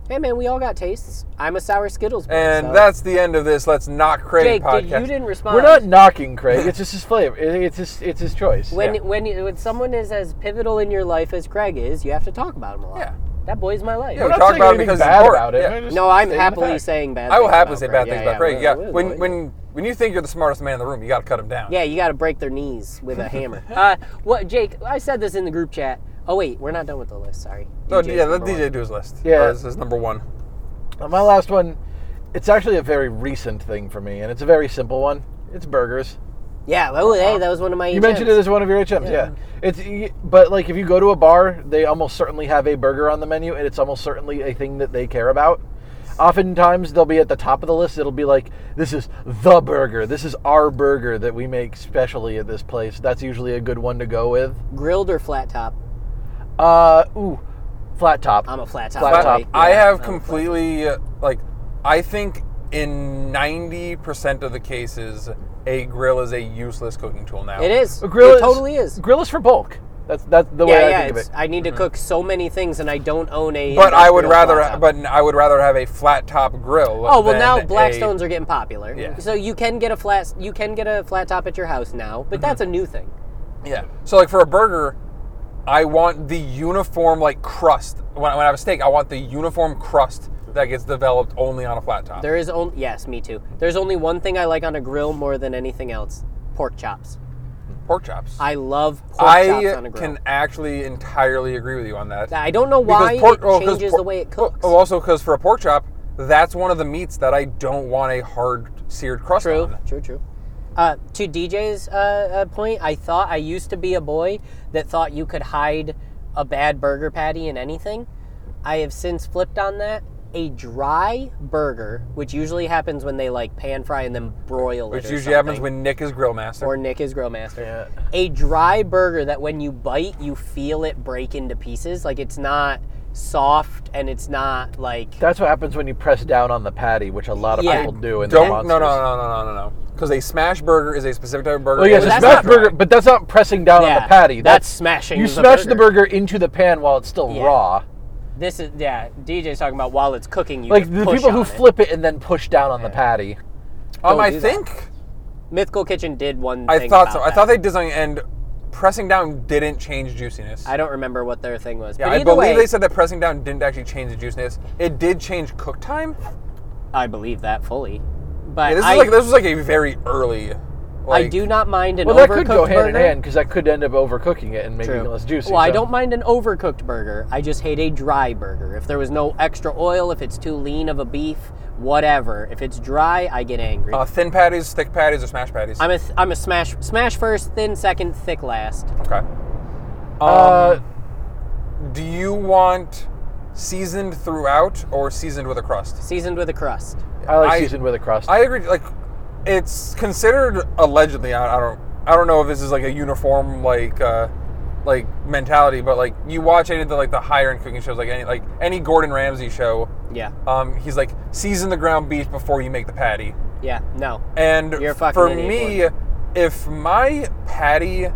Speaker 1: Hey man, we all got tastes. I'm a sour Skittles. boy,
Speaker 5: And
Speaker 1: so-
Speaker 5: that's the end of this. Let's not Craig
Speaker 1: Jake.
Speaker 5: podcast.
Speaker 1: Did, you didn't respond.
Speaker 4: We're not
Speaker 5: (laughs)
Speaker 4: knocking Craig. It's just his flavor. It- It's his it's his choice.
Speaker 1: When
Speaker 5: Yeah.
Speaker 1: when you, when someone is as pivotal in your life as Craig is, you have to talk about him a lot.
Speaker 5: Yeah.
Speaker 1: That boy's my life.
Speaker 5: Yeah,
Speaker 4: I'm
Speaker 5: we
Speaker 4: not
Speaker 5: talk
Speaker 4: saying
Speaker 5: about it
Speaker 4: anything
Speaker 5: because it's
Speaker 4: bad
Speaker 5: important.
Speaker 4: about it.
Speaker 5: Yeah.
Speaker 4: I'm just
Speaker 1: No, I'm
Speaker 4: stating the
Speaker 1: happily
Speaker 4: facts.
Speaker 1: saying bad.
Speaker 5: I will
Speaker 1: things
Speaker 5: happily
Speaker 1: about
Speaker 5: say
Speaker 1: Craig.
Speaker 5: bad
Speaker 1: Yeah,
Speaker 5: things
Speaker 1: yeah,
Speaker 5: about Craig.
Speaker 1: we're-
Speaker 5: Yeah,
Speaker 1: we're-
Speaker 5: when
Speaker 1: we're-
Speaker 5: when when you think you're the smartest man in the room, you got to cut him down.
Speaker 1: Yeah, you got to break their knees with a
Speaker 5: (laughs)
Speaker 1: hammer. Uh, what, Jake? I said this in the group chat. Oh wait, we're not done with the list. Sorry.
Speaker 5: No,
Speaker 1: DJ's
Speaker 5: Oh, yeah, let
Speaker 1: number one.
Speaker 5: DJ do his list.
Speaker 4: Yeah.
Speaker 5: Or this is number one.
Speaker 4: Uh, My last one It's actually a very recent thing for me, and it's a very simple one. It's burgers.
Speaker 1: Yeah. Oh,
Speaker 5: Uh-huh.
Speaker 1: hey, that was one of my.
Speaker 4: You mentioned it as one of your HMs,
Speaker 1: Yeah.
Speaker 4: yeah. It's y- but like if you go to a bar, they almost certainly have a burger on the menu, and it's almost certainly a thing that they care about. Oftentimes, they'll be at the top of the list. It'll be like, "This is the burger. This is our burger that we make specially at this place." That's usually a good one to go with.
Speaker 1: grilled or flat top.
Speaker 4: Uh, ooh, flat top.
Speaker 1: I'm a flat top.
Speaker 4: Flat
Speaker 1: boy.
Speaker 4: top.
Speaker 1: Yeah,
Speaker 5: I
Speaker 1: I'm
Speaker 5: have
Speaker 1: a
Speaker 5: completely uh, like I think in ninety percent of the cases, a grill is a useless cooking tool now.
Speaker 1: flat- It is.
Speaker 4: A grill
Speaker 1: it
Speaker 4: is-
Speaker 1: totally is.
Speaker 4: Grill is for bulk. That's that's the
Speaker 1: yeah,
Speaker 4: way I
Speaker 1: yeah.
Speaker 4: think of
Speaker 1: it's-
Speaker 4: it.
Speaker 1: I need to cook so many things, and I don't own a.
Speaker 5: But I would
Speaker 1: industrial flat
Speaker 5: rather,
Speaker 1: top.
Speaker 5: but I would rather have a flat top grill.
Speaker 1: Oh well,
Speaker 5: than
Speaker 1: now
Speaker 5: a-
Speaker 1: Blackstones are getting popular.
Speaker 5: Yeah.
Speaker 1: So you can get a flat, you can get a flat top at your house now, but
Speaker 5: Mm-hmm.
Speaker 1: that's a new thing.
Speaker 5: Yeah. So like for a burger, I want the uniform like crust. When I, when I have a steak, I want the uniform crust that gets developed only on a flat top.
Speaker 1: There is only yes, me too. There's only one thing I like on a grill more than anything else: pork chops.
Speaker 5: Pork chops.
Speaker 1: I love pork chops on
Speaker 5: I
Speaker 1: a grill.
Speaker 5: can actually entirely agree with you on that.
Speaker 1: I don't know why
Speaker 5: well,
Speaker 1: it
Speaker 5: oh, 'cause
Speaker 1: changes
Speaker 5: por-
Speaker 1: the way it cooks.
Speaker 5: Oh, also because for a pork chop, that's one of the meats that I don't want a hard seared crust
Speaker 1: True,
Speaker 5: on.
Speaker 1: true, true. Uh, to DJ's uh, uh, point, I thought I used to be a boy that thought you could hide a bad burger patty in anything. I have since flipped on that. A dry burger, which usually happens when they like pan fry and then broil it,
Speaker 5: Which
Speaker 1: or
Speaker 5: usually
Speaker 1: something,
Speaker 5: happens when Nick is grill master.
Speaker 1: or Nick is grill master. A dry burger that when you bite, you feel it break into pieces. Like it's not soft and it's not like
Speaker 4: That's what happens when you press down on the patty, which a lot of
Speaker 1: Yeah.
Speaker 4: people do. And
Speaker 5: don't no no no no no no no because a smash burger is a specific type of burger.
Speaker 4: Well, Oh, yes,
Speaker 5: and
Speaker 4: a
Speaker 5: it's
Speaker 1: that's
Speaker 5: not
Speaker 4: smash
Speaker 5: dry.
Speaker 4: burger, but that's not pressing down on
Speaker 1: Yeah,
Speaker 4: the patty.
Speaker 1: that's smashing
Speaker 4: You
Speaker 1: the
Speaker 4: smash the
Speaker 1: burger.
Speaker 4: burger into the pan while it's still
Speaker 1: Yeah.
Speaker 4: raw.
Speaker 1: This is yeah. DJ's talking about while it's cooking, you
Speaker 4: Like
Speaker 1: just
Speaker 4: the
Speaker 1: push
Speaker 4: people
Speaker 1: on
Speaker 4: who
Speaker 1: it.
Speaker 4: flip it and then push down on the patty.
Speaker 5: Um, I
Speaker 1: do that.
Speaker 5: think
Speaker 1: Mythical Kitchen did one.
Speaker 5: I
Speaker 1: thing
Speaker 5: thought so.
Speaker 1: about
Speaker 5: I thought
Speaker 1: that.
Speaker 5: they did something, and pressing down didn't change juiciness.
Speaker 1: I don't remember what their thing was.
Speaker 5: yeah,
Speaker 1: but
Speaker 5: I
Speaker 1: either
Speaker 5: believe
Speaker 1: way,
Speaker 5: they said that pressing down didn't actually change the juiciness. It did change cook time.
Speaker 1: I believe that fully. But
Speaker 5: Yeah, this
Speaker 1: I,
Speaker 5: is like this was like a very early. Like,
Speaker 1: I do not mind an
Speaker 4: Well,
Speaker 1: overcooked
Speaker 4: that could go hand
Speaker 1: burger.
Speaker 4: in hand because that could end up overcooking it and making
Speaker 1: True.
Speaker 4: it less juicy.
Speaker 1: Well, I
Speaker 4: so-
Speaker 1: don't mind an overcooked burger. I just hate a dry burger. If there was no extra oil, if it's too lean of a beef, whatever. If it's dry, I get angry.
Speaker 5: Uh, thin patties, thick patties, or smash patties.
Speaker 1: I'm a th- I'm a smash smash first, thin second, thick last.
Speaker 5: okay. Um,
Speaker 4: Uh,
Speaker 5: do you want seasoned throughout or seasoned with a crust?
Speaker 1: Seasoned with a crust.
Speaker 4: I like
Speaker 5: I-
Speaker 4: seasoned with a crust.
Speaker 5: I agree. Like, it's considered allegedly. I, I don't. I don't know if this is like a uniform like uh, like mentality, but like you watch any of the like the higher end cooking shows, like any like any Gordon Ramsay show,
Speaker 1: Yeah.
Speaker 5: um, he's like season the ground beef before you make the patty.
Speaker 1: Yeah. No.
Speaker 5: And
Speaker 1: You're a fucking
Speaker 5: for
Speaker 1: idiot,
Speaker 5: me, if my patty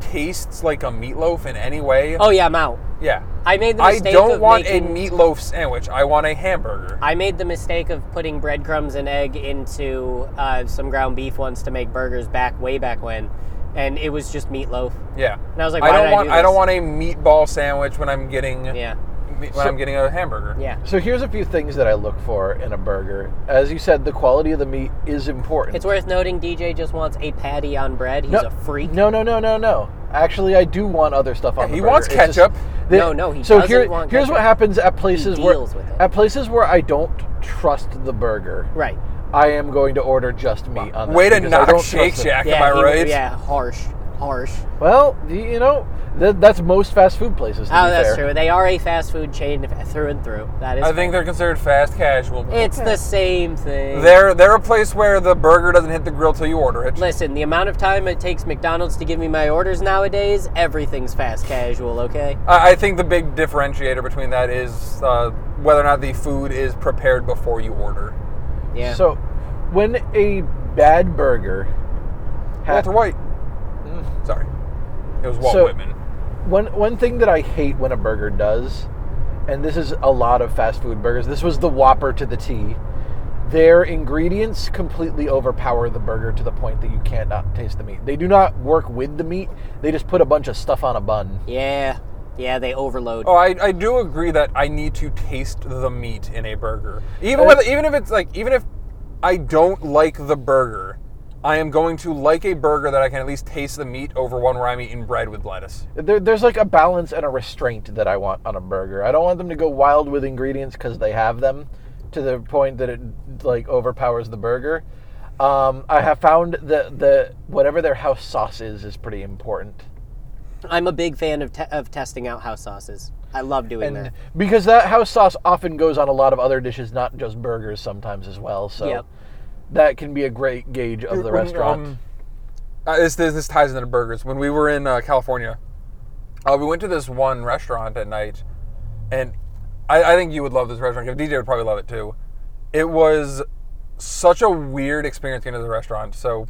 Speaker 5: tastes like a meatloaf in any way,
Speaker 1: Oh yeah, I'm out.
Speaker 5: yeah,
Speaker 1: I made the
Speaker 5: I
Speaker 1: mistake
Speaker 5: don't
Speaker 1: of
Speaker 5: want
Speaker 1: making,
Speaker 5: a meatloaf sandwich. I want a hamburger.
Speaker 1: I made the mistake of putting breadcrumbs and egg into uh, some ground beef once to make burgers back way back when, and it was just meatloaf.
Speaker 5: yeah,
Speaker 1: And I was like,
Speaker 5: I
Speaker 1: why
Speaker 5: don't
Speaker 1: did I
Speaker 5: want.
Speaker 1: do
Speaker 5: I, don't
Speaker 1: this?
Speaker 5: want a meatball sandwich when I'm getting
Speaker 1: Yeah,
Speaker 5: me- when I'm getting a hamburger.
Speaker 1: yeah.
Speaker 4: so here's a few things that I look for in a burger. As you said, the quality of the meat is important.
Speaker 1: It's worth noting DJ just wants a patty on bread. He's
Speaker 4: No-
Speaker 1: a freak.
Speaker 4: No, no, no, no, no. Actually, I do want other stuff on.
Speaker 5: Yeah,
Speaker 4: the
Speaker 5: he
Speaker 4: burger.
Speaker 5: wants
Speaker 4: It's just
Speaker 5: ketchup.
Speaker 4: that-
Speaker 1: No, no, he
Speaker 4: so
Speaker 1: doesn't
Speaker 4: here,
Speaker 1: want
Speaker 4: here's
Speaker 1: ketchup.
Speaker 4: what happens at places
Speaker 1: He
Speaker 4: where
Speaker 1: deals with it.
Speaker 4: at places where I don't trust the burger.
Speaker 1: Right.
Speaker 4: I am going to order just meat on. that
Speaker 5: Way to
Speaker 4: because I
Speaker 5: knock
Speaker 4: don't trust
Speaker 5: Shake
Speaker 4: it.
Speaker 5: Shack,
Speaker 1: Yeah.
Speaker 5: am I
Speaker 1: he-
Speaker 5: right?
Speaker 1: Yeah. Harsh. Harsh.
Speaker 4: Well, y- you know that, that's most fast food places. To
Speaker 1: Oh,
Speaker 4: be
Speaker 1: that's
Speaker 4: fair.
Speaker 1: true. They are a fast food chain through and through. That is.
Speaker 5: I think they're considered fast casual.
Speaker 1: it's the same thing.
Speaker 5: They're they're a place where the burger doesn't hit the grill till you order it.
Speaker 1: Listen, the amount of time it takes McDonald's to give me my orders nowadays, everything's fast casual, okay?
Speaker 5: I I think the big differentiator between that is uh, whether or not the food is prepared before you order.
Speaker 1: Yeah.
Speaker 4: So, when a bad burger, ha-
Speaker 5: Walter White. Sorry. It was Walt
Speaker 4: So-
Speaker 5: Whitman.
Speaker 4: one one thing that I hate when a burger does, and this is a lot of fast food burgers. This was the Whopper to the T. Their ingredients completely overpower the burger to the point that you can't not taste the meat. They do not work with the meat. They just put a bunch of stuff on a bun.
Speaker 1: yeah. Yeah, they overload.
Speaker 5: Oh, I, I do agree that I need to taste the meat in a burger. Even whether, even if it's like even if I don't like the burger, I am going to like a burger that I can at least taste the meat over one where I'm eating bread with lettuce.
Speaker 4: There, there's like a balance and a restraint that I want on a burger. I don't want them to go wild with ingredients because they have them, to the point that it like overpowers the burger. Um, I have found that the whatever their house sauce is is pretty important.
Speaker 1: I'm a big fan of, te- of testing out house sauces. I love doing
Speaker 4: and
Speaker 1: that.
Speaker 4: because that house sauce often goes on a lot of other dishes, not just burgers, sometimes as well. So
Speaker 1: Yep.
Speaker 4: that can be a great gauge of the restaurant.
Speaker 5: Um, uh, this, this this ties into the burgers. When we were in uh, California, uh, we went to this one restaurant at night, and I, I think you would love this restaurant. 'cause DJ would probably love it too. It was such a weird experience getting to the restaurant. So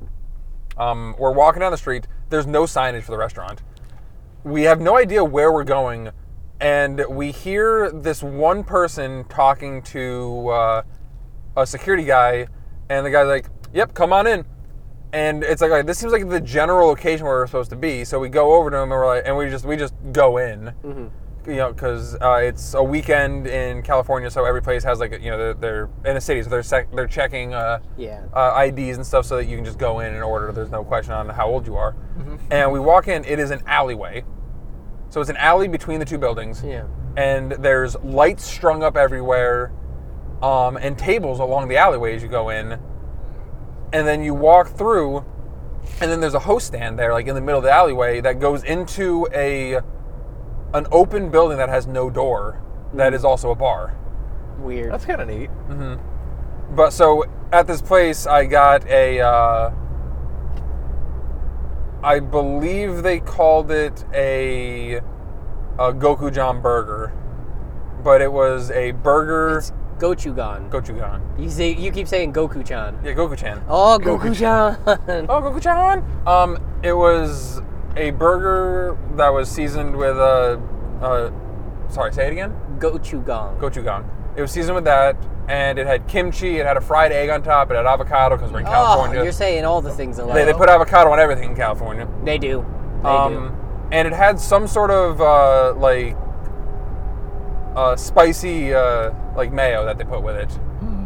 Speaker 5: um, we're walking down the street. There's no signage for the restaurant. We have no idea where we're going, and we hear this one person talking to uh, a security guy, and the guy's like, "Yep, come on in." And it's like, all right, this seems like the general location where we're supposed to be. So we go over to him, and we're like, and we just we just go in, you know, because uh, it's a weekend in California, so every place has like a- you know they're, they're in a city, so they're sec- they're checking. Uh,
Speaker 1: Yeah.
Speaker 5: uh, IDs and stuff so that you can just go in and order. There's no question on how old you are. And we walk in, it is an alleyway. So it's an alley between the two buildings.
Speaker 1: Yeah.
Speaker 5: And there's lights strung up everywhere um, and tables along the alleyway as you go in. And then you walk through, and then there's a host stand there, like in the middle of the alleyway, that goes into a an open building that has no door, that is also a bar.
Speaker 1: Weird.
Speaker 4: That's kind of neat.
Speaker 5: But so at this place, I got a. Uh, I believe they called it a, a Gochujang burger, but it was a burger
Speaker 1: It's Gochugan.
Speaker 5: Gochujang.
Speaker 1: You say you keep saying Goku-chan.
Speaker 5: Yeah, Gokuchan.
Speaker 1: Oh, Goku-chan. (laughs)
Speaker 5: Oh, Gokuchan. Um, it was a burger that was seasoned with a. Uh, sorry, say it again.
Speaker 1: Gochugan.
Speaker 5: gochujang. It was seasoned with that, and it had kimchi. It had a fried egg on top. It had avocado because we're in California.
Speaker 1: Oh, you're saying all the things alike.
Speaker 5: They, they put avocado on everything in California.
Speaker 1: They do. They
Speaker 5: Um, and it had some sort of uh, like uh, spicy uh, like mayo that they put with it.
Speaker 1: Hmm.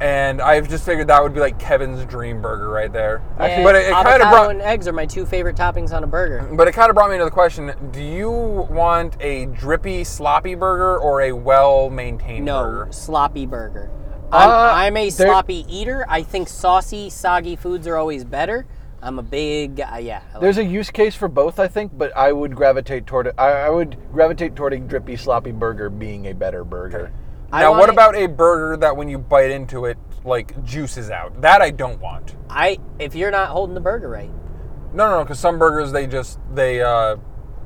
Speaker 5: And I've just figured that would be like Kevin's dream burger right there.
Speaker 1: do. Yeah,
Speaker 5: but it, kind of
Speaker 1: Eh, avocado
Speaker 5: brought
Speaker 1: and eggs are my two favorite toppings on a burger.
Speaker 5: but it kind of brought me to the question: Do you want a drippy, sloppy burger or a well-maintained
Speaker 1: No,
Speaker 5: burger?
Speaker 1: sloppy burger. I'm,
Speaker 4: Uh,
Speaker 1: I'm a
Speaker 4: there-
Speaker 1: sloppy eater. I think saucy, soggy foods are always better. I'm a big uh, yeah. I like-
Speaker 4: There's a use case for both, I think, but I would gravitate toward it. I I would gravitate toward a drippy, sloppy burger being a better burger.
Speaker 1: I
Speaker 5: now,
Speaker 1: want
Speaker 5: what
Speaker 1: it-
Speaker 5: about a burger that when you bite into it, like juices out? That I don't want.
Speaker 1: I? If you're not holding the burger right,
Speaker 5: No, no, because some burgers they just they uh,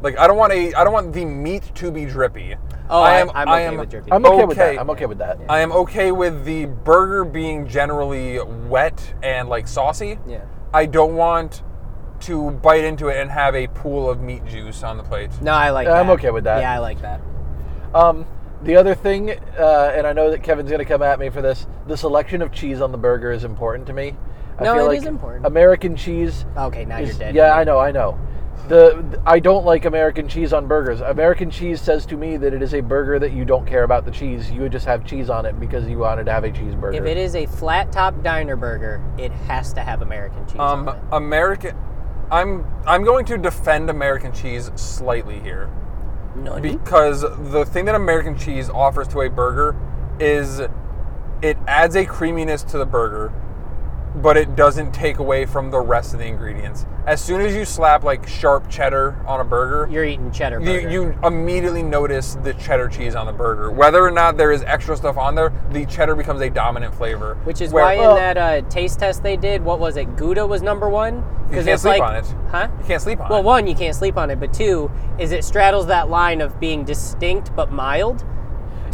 Speaker 5: like I don't want a I don't want the meat to be drippy.
Speaker 1: oh,
Speaker 5: I
Speaker 1: I
Speaker 5: am-
Speaker 1: I'm
Speaker 5: I
Speaker 1: okay
Speaker 5: am-
Speaker 1: with drippy.
Speaker 4: I'm okay, with that.
Speaker 5: Okay.
Speaker 4: I'm okay with that.
Speaker 5: I am okay with the burger being generally wet and like saucy.
Speaker 1: yeah.
Speaker 5: I don't want to bite into it and have a pool of meat juice on the plate.
Speaker 1: No, I like.
Speaker 4: I'm
Speaker 1: that.
Speaker 4: okay with that.
Speaker 1: Yeah, I like that.
Speaker 4: Um, the other thing, uh, and I know that Kevin's going to come at me for this, the selection of cheese on the burger is important to me. I
Speaker 1: No,
Speaker 4: feel
Speaker 1: it is important. Oh,
Speaker 4: American cheese.
Speaker 1: Okay, now you're
Speaker 4: is-
Speaker 1: dead.
Speaker 4: Yeah, I know, I know. The I don't like American cheese on burgers. American cheese says to me that it is a burger that you don't care about the cheese. You would just have cheese on it because you wanted to have a cheeseburger.
Speaker 1: If it is a flat top diner burger, it has to have American cheese.
Speaker 5: Um,
Speaker 1: on it.
Speaker 5: American, I'm I'm going to defend American cheese slightly here
Speaker 1: No,
Speaker 5: because the thing that American cheese offers to a burger is it adds a creaminess to the burger, but it doesn't take away from the rest of the ingredients. As soon as you slap like sharp cheddar on a burger,
Speaker 1: you're eating cheddar.
Speaker 5: you,
Speaker 1: Burger.
Speaker 5: you immediately notice the cheddar cheese on the burger. Whether or not there is extra stuff on there, the cheddar becomes a dominant flavor.
Speaker 1: Which is
Speaker 5: Where-
Speaker 1: why
Speaker 4: well-
Speaker 1: in that uh, taste test they did, what was it? Gouda was number one.
Speaker 5: you can't
Speaker 1: it's
Speaker 5: sleep
Speaker 1: like-
Speaker 5: on it.
Speaker 1: Huh?
Speaker 5: You can't sleep on
Speaker 1: Well,
Speaker 5: it.
Speaker 1: one, you can't sleep on it, but two, is it straddles that line of being distinct but mild.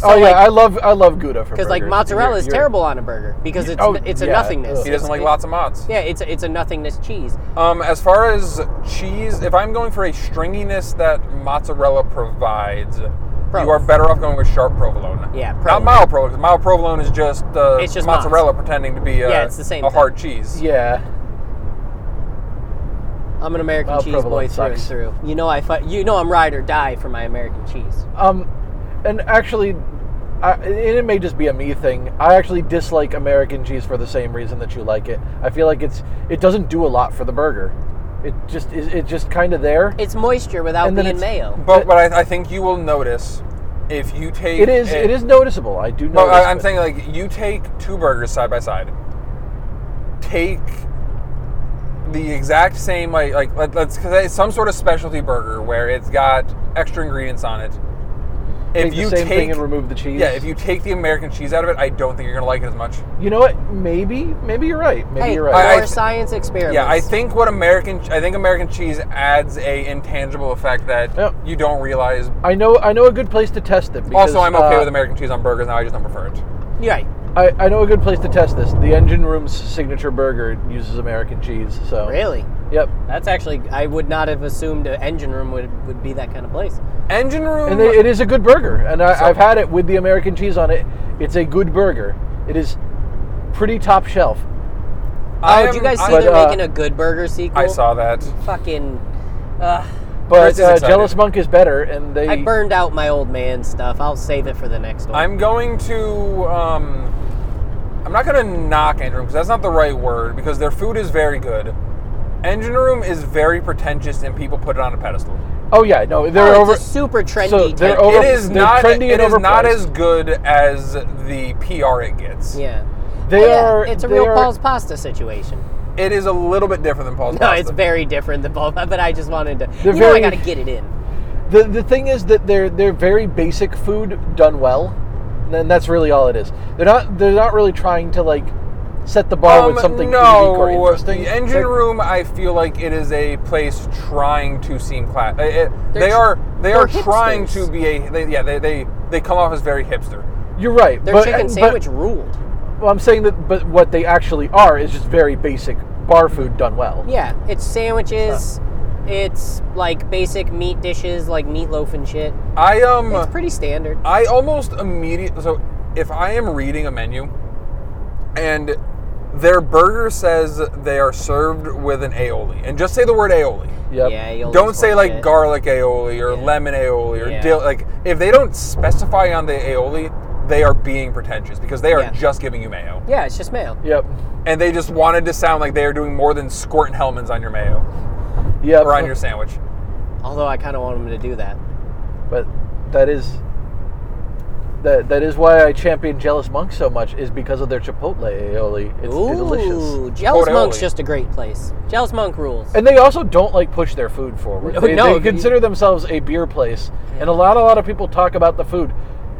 Speaker 4: oh yeah,
Speaker 1: like-
Speaker 4: I love I love Gouda for
Speaker 1: Because like
Speaker 4: burgers.
Speaker 1: mozzarella
Speaker 4: You're-
Speaker 1: is
Speaker 4: you're-
Speaker 1: terrible on a burger because it's
Speaker 4: Oh,
Speaker 1: it's a
Speaker 4: yeah,
Speaker 1: nothingness.
Speaker 4: ugh.
Speaker 5: he doesn't
Speaker 1: It's-
Speaker 5: like
Speaker 1: it-
Speaker 5: lots of mozz.
Speaker 1: Yeah, it's a, it's a nothingness cheese.
Speaker 5: Um, as far as cheese, if I'm going for a stringiness that mozzarella provides, you are
Speaker 1: Provolone.
Speaker 5: better off going with sharp provolone.
Speaker 1: Yeah,
Speaker 5: not
Speaker 1: provolone.
Speaker 5: mild provolone. 'cause mild provolone is just uh,
Speaker 1: It's just
Speaker 5: mozzarella pretending to be a,
Speaker 1: Yeah, it's the same
Speaker 5: a
Speaker 1: thing.
Speaker 5: hard cheese.
Speaker 4: Yeah.
Speaker 1: I'm an American
Speaker 4: Well,
Speaker 1: cheese boy
Speaker 4: provolone
Speaker 1: through and
Speaker 4: sucks.
Speaker 1: through. You know I fi- you know I'm ride or die for my American cheese.
Speaker 4: Um, and actually, I, and it may just be a me thing. I actually dislike American cheese for the same reason that you like it. I feel like it's it doesn't do a lot for the burger. It just is. It just kind of there.
Speaker 1: It's moisture without
Speaker 4: And then
Speaker 1: being
Speaker 4: it's-
Speaker 1: mayo.
Speaker 5: But what I, I think you will notice if you take
Speaker 4: It is.
Speaker 5: a-
Speaker 4: It is noticeable. I do know.
Speaker 5: No, I, uh, I'm saying like you take two burgers side by side. Take the exact same like like let, let's say some sort of specialty burger where it's got extra ingredients on it.
Speaker 4: Take the same thing and remove the cheese.
Speaker 5: yeah, if you take the American cheese out of it, I don't think you're gonna like it as much.
Speaker 4: You know what? Maybe. Maybe you're right. Maybe
Speaker 1: Hey,
Speaker 4: you're
Speaker 1: more
Speaker 4: right.
Speaker 5: I- I-
Speaker 1: science experiments.
Speaker 5: Yeah, I think what American I think American cheese adds a intangible effect that
Speaker 4: Yep.
Speaker 5: you don't realize.
Speaker 4: I know. I know a good place to test it. Because,
Speaker 5: also, I'm okay
Speaker 4: uh,
Speaker 5: with American cheese on burgers now. I just don't prefer it.
Speaker 1: You're right.
Speaker 4: I, I know a good place to test this. The engine room's signature burger uses American cheese. So
Speaker 1: Really?
Speaker 4: Yep.
Speaker 1: That's actually I would not have assumed an engine room would, would be that kind of place.
Speaker 5: Engine room.
Speaker 4: And they, it is a good burger, and I, I've had it with the American cheese on it. It's a good burger. It is pretty top shelf.
Speaker 5: I
Speaker 1: oh,
Speaker 5: am-
Speaker 1: did you guys see
Speaker 5: I-
Speaker 4: But,
Speaker 1: they're
Speaker 4: uh,
Speaker 1: making a good burger sequel?
Speaker 5: I saw that.
Speaker 1: Fucking. Uh,
Speaker 5: Chris
Speaker 4: But
Speaker 5: is
Speaker 4: uh,
Speaker 5: excited.
Speaker 4: Jealous Monk is better, and they.
Speaker 1: I burned out my old man stuff. I'll save it for the next one.
Speaker 5: I'm going to. Um, I'm not going to knock Engine Room because that's not the right word because their food is very good. Engine Room is very pretentious and people put it on a pedestal.
Speaker 4: oh yeah, no, they're
Speaker 1: Oh,
Speaker 4: over.
Speaker 1: it's a super trendy.
Speaker 4: so they're
Speaker 1: type.
Speaker 4: over-
Speaker 5: it is
Speaker 4: they're
Speaker 5: not.
Speaker 4: trendy
Speaker 5: It
Speaker 4: and
Speaker 5: is not
Speaker 4: overpriced.
Speaker 5: as good as the PR it gets.
Speaker 1: Yeah.
Speaker 4: They
Speaker 1: Yeah,
Speaker 4: are.
Speaker 1: It's a
Speaker 4: they
Speaker 1: real
Speaker 4: are-
Speaker 1: Paul's pasta situation.
Speaker 5: It is a little bit different than Paul's.
Speaker 1: No,
Speaker 5: Pasta.
Speaker 1: it's very different than Paul, but I just wanted to.
Speaker 4: They're
Speaker 1: you know, I
Speaker 4: very-
Speaker 1: got to get it in.
Speaker 4: The the thing is that they're they're very basic food done well, and that's really all it is. They're not they're not really trying to like set the bar
Speaker 5: Um,
Speaker 4: with something
Speaker 5: no,
Speaker 4: unique or interesting.
Speaker 5: The engine
Speaker 4: They're-
Speaker 5: room, I feel like it is a place trying to seem class. they
Speaker 1: tr-
Speaker 5: are they are
Speaker 1: they're
Speaker 5: trying
Speaker 1: hipsters.
Speaker 5: to be a. They, yeah, they, they they come off as very hipster.
Speaker 4: You're right.
Speaker 1: Their
Speaker 4: but, uh,
Speaker 1: chicken
Speaker 4: but-
Speaker 1: sandwich ruled.
Speaker 4: Well, I'm saying that, but what they actually are is just very basic bar food done well.
Speaker 1: Yeah, it's sandwiches. It's like basic meat dishes, like meatloaf and shit.
Speaker 5: I um.
Speaker 1: It's pretty standard.
Speaker 5: I almost immediately. So if I am reading a menu and their burger says they are served with an aioli, and just say the word aioli.
Speaker 4: Yep.
Speaker 1: Yeah, you'll
Speaker 5: Don't
Speaker 1: lose
Speaker 5: say
Speaker 1: more
Speaker 5: like
Speaker 1: shit.
Speaker 5: garlic aioli or
Speaker 1: Yeah.
Speaker 5: lemon aioli or
Speaker 1: Yeah.
Speaker 5: dill. Like if they don't specify on the aioli, they are being pretentious because they are
Speaker 1: Yeah.
Speaker 5: just giving you mayo,
Speaker 1: Yeah, it's just mayo.
Speaker 4: Yep.
Speaker 5: and they just wanted to sound like they are doing more than squirting Hellman's on your mayo
Speaker 4: Yep.
Speaker 5: or on your sandwich.
Speaker 1: Although I kind of want them to do that.
Speaker 4: But that is that that is why I champion Jealous Monk so much is because of their chipotle aioli. It's
Speaker 1: Ooh,
Speaker 4: delicious.
Speaker 1: Jealous
Speaker 5: Chipotle.
Speaker 1: Monk's just a great place. Jealous Monk rules.
Speaker 4: And they also don't like push their food forward.
Speaker 1: No,
Speaker 4: they,
Speaker 1: no,
Speaker 4: they
Speaker 1: you-
Speaker 4: consider themselves a beer place, and a lot a lot of people talk about the food.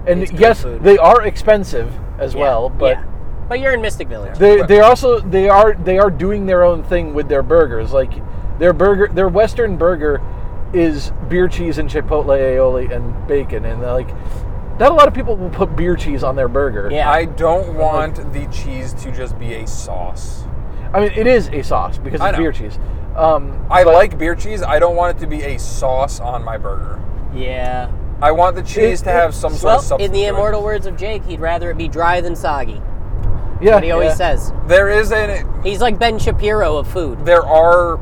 Speaker 4: And
Speaker 1: It's good
Speaker 4: yes,
Speaker 1: food.
Speaker 4: they are expensive as well, but
Speaker 1: yeah. but you're in Mystic Village.
Speaker 4: They they also they are they are doing their own thing with their burgers. Like their burger their western burger is beer cheese and chipotle aioli and bacon and like not a lot of people will put beer cheese on their burger.
Speaker 1: Yeah.
Speaker 5: I don't want the cheese to just be a sauce.
Speaker 4: I mean it is a sauce because
Speaker 5: I
Speaker 4: it's
Speaker 5: know.
Speaker 4: beer cheese. Um
Speaker 5: I like beer cheese. I don't want it to be a sauce on my burger.
Speaker 1: yeah.
Speaker 5: I want the cheese
Speaker 4: It-
Speaker 5: to have some sort of
Speaker 1: Well, in
Speaker 5: substance.
Speaker 1: the
Speaker 5: to it.
Speaker 1: immortal words of Jake, he'd rather it be dry than soggy.
Speaker 4: yeah.
Speaker 1: But he always
Speaker 4: yeah.
Speaker 1: says.
Speaker 5: there is an
Speaker 1: He's like Ben Shapiro of food.
Speaker 5: there are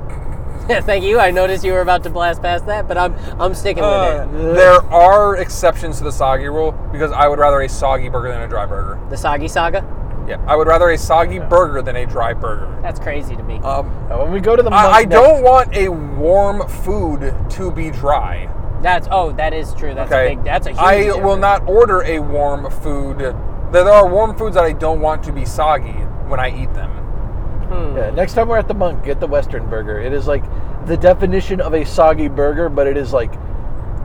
Speaker 1: (laughs) Thank you. I noticed you were about to blast past that, but I'm I'm sticking
Speaker 5: uh,
Speaker 1: with it.
Speaker 5: there are exceptions to the soggy rule because I would rather a soggy burger than a dry burger.
Speaker 1: The soggy saga?
Speaker 5: Yeah, I would rather a soggy burger than a dry burger.
Speaker 1: That's crazy to me.
Speaker 5: Um,
Speaker 4: Now, when we go to the
Speaker 5: I,
Speaker 4: monk
Speaker 5: I
Speaker 4: next-
Speaker 5: don't want a warm food to be dry.
Speaker 1: That's oh, that is true. That's
Speaker 5: Okay,
Speaker 1: a big. That's a huge.
Speaker 5: I
Speaker 1: difference.
Speaker 5: will not order a warm food. There are warm foods that I don't want to be soggy when I eat them.
Speaker 4: yeah, next time we're at the monk, get the western burger. It is like the definition of a soggy burger, but it is like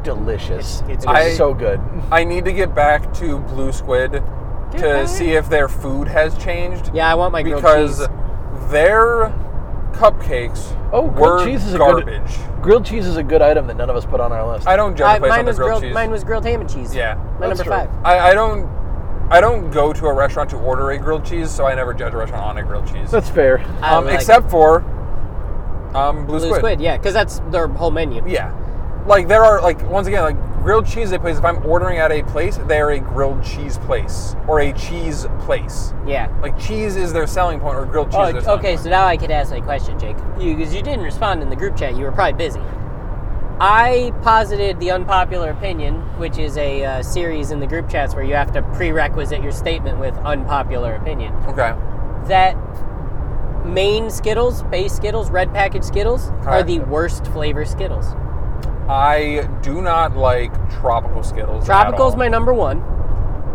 Speaker 4: delicious.
Speaker 1: It's- it's
Speaker 4: It is
Speaker 5: good.
Speaker 4: so good.
Speaker 5: I need to get back to Blue Squid to see if their food has changed.
Speaker 1: Yeah, I want my grilled
Speaker 5: because
Speaker 1: cheese.
Speaker 5: their cupcakes
Speaker 4: Oh, grilled
Speaker 5: were
Speaker 4: cheese is a good-
Speaker 5: garbage.
Speaker 4: Grilled cheese is a good item that none of us put on our list.
Speaker 5: I don't judge
Speaker 1: I,
Speaker 5: a place
Speaker 1: mine
Speaker 5: on their
Speaker 1: was
Speaker 5: grilled,
Speaker 1: grilled.
Speaker 5: cheese.
Speaker 1: Mine was grilled ham and cheese.
Speaker 5: Yeah,
Speaker 1: my
Speaker 4: that's
Speaker 1: number
Speaker 4: true.
Speaker 1: five.
Speaker 5: I, I don't. I don't go to a restaurant to order a grilled cheese, so I never judge a restaurant on a grilled cheese.
Speaker 4: That's fair.
Speaker 1: I
Speaker 5: um,
Speaker 1: like
Speaker 5: except for um, Blue,
Speaker 1: blue
Speaker 5: Squid.
Speaker 1: squid. Yeah, because that's their whole menu.
Speaker 5: Yeah, like there are like once again like grilled cheese at a place. If I'm ordering at a place, they are a grilled cheese place or a cheese place.
Speaker 1: Yeah.
Speaker 5: Like cheese is their selling point, or grilled cheese.
Speaker 1: Oh,
Speaker 5: is their selling
Speaker 1: okay,
Speaker 5: point.
Speaker 1: so now I could ask a question, Jake. Because you, didn't respond in the group chat, you were probably busy. I posited the unpopular opinion, which is a uh, series in the group chats where you have to prerequisite your statement with unpopular opinion.
Speaker 5: okay.
Speaker 1: That main Skittles, base Skittles, red package Skittles are
Speaker 5: Correct.
Speaker 1: the worst flavor Skittles.
Speaker 5: I do not like tropical Skittles. at
Speaker 1: Tropical's
Speaker 5: all.
Speaker 1: my number one.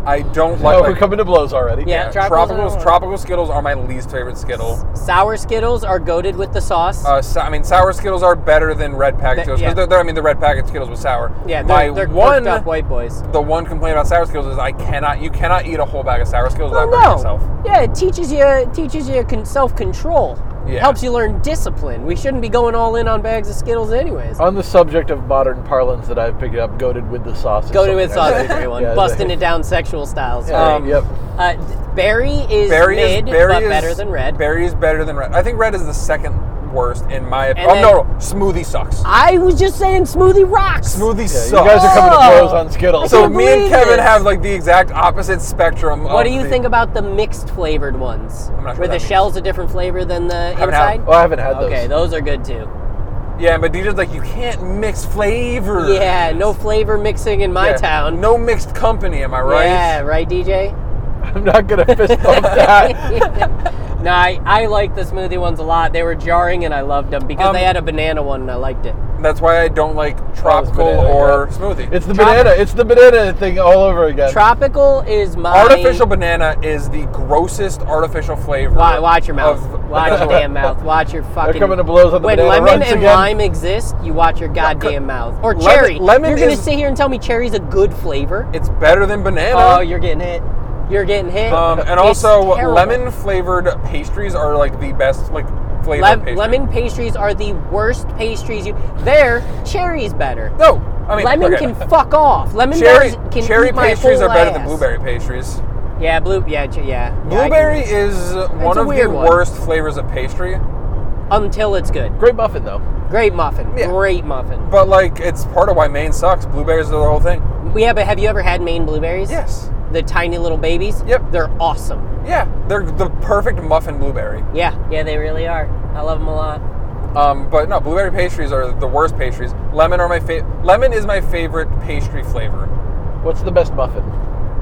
Speaker 5: I don't like.
Speaker 4: Oh,
Speaker 5: like-
Speaker 4: we're coming to blows already.
Speaker 1: Yeah, Tropical's my number
Speaker 5: Tropicals,
Speaker 1: one.
Speaker 5: tropical Skittles are my least favorite Skittle.
Speaker 1: Sour Skittles are goaded with the sauce.
Speaker 5: Uh, so, I mean, sour Skittles are better than red
Speaker 1: Th-
Speaker 5: packet Skittles. 'cause
Speaker 1: yeah.
Speaker 5: they're, they're- I mean, the red packet Skittles with sour.
Speaker 1: yeah, they're,
Speaker 5: my
Speaker 1: they're perked
Speaker 5: one,
Speaker 1: up white boys.
Speaker 5: the one complaint about sour Skittles is I cannot, you cannot eat a whole bag of sour Skittles
Speaker 1: Well,
Speaker 5: without burning
Speaker 1: Oh, no.
Speaker 5: yourself.
Speaker 1: Yeah, it teaches you it teaches you con- self control.
Speaker 5: Yeah.
Speaker 1: Helps you learn discipline. We shouldn't be going all in on bags of Skittles,
Speaker 5: Oh,
Speaker 1: anyways.
Speaker 4: On the subject of modern parlance that I've picked up, goaded with the sauce. is
Speaker 1: Go to it,
Speaker 4: something I
Speaker 1: sauce,
Speaker 4: think-
Speaker 5: (laughs)
Speaker 1: everyone.
Speaker 4: (laughs) yeah,
Speaker 1: Busting
Speaker 4: they-
Speaker 1: it down, sexual styles.
Speaker 4: yeah,
Speaker 5: Um,
Speaker 4: yep.
Speaker 1: Uh, d- berry is
Speaker 5: Berry
Speaker 1: mid,
Speaker 5: is berry
Speaker 1: but
Speaker 5: is-
Speaker 1: better than red.
Speaker 5: Berry is better than red. I think red is the second worst in my.
Speaker 1: And
Speaker 5: oh
Speaker 1: then-
Speaker 5: no, no, smoothie sucks.
Speaker 1: I was just saying smoothie rocks.
Speaker 5: smoothie
Speaker 4: Yeah,
Speaker 5: sucks.
Speaker 4: you guys are coming to blows on Skittles.
Speaker 5: so
Speaker 1: can't
Speaker 5: me and
Speaker 1: believe
Speaker 5: Kevin
Speaker 1: this.
Speaker 5: have like the exact opposite spectrum.
Speaker 1: What
Speaker 5: of
Speaker 1: do you
Speaker 5: the-
Speaker 1: think about the mixed flavored ones?
Speaker 5: not sure
Speaker 1: where
Speaker 5: what
Speaker 1: the
Speaker 5: that
Speaker 1: shell's a different flavor than the
Speaker 5: Haven't had
Speaker 1: inside?
Speaker 4: Oh, I haven't had those.
Speaker 1: okay, those are good too.
Speaker 5: Yeah, but DJ's like you can't mix flavors.
Speaker 1: Yeah, no flavor mixing in my
Speaker 5: Yeah.
Speaker 1: town.
Speaker 5: No mixed company, am I right?
Speaker 1: Yeah, right, DJ?
Speaker 4: I'm not gonna
Speaker 1: (laughs)
Speaker 4: fist bump that.
Speaker 1: no, I, I like the smoothie ones a lot. They were jarring and I loved them because
Speaker 5: Um,
Speaker 1: they had a banana one and I liked it.
Speaker 5: That's why I don't like tropical
Speaker 4: banana,
Speaker 5: or
Speaker 4: yeah.
Speaker 5: smoothie.
Speaker 4: It's the banana. It's the banana thing all over again.
Speaker 1: Tropical is my
Speaker 5: artificial banana is the grossest artificial flavor.
Speaker 1: Why, watch your mouth.
Speaker 5: of-
Speaker 1: watch your damn mouth. Watch your fucking.
Speaker 4: coming to blows on the
Speaker 1: When
Speaker 4: banana
Speaker 1: lemon
Speaker 4: runs
Speaker 1: and
Speaker 4: again.
Speaker 1: lime exist, you watch your goddamn mouth. Or
Speaker 5: Lemon-
Speaker 1: cherry.
Speaker 5: lemon
Speaker 1: you're gonna
Speaker 5: is-
Speaker 1: sit here and tell me cherry's a good flavor?
Speaker 5: (laughs) It's better than banana.
Speaker 1: Oh, you're getting hit. You're getting hit.
Speaker 5: um, and
Speaker 1: It's
Speaker 5: also
Speaker 1: terrible.
Speaker 5: lemon flavored pastries are like the best like flavored
Speaker 1: Lem-
Speaker 5: pastry.
Speaker 1: lemon pastries are the worst pastries you. There, cherry's better.
Speaker 5: No, I mean
Speaker 1: lemon
Speaker 5: okay.
Speaker 1: can fuck off. Lemon
Speaker 5: cherry
Speaker 1: does- can
Speaker 5: cherry
Speaker 1: eat my
Speaker 5: pastries
Speaker 1: whole
Speaker 5: are better than
Speaker 1: ass.
Speaker 5: blueberry pastries.
Speaker 1: Yeah, blue. Yeah, ch- yeah. yeah, I can-
Speaker 5: Blueberry is one
Speaker 1: a
Speaker 5: of the
Speaker 1: weird one.
Speaker 5: worst flavors of pastry,
Speaker 1: until it's good.
Speaker 4: Great muffin though.
Speaker 1: Great muffin.
Speaker 5: Yeah.
Speaker 1: Great muffin.
Speaker 5: but like it's part of why Maine sucks. Blueberries are the whole thing.
Speaker 1: Yeah, but have you ever had Maine blueberries?
Speaker 5: Yes.
Speaker 1: The tiny little babies.
Speaker 5: Yep.
Speaker 1: They're awesome.
Speaker 5: Yeah, they're the perfect muffin blueberry.
Speaker 1: Yeah. Yeah, they really are. I love them a lot.
Speaker 5: Um, but no, blueberry pastries are the worst pastries. Lemon are my fa- lemon is my favorite pastry flavor.
Speaker 4: What's the best muffin?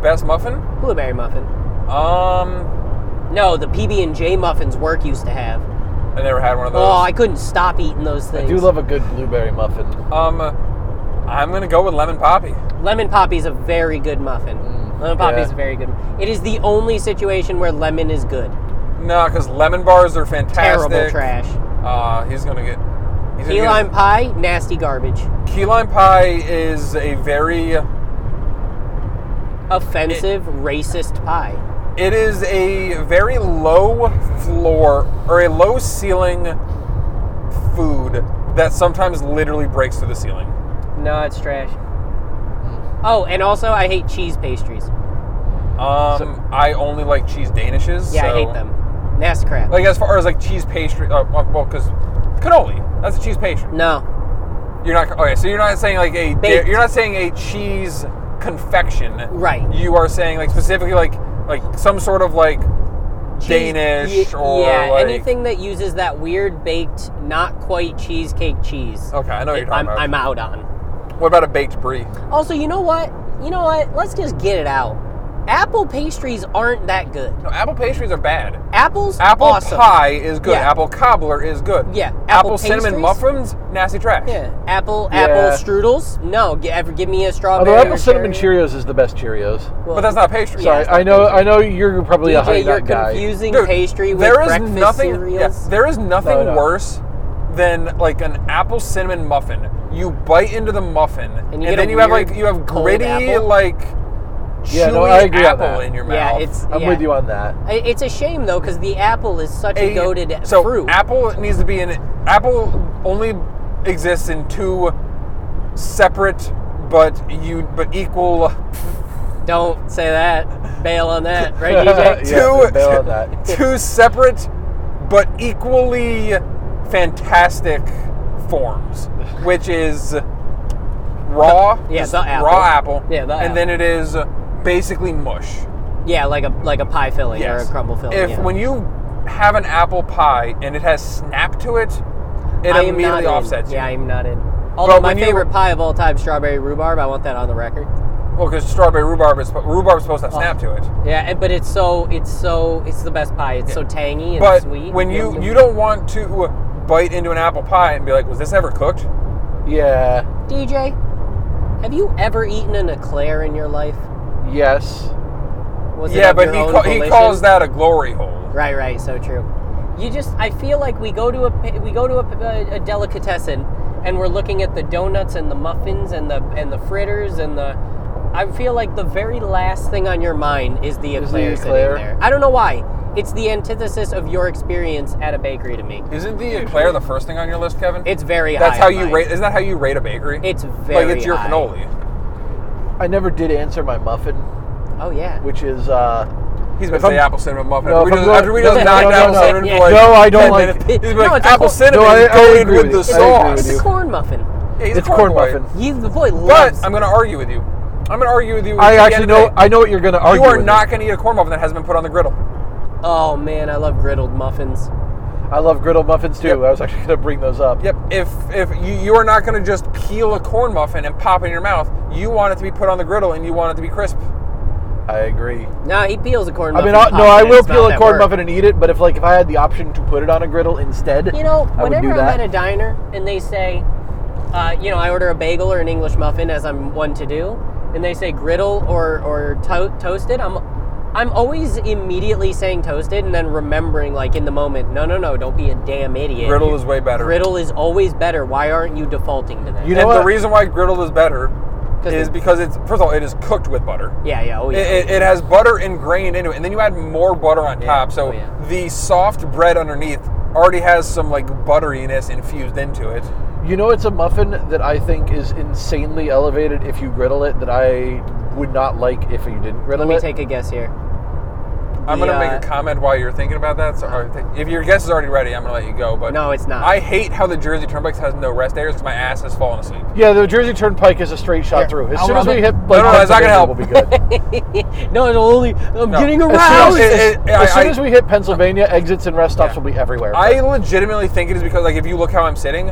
Speaker 5: Best muffin?
Speaker 1: Blueberry muffin.
Speaker 5: Um,
Speaker 1: No, the PB and J muffins work used to have.
Speaker 5: I never had one of those.
Speaker 1: Oh, I couldn't stop eating those
Speaker 4: I
Speaker 1: things.
Speaker 4: do love a good blueberry muffin.
Speaker 5: um, I'm gonna go with lemon poppy.
Speaker 1: lemon poppy is a very good muffin.
Speaker 5: Mm,
Speaker 1: lemon poppy is
Speaker 4: yeah.
Speaker 1: a very good. It is the only situation where lemon is good.
Speaker 5: No, because lemon bars are fantastic.
Speaker 1: Terrible trash.
Speaker 5: Uh, he's gonna get. He's
Speaker 1: Key
Speaker 5: gonna
Speaker 1: lime pie, nasty garbage.
Speaker 5: get, key lime pie is a very.
Speaker 1: Offensive, racist pie.
Speaker 5: It is a very low floor or a low ceiling food that sometimes literally breaks through the ceiling.
Speaker 1: No, it's trash.
Speaker 5: Hmm.
Speaker 1: Oh, and also I hate cheese pastries.
Speaker 5: Um, I only like cheese danishes.
Speaker 1: Yeah,
Speaker 5: so-
Speaker 1: I hate them. Nasty crap.
Speaker 5: Like as far as like cheese pastry, uh, well, because cannoli that's a cheese pastry.
Speaker 1: no,
Speaker 5: You're not okay. So you're not saying like a
Speaker 1: Baked.
Speaker 5: you're not saying a cheese confection.
Speaker 1: Right.
Speaker 5: You are saying like specifically like like some sort of like
Speaker 1: Cheese-
Speaker 5: Danish
Speaker 1: y-
Speaker 5: or
Speaker 1: yeah,
Speaker 5: like-
Speaker 1: anything that uses that weird baked, not quite cheesecake cheese.
Speaker 5: okay. I know what Oh, you're
Speaker 1: I'm,
Speaker 5: talking
Speaker 1: I'm
Speaker 5: about.
Speaker 1: out on.
Speaker 5: what about a baked brie?
Speaker 1: Also, you know what? You know what? Let's just get it out. Apple pastries aren't that good.
Speaker 5: No, apple pastries are bad.
Speaker 1: Apples,
Speaker 5: Apple
Speaker 1: awesome.
Speaker 5: pie is good.
Speaker 1: Yeah.
Speaker 5: Apple cobbler is good.
Speaker 1: Yeah,
Speaker 5: Apple,
Speaker 1: apple
Speaker 5: cinnamon
Speaker 1: pastries?
Speaker 5: muffins, nasty trash.
Speaker 1: Yeah, apple,
Speaker 4: Yeah.
Speaker 1: apple strudels. No, g- ever give me a strawberry.
Speaker 4: Although
Speaker 1: or
Speaker 4: apple cinnamon
Speaker 1: cherry.
Speaker 4: Cheerios is the best Cheerios.
Speaker 5: But that's not pastry.
Speaker 1: Yeah,
Speaker 4: Sorry,
Speaker 1: it's
Speaker 4: I
Speaker 1: not
Speaker 4: know.
Speaker 1: pastry.
Speaker 4: I know you're probably a high
Speaker 1: DJ, you're
Speaker 4: nut guy.
Speaker 1: confusing
Speaker 5: Dude,
Speaker 1: pastry with
Speaker 5: there is
Speaker 1: breakfast
Speaker 5: nothing, yeah,
Speaker 1: cereals.
Speaker 5: there is nothing
Speaker 4: No, no.
Speaker 5: worse than like an apple cinnamon muffin. You bite into the muffin, and,
Speaker 1: you get
Speaker 5: then
Speaker 1: a
Speaker 5: you have
Speaker 1: weird,
Speaker 5: like you have
Speaker 1: cold
Speaker 5: gritty
Speaker 1: apple.
Speaker 5: like
Speaker 4: Yeah,
Speaker 5: chewy
Speaker 4: no, I agree on
Speaker 5: apple
Speaker 4: that.
Speaker 5: in your
Speaker 1: yeah,
Speaker 5: mouth.
Speaker 1: it's.
Speaker 4: I'm
Speaker 1: yeah.
Speaker 4: with you on that.
Speaker 1: I- It's a shame though, because the apple is such a, goaded
Speaker 5: so
Speaker 1: fruit.
Speaker 5: apple needs to be in. Apple only exists in two separate but you but equal
Speaker 1: Don't say that. Bail on
Speaker 5: (laughs)
Speaker 1: that, right, DJ?
Speaker 4: (laughs) Yeah,
Speaker 5: two
Speaker 4: bail on that.
Speaker 5: two separate but equally fantastic forms, which is raw,
Speaker 1: The- yeah,
Speaker 5: just
Speaker 1: the apple.
Speaker 5: raw apple,
Speaker 1: Yeah, the
Speaker 5: and
Speaker 1: apple.
Speaker 5: then it is basically mush.
Speaker 1: yeah, like a like a pie filling or
Speaker 5: Yes.
Speaker 1: a crumble filling.
Speaker 5: If
Speaker 1: yeah.
Speaker 5: when you have an apple pie and it has snap to it, it
Speaker 1: I am not
Speaker 5: immediately
Speaker 1: in.
Speaker 5: offsets you.
Speaker 1: Yeah, I'm not in. Although my
Speaker 5: when you-
Speaker 1: favorite pie of all time, strawberry rhubarb. I want that on the record.
Speaker 5: Well, because strawberry rhubarb is rhubarb is supposed
Speaker 1: Oh,
Speaker 5: to have snap to it.
Speaker 1: Yeah, and- but it's so it's so it's the best pie. It's so tangy and
Speaker 5: But
Speaker 1: sweet.
Speaker 5: when
Speaker 1: and
Speaker 5: you
Speaker 1: yum,
Speaker 5: you
Speaker 1: yum.
Speaker 5: don't want to bite into an apple pie and be like, was this ever cooked?
Speaker 4: Yeah.
Speaker 1: DJ, have you ever eaten an eclair in your life?
Speaker 4: Yes.
Speaker 1: Was it
Speaker 5: yeah,
Speaker 1: of
Speaker 5: but
Speaker 1: your
Speaker 5: he
Speaker 1: own
Speaker 5: ca- he
Speaker 1: volition?
Speaker 5: calls that a glory hole.
Speaker 1: Right, right. So true. You just, I feel like we go to a pa- we go to a, a delicatessen, and we're looking at the donuts and the muffins and the and the fritters and the. I feel like the very last thing on your mind is the
Speaker 4: Is the
Speaker 1: eclair sitting
Speaker 4: eclair.
Speaker 1: there. I don't know why. It's the antithesis of your experience at a bakery to me.
Speaker 5: Isn't the eclair the first thing on your list, Kevin?
Speaker 1: It's very
Speaker 5: That's
Speaker 1: high
Speaker 5: how
Speaker 1: on
Speaker 5: you
Speaker 1: mine.
Speaker 5: rate. Isn't that how you rate a bakery?
Speaker 1: It's very
Speaker 5: like it's your
Speaker 1: high.
Speaker 5: cannoli.
Speaker 4: I never did answer my muffin,
Speaker 1: Oh yeah.
Speaker 4: which is uh
Speaker 5: He's been
Speaker 4: If I'm-
Speaker 5: saying apple cinnamon muffin.
Speaker 4: No,
Speaker 5: after, we
Speaker 4: if I'm
Speaker 5: just,
Speaker 4: going-
Speaker 5: after we just
Speaker 4: no,
Speaker 5: knocked
Speaker 4: no,
Speaker 5: down
Speaker 4: no,
Speaker 5: cinnamon
Speaker 1: yeah.
Speaker 5: for like
Speaker 4: No, I don't
Speaker 5: 10
Speaker 4: like
Speaker 5: minutes,
Speaker 4: it.
Speaker 5: He's been like,
Speaker 1: No, it's
Speaker 5: apple
Speaker 1: apple-
Speaker 5: cinnamon
Speaker 4: No, I-
Speaker 5: is
Speaker 4: I agree
Speaker 5: coated with
Speaker 4: with
Speaker 5: the
Speaker 4: you. I agree
Speaker 5: sauce.
Speaker 4: with
Speaker 1: It's
Speaker 4: you.
Speaker 1: a corn muffin.
Speaker 5: Yeah, he's a
Speaker 4: it's corn
Speaker 5: boy.
Speaker 4: muffin.
Speaker 1: You, the boy
Speaker 5: But
Speaker 1: loves.
Speaker 5: I'm going to argue with you. I'm going to argue with you.
Speaker 4: I
Speaker 5: at the
Speaker 4: actually
Speaker 5: end of the
Speaker 4: know
Speaker 5: day.
Speaker 4: I know what you're going to argue.
Speaker 5: You are
Speaker 4: with
Speaker 5: not going to eat a corn muffin that hasn't been put on the griddle.
Speaker 1: oh man, I love griddled muffins.
Speaker 4: I love griddle muffins too. I was actually going to bring those up.
Speaker 5: Yep. If if you, you are not going to just peel a corn muffin and pop it in your mouth, you want it to be put on the griddle and you want it to be crisp.
Speaker 4: I agree.
Speaker 1: Nah, he peels a corn
Speaker 4: I
Speaker 1: muffin.
Speaker 4: mean, I, no,
Speaker 1: pops it
Speaker 4: I
Speaker 1: in.
Speaker 4: will
Speaker 1: It's not
Speaker 4: peel a
Speaker 1: that
Speaker 4: corn
Speaker 1: work.
Speaker 4: muffin and eat it, but if like if I had the option to put it on a griddle instead,
Speaker 1: You know,
Speaker 4: I would
Speaker 1: whenever
Speaker 4: do
Speaker 1: I'm
Speaker 4: that.
Speaker 1: at a diner and they say, uh, you know, I order a bagel or an English muffin as I'm one to do, and they say griddle or or to- toasted, I'm I'm always immediately saying toasted and then remembering like in the moment, no, no, no, don't be a damn idiot.
Speaker 5: Griddle is way better.
Speaker 1: Griddle is always better. Why aren't you defaulting to that?
Speaker 4: You know
Speaker 5: and the
Speaker 4: what?
Speaker 5: reason why griddled is better
Speaker 1: 'Cause
Speaker 5: is
Speaker 1: it-
Speaker 5: because it's first of all it is cooked with butter.
Speaker 1: yeah, yeah, oh yeah.
Speaker 5: It, it, it has butter ingrained into it, and then you add more butter on top. So
Speaker 1: Oh, yeah.
Speaker 5: the soft bread underneath already has some like butteriness infused into it.
Speaker 4: You know, it's a muffin that I think is insanely elevated if you griddle it. That I would not like if you didn't griddle
Speaker 1: Let me
Speaker 4: it.
Speaker 1: take a guess here.
Speaker 5: I'm gonna
Speaker 1: The,
Speaker 5: make
Speaker 1: uh,
Speaker 5: a comment while you're thinking about that. So or th- if your guess is already ready, I'm gonna let you go. But
Speaker 1: No, it's not.
Speaker 5: I hate how the Jersey Turnpike has no rest areas because my ass has fallen asleep.
Speaker 4: yeah, the Jersey Turnpike is a straight shot
Speaker 1: Here,
Speaker 4: through. As
Speaker 1: I'll
Speaker 4: soon as
Speaker 1: rub
Speaker 4: we
Speaker 1: it.
Speaker 4: hit,
Speaker 5: No,
Speaker 4: like,
Speaker 5: no, that's not gonna help.
Speaker 4: Pennsylvania, We'll be
Speaker 1: (laughs)
Speaker 4: good.
Speaker 1: no, it's only I'm
Speaker 5: No.
Speaker 1: getting
Speaker 5: As
Speaker 4: As
Speaker 1: aroused.
Speaker 4: soon as,
Speaker 5: It- it-
Speaker 4: as
Speaker 5: I-
Speaker 4: soon as we hit Pennsylvania, exits and rest stops will be everywhere.
Speaker 5: I legitimately think it is because like if you look how I'm sitting,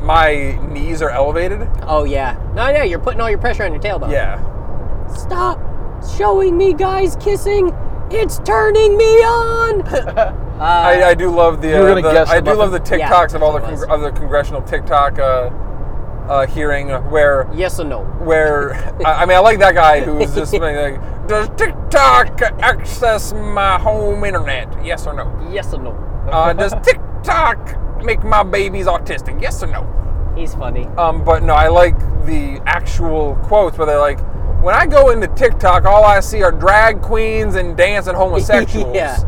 Speaker 5: my knees are elevated.
Speaker 1: oh yeah, no, yeah, you're putting all your pressure on your tailbone.
Speaker 5: Yeah.
Speaker 1: Stop showing me guys kissing. It's turning me
Speaker 5: (laughs)
Speaker 1: on. Uh,
Speaker 5: I, I do love the,
Speaker 4: You were
Speaker 5: uh,
Speaker 4: gonna
Speaker 5: the-
Speaker 4: guess
Speaker 5: I
Speaker 4: the
Speaker 5: do love the
Speaker 1: muffin. Yeah,
Speaker 5: TikToks of all the
Speaker 1: it was.
Speaker 5: con- of the congressional TikTok uh, uh, hearing where
Speaker 1: yes or no? (laughs)
Speaker 5: where I, I mean I like that guy who's just like, like does TikTok access my home internet? Yes or no?
Speaker 1: Yes or no?
Speaker 5: Uh,
Speaker 4: (laughs)
Speaker 5: does TikTok make my babies autistic? Yes or no?
Speaker 1: He's
Speaker 5: (laughs)
Speaker 1: funny.
Speaker 5: Um, but no, I like the actual quotes where they're like, when I go into TikTok, all I see are drag queens and dancing homosexuals.
Speaker 1: (laughs)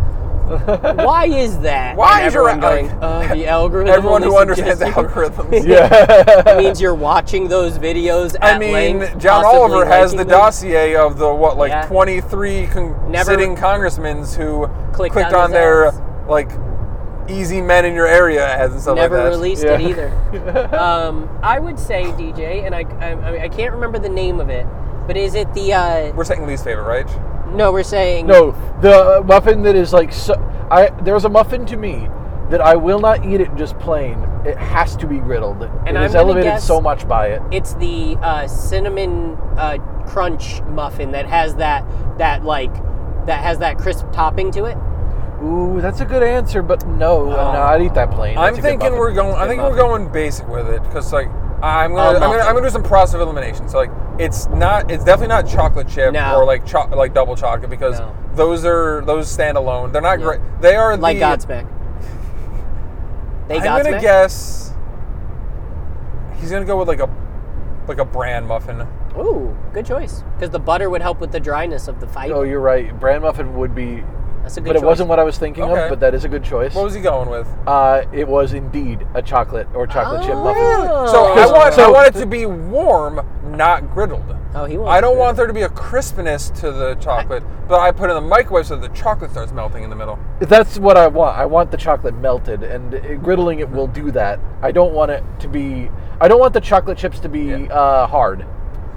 Speaker 1: Yeah. Why is that?
Speaker 5: Why
Speaker 1: And
Speaker 5: is your-
Speaker 1: everyone going? Uh,
Speaker 5: (laughs)
Speaker 1: the algorithm.
Speaker 5: Everyone who
Speaker 1: only (laughs)
Speaker 5: understands
Speaker 1: suggests-
Speaker 5: algorithms. (laughs)
Speaker 4: yeah.
Speaker 1: means you're watching those videos. At
Speaker 5: I mean,
Speaker 1: length,
Speaker 5: John
Speaker 1: possibly
Speaker 5: Oliver has
Speaker 1: liking
Speaker 5: the
Speaker 1: them.
Speaker 5: dossier of the what, like
Speaker 1: Yeah.
Speaker 5: 23 con-
Speaker 1: Never-
Speaker 5: sitting congressmen who clicked,
Speaker 1: Clicked
Speaker 5: on,
Speaker 1: on his
Speaker 5: their
Speaker 1: ads.
Speaker 5: like easy men in your area ads and stuff
Speaker 1: Never
Speaker 5: like that.
Speaker 1: released it
Speaker 4: Yeah.
Speaker 5: (laughs)
Speaker 1: either. um, I would say DJ, and I, I, I- I can't remember the name of it, but is it the? Uh,
Speaker 5: We're saying least favorite, right?
Speaker 1: no, we're saying
Speaker 4: No, the uh, muffin that is like so. I there's a muffin to me that I will not eat it just plain. It has to be griddled. It is
Speaker 1: And I'm gonna
Speaker 4: elevated
Speaker 1: guess-
Speaker 4: so much by it.
Speaker 1: It's the uh, cinnamon uh, crunch muffin that has that that like that has that crisp topping to it.
Speaker 4: Ooh, that's a good answer, but no,
Speaker 1: Oh.
Speaker 4: no, I'd eat that plain.
Speaker 5: I'm
Speaker 4: That's a good
Speaker 5: thinking
Speaker 4: muffin.
Speaker 5: we're going. I
Speaker 4: Good
Speaker 5: think we're
Speaker 4: muffin.
Speaker 5: going basic with it because like I'm gonna,
Speaker 1: Oh,
Speaker 5: I'm gonna
Speaker 1: muffin.
Speaker 5: I'm gonna do some process of elimination. So like it's not it's definitely not chocolate chip
Speaker 1: No.
Speaker 5: or like cho- like double chocolate because
Speaker 1: No.
Speaker 5: those are those stand alone. They're not
Speaker 1: Yeah.
Speaker 5: great. They are
Speaker 1: Like
Speaker 5: the,
Speaker 1: Godsmack. They
Speaker 5: I'm
Speaker 1: Godsmack.
Speaker 5: gonna guess. He's gonna go with like a like a bran muffin.
Speaker 1: Ooh, good choice. Because the butter would help with the dryness of the fight.
Speaker 4: Oh, you're right. Bran muffin would be,
Speaker 1: That's a good
Speaker 4: but
Speaker 1: choice.
Speaker 4: it wasn't what I was thinking
Speaker 5: Okay.
Speaker 4: of. But that is a good choice.
Speaker 5: What was he going with?
Speaker 4: uh, it was indeed a chocolate or chocolate
Speaker 5: Oh.
Speaker 4: chip
Speaker 1: Oh,
Speaker 4: muffin.
Speaker 5: So I
Speaker 4: Crisp.
Speaker 5: want I
Speaker 4: So-
Speaker 5: want it to be warm, not griddled.
Speaker 1: Oh, he wants
Speaker 5: I don't
Speaker 1: it.
Speaker 5: want there to be a crispness to the chocolate, but I put it in the microwave so the chocolate starts melting in the middle.
Speaker 4: That's what I want. I want the chocolate melted, and uh, griddling it will do that. I don't want it to be. I don't want the chocolate chips to be
Speaker 5: Yeah.
Speaker 4: uh, hard.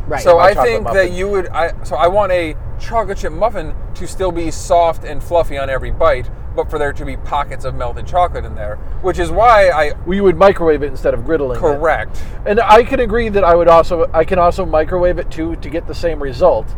Speaker 1: Right.
Speaker 5: So
Speaker 4: my
Speaker 5: I
Speaker 4: chocolate
Speaker 5: think that
Speaker 4: muffin.
Speaker 5: you would. I so I want a chocolate chip muffin to still be soft and fluffy on every bite, but for there to be pockets of melted chocolate in there, which is why I
Speaker 4: We would microwave it instead of griddling. it.
Speaker 5: correct.
Speaker 4: And I can agree that I would also. I can also microwave it too to get the same result,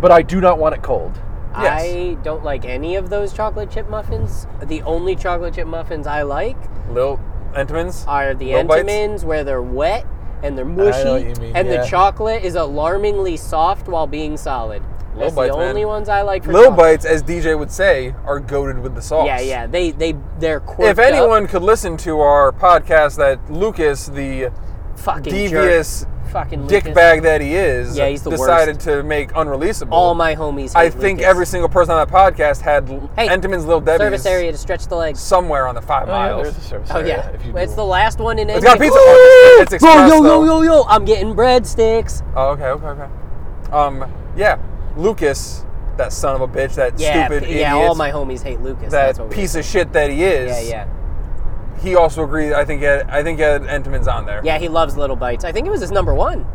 Speaker 4: but I do not want it cold.
Speaker 5: Yes.
Speaker 1: I don't like any of those chocolate chip muffins. The only chocolate chip muffins I like
Speaker 5: Little Entenmann's
Speaker 1: are the
Speaker 5: Little bites?
Speaker 1: Entenmann's where they're wet and they're
Speaker 5: know
Speaker 1: mushy,
Speaker 5: what you mean,
Speaker 1: and
Speaker 5: yeah.
Speaker 1: the chocolate is alarmingly soft while being solid. That's
Speaker 5: Bites,
Speaker 1: the
Speaker 5: man.
Speaker 1: only ones I like. For
Speaker 5: Little
Speaker 1: chocolate.
Speaker 5: bites, as DJ would say, are goaded with the sauce.
Speaker 1: Yeah, yeah. They they they're quirked
Speaker 5: If anyone could listen to our podcast, that Lucas, the
Speaker 1: up. fucking
Speaker 5: devious
Speaker 1: jerk. fucking
Speaker 5: dick
Speaker 1: Lucas.
Speaker 5: bag that he is,
Speaker 1: Yeah, he's the
Speaker 5: decided to make unreleasable.
Speaker 1: All my homies.
Speaker 5: I
Speaker 1: hate
Speaker 5: think
Speaker 1: Lucas.
Speaker 5: every single person on that podcast had l-
Speaker 1: Hey,
Speaker 5: Entenmann's Little Debbie's
Speaker 1: service area to stretch the legs.
Speaker 5: somewhere on the five miles.
Speaker 4: There's a service
Speaker 1: Oh
Speaker 4: area
Speaker 1: yeah,
Speaker 4: if you
Speaker 1: it's
Speaker 4: do-
Speaker 1: the last one in.
Speaker 5: It's
Speaker 1: Enfield.
Speaker 5: got pizza. Oh, it's
Speaker 1: Yo,
Speaker 5: express
Speaker 1: yo, yo,
Speaker 5: though.
Speaker 1: yo, yo! I'm getting breadsticks.
Speaker 5: Oh, okay, okay, okay. Um, yeah, Lucas, that son of a bitch, that
Speaker 1: Yeah,
Speaker 5: stupid
Speaker 1: p- yeah.
Speaker 5: idiot,
Speaker 1: All my homies hate Lucas. That's
Speaker 5: that
Speaker 1: what we-
Speaker 5: piece of shit that he is.
Speaker 1: Yeah, yeah,
Speaker 5: He also agreed. I think. he had- I think he had Entenmann's on there.
Speaker 1: yeah. He loves little bites. I think it was his number one.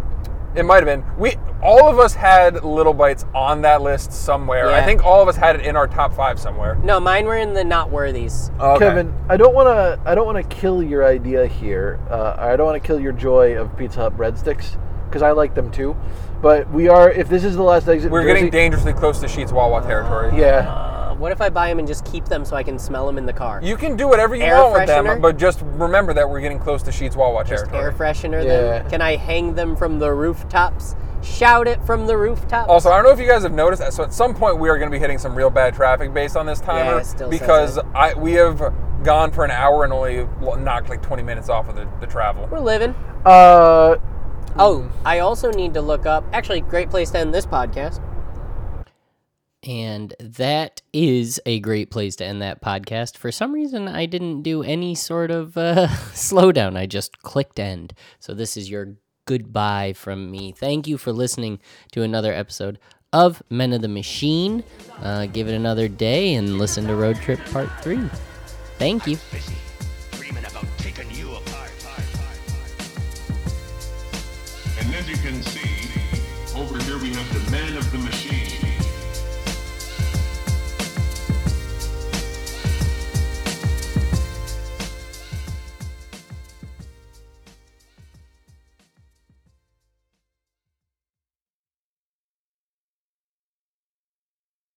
Speaker 5: It might have been. We all of us had Little Bites on that list somewhere. I
Speaker 1: Yeah.
Speaker 5: think all of us had it in our top five somewhere.
Speaker 1: No, mine were in the not worthies.
Speaker 5: Okay.
Speaker 4: Kevin, I don't want to. I don't want to kill your idea here. Uh, I don't want to kill your joy of Pizza Hut breadsticks because I like them too. But we are. If this is the last exit, in
Speaker 5: we're getting
Speaker 4: Jersey-
Speaker 5: dangerously close to Sheets Wawa territory.
Speaker 4: Yeah,
Speaker 1: Uh, what if I buy them and just keep them so I can smell them in the car?
Speaker 5: You can do whatever you
Speaker 1: Air
Speaker 5: want with them,
Speaker 1: freshener?
Speaker 5: but just remember that we're getting close to Sheets Wawa
Speaker 1: Just
Speaker 5: territory.
Speaker 1: air freshener
Speaker 4: Yeah.
Speaker 1: them. Can I hang them from the rooftops? Shout it from the rooftops.
Speaker 5: Also, I don't know if you guys have noticed. So at some point, we are going to be hitting some real bad traffic based on this timer
Speaker 1: Yeah, it still says
Speaker 5: because
Speaker 1: it.
Speaker 5: I we have gone for an hour and only lo- knocked like 20 minutes off of the, the travel.
Speaker 1: we're living.
Speaker 4: uh,
Speaker 1: Oh, I also need to look up. Actually, great place to end this podcast.
Speaker 8: And that is a great place to end that podcast. For some reason, I didn't do any sort of uh, (laughs) slowdown. I just clicked end. So, this is your goodbye from me. Thank you for listening to another episode of Men of the Machine. Uh, give it another day and listen to Road Trip Part 3. Thank you.
Speaker 2: busy dreaming about taking you apart.
Speaker 3: And as you can see, over here we have the man of the machine.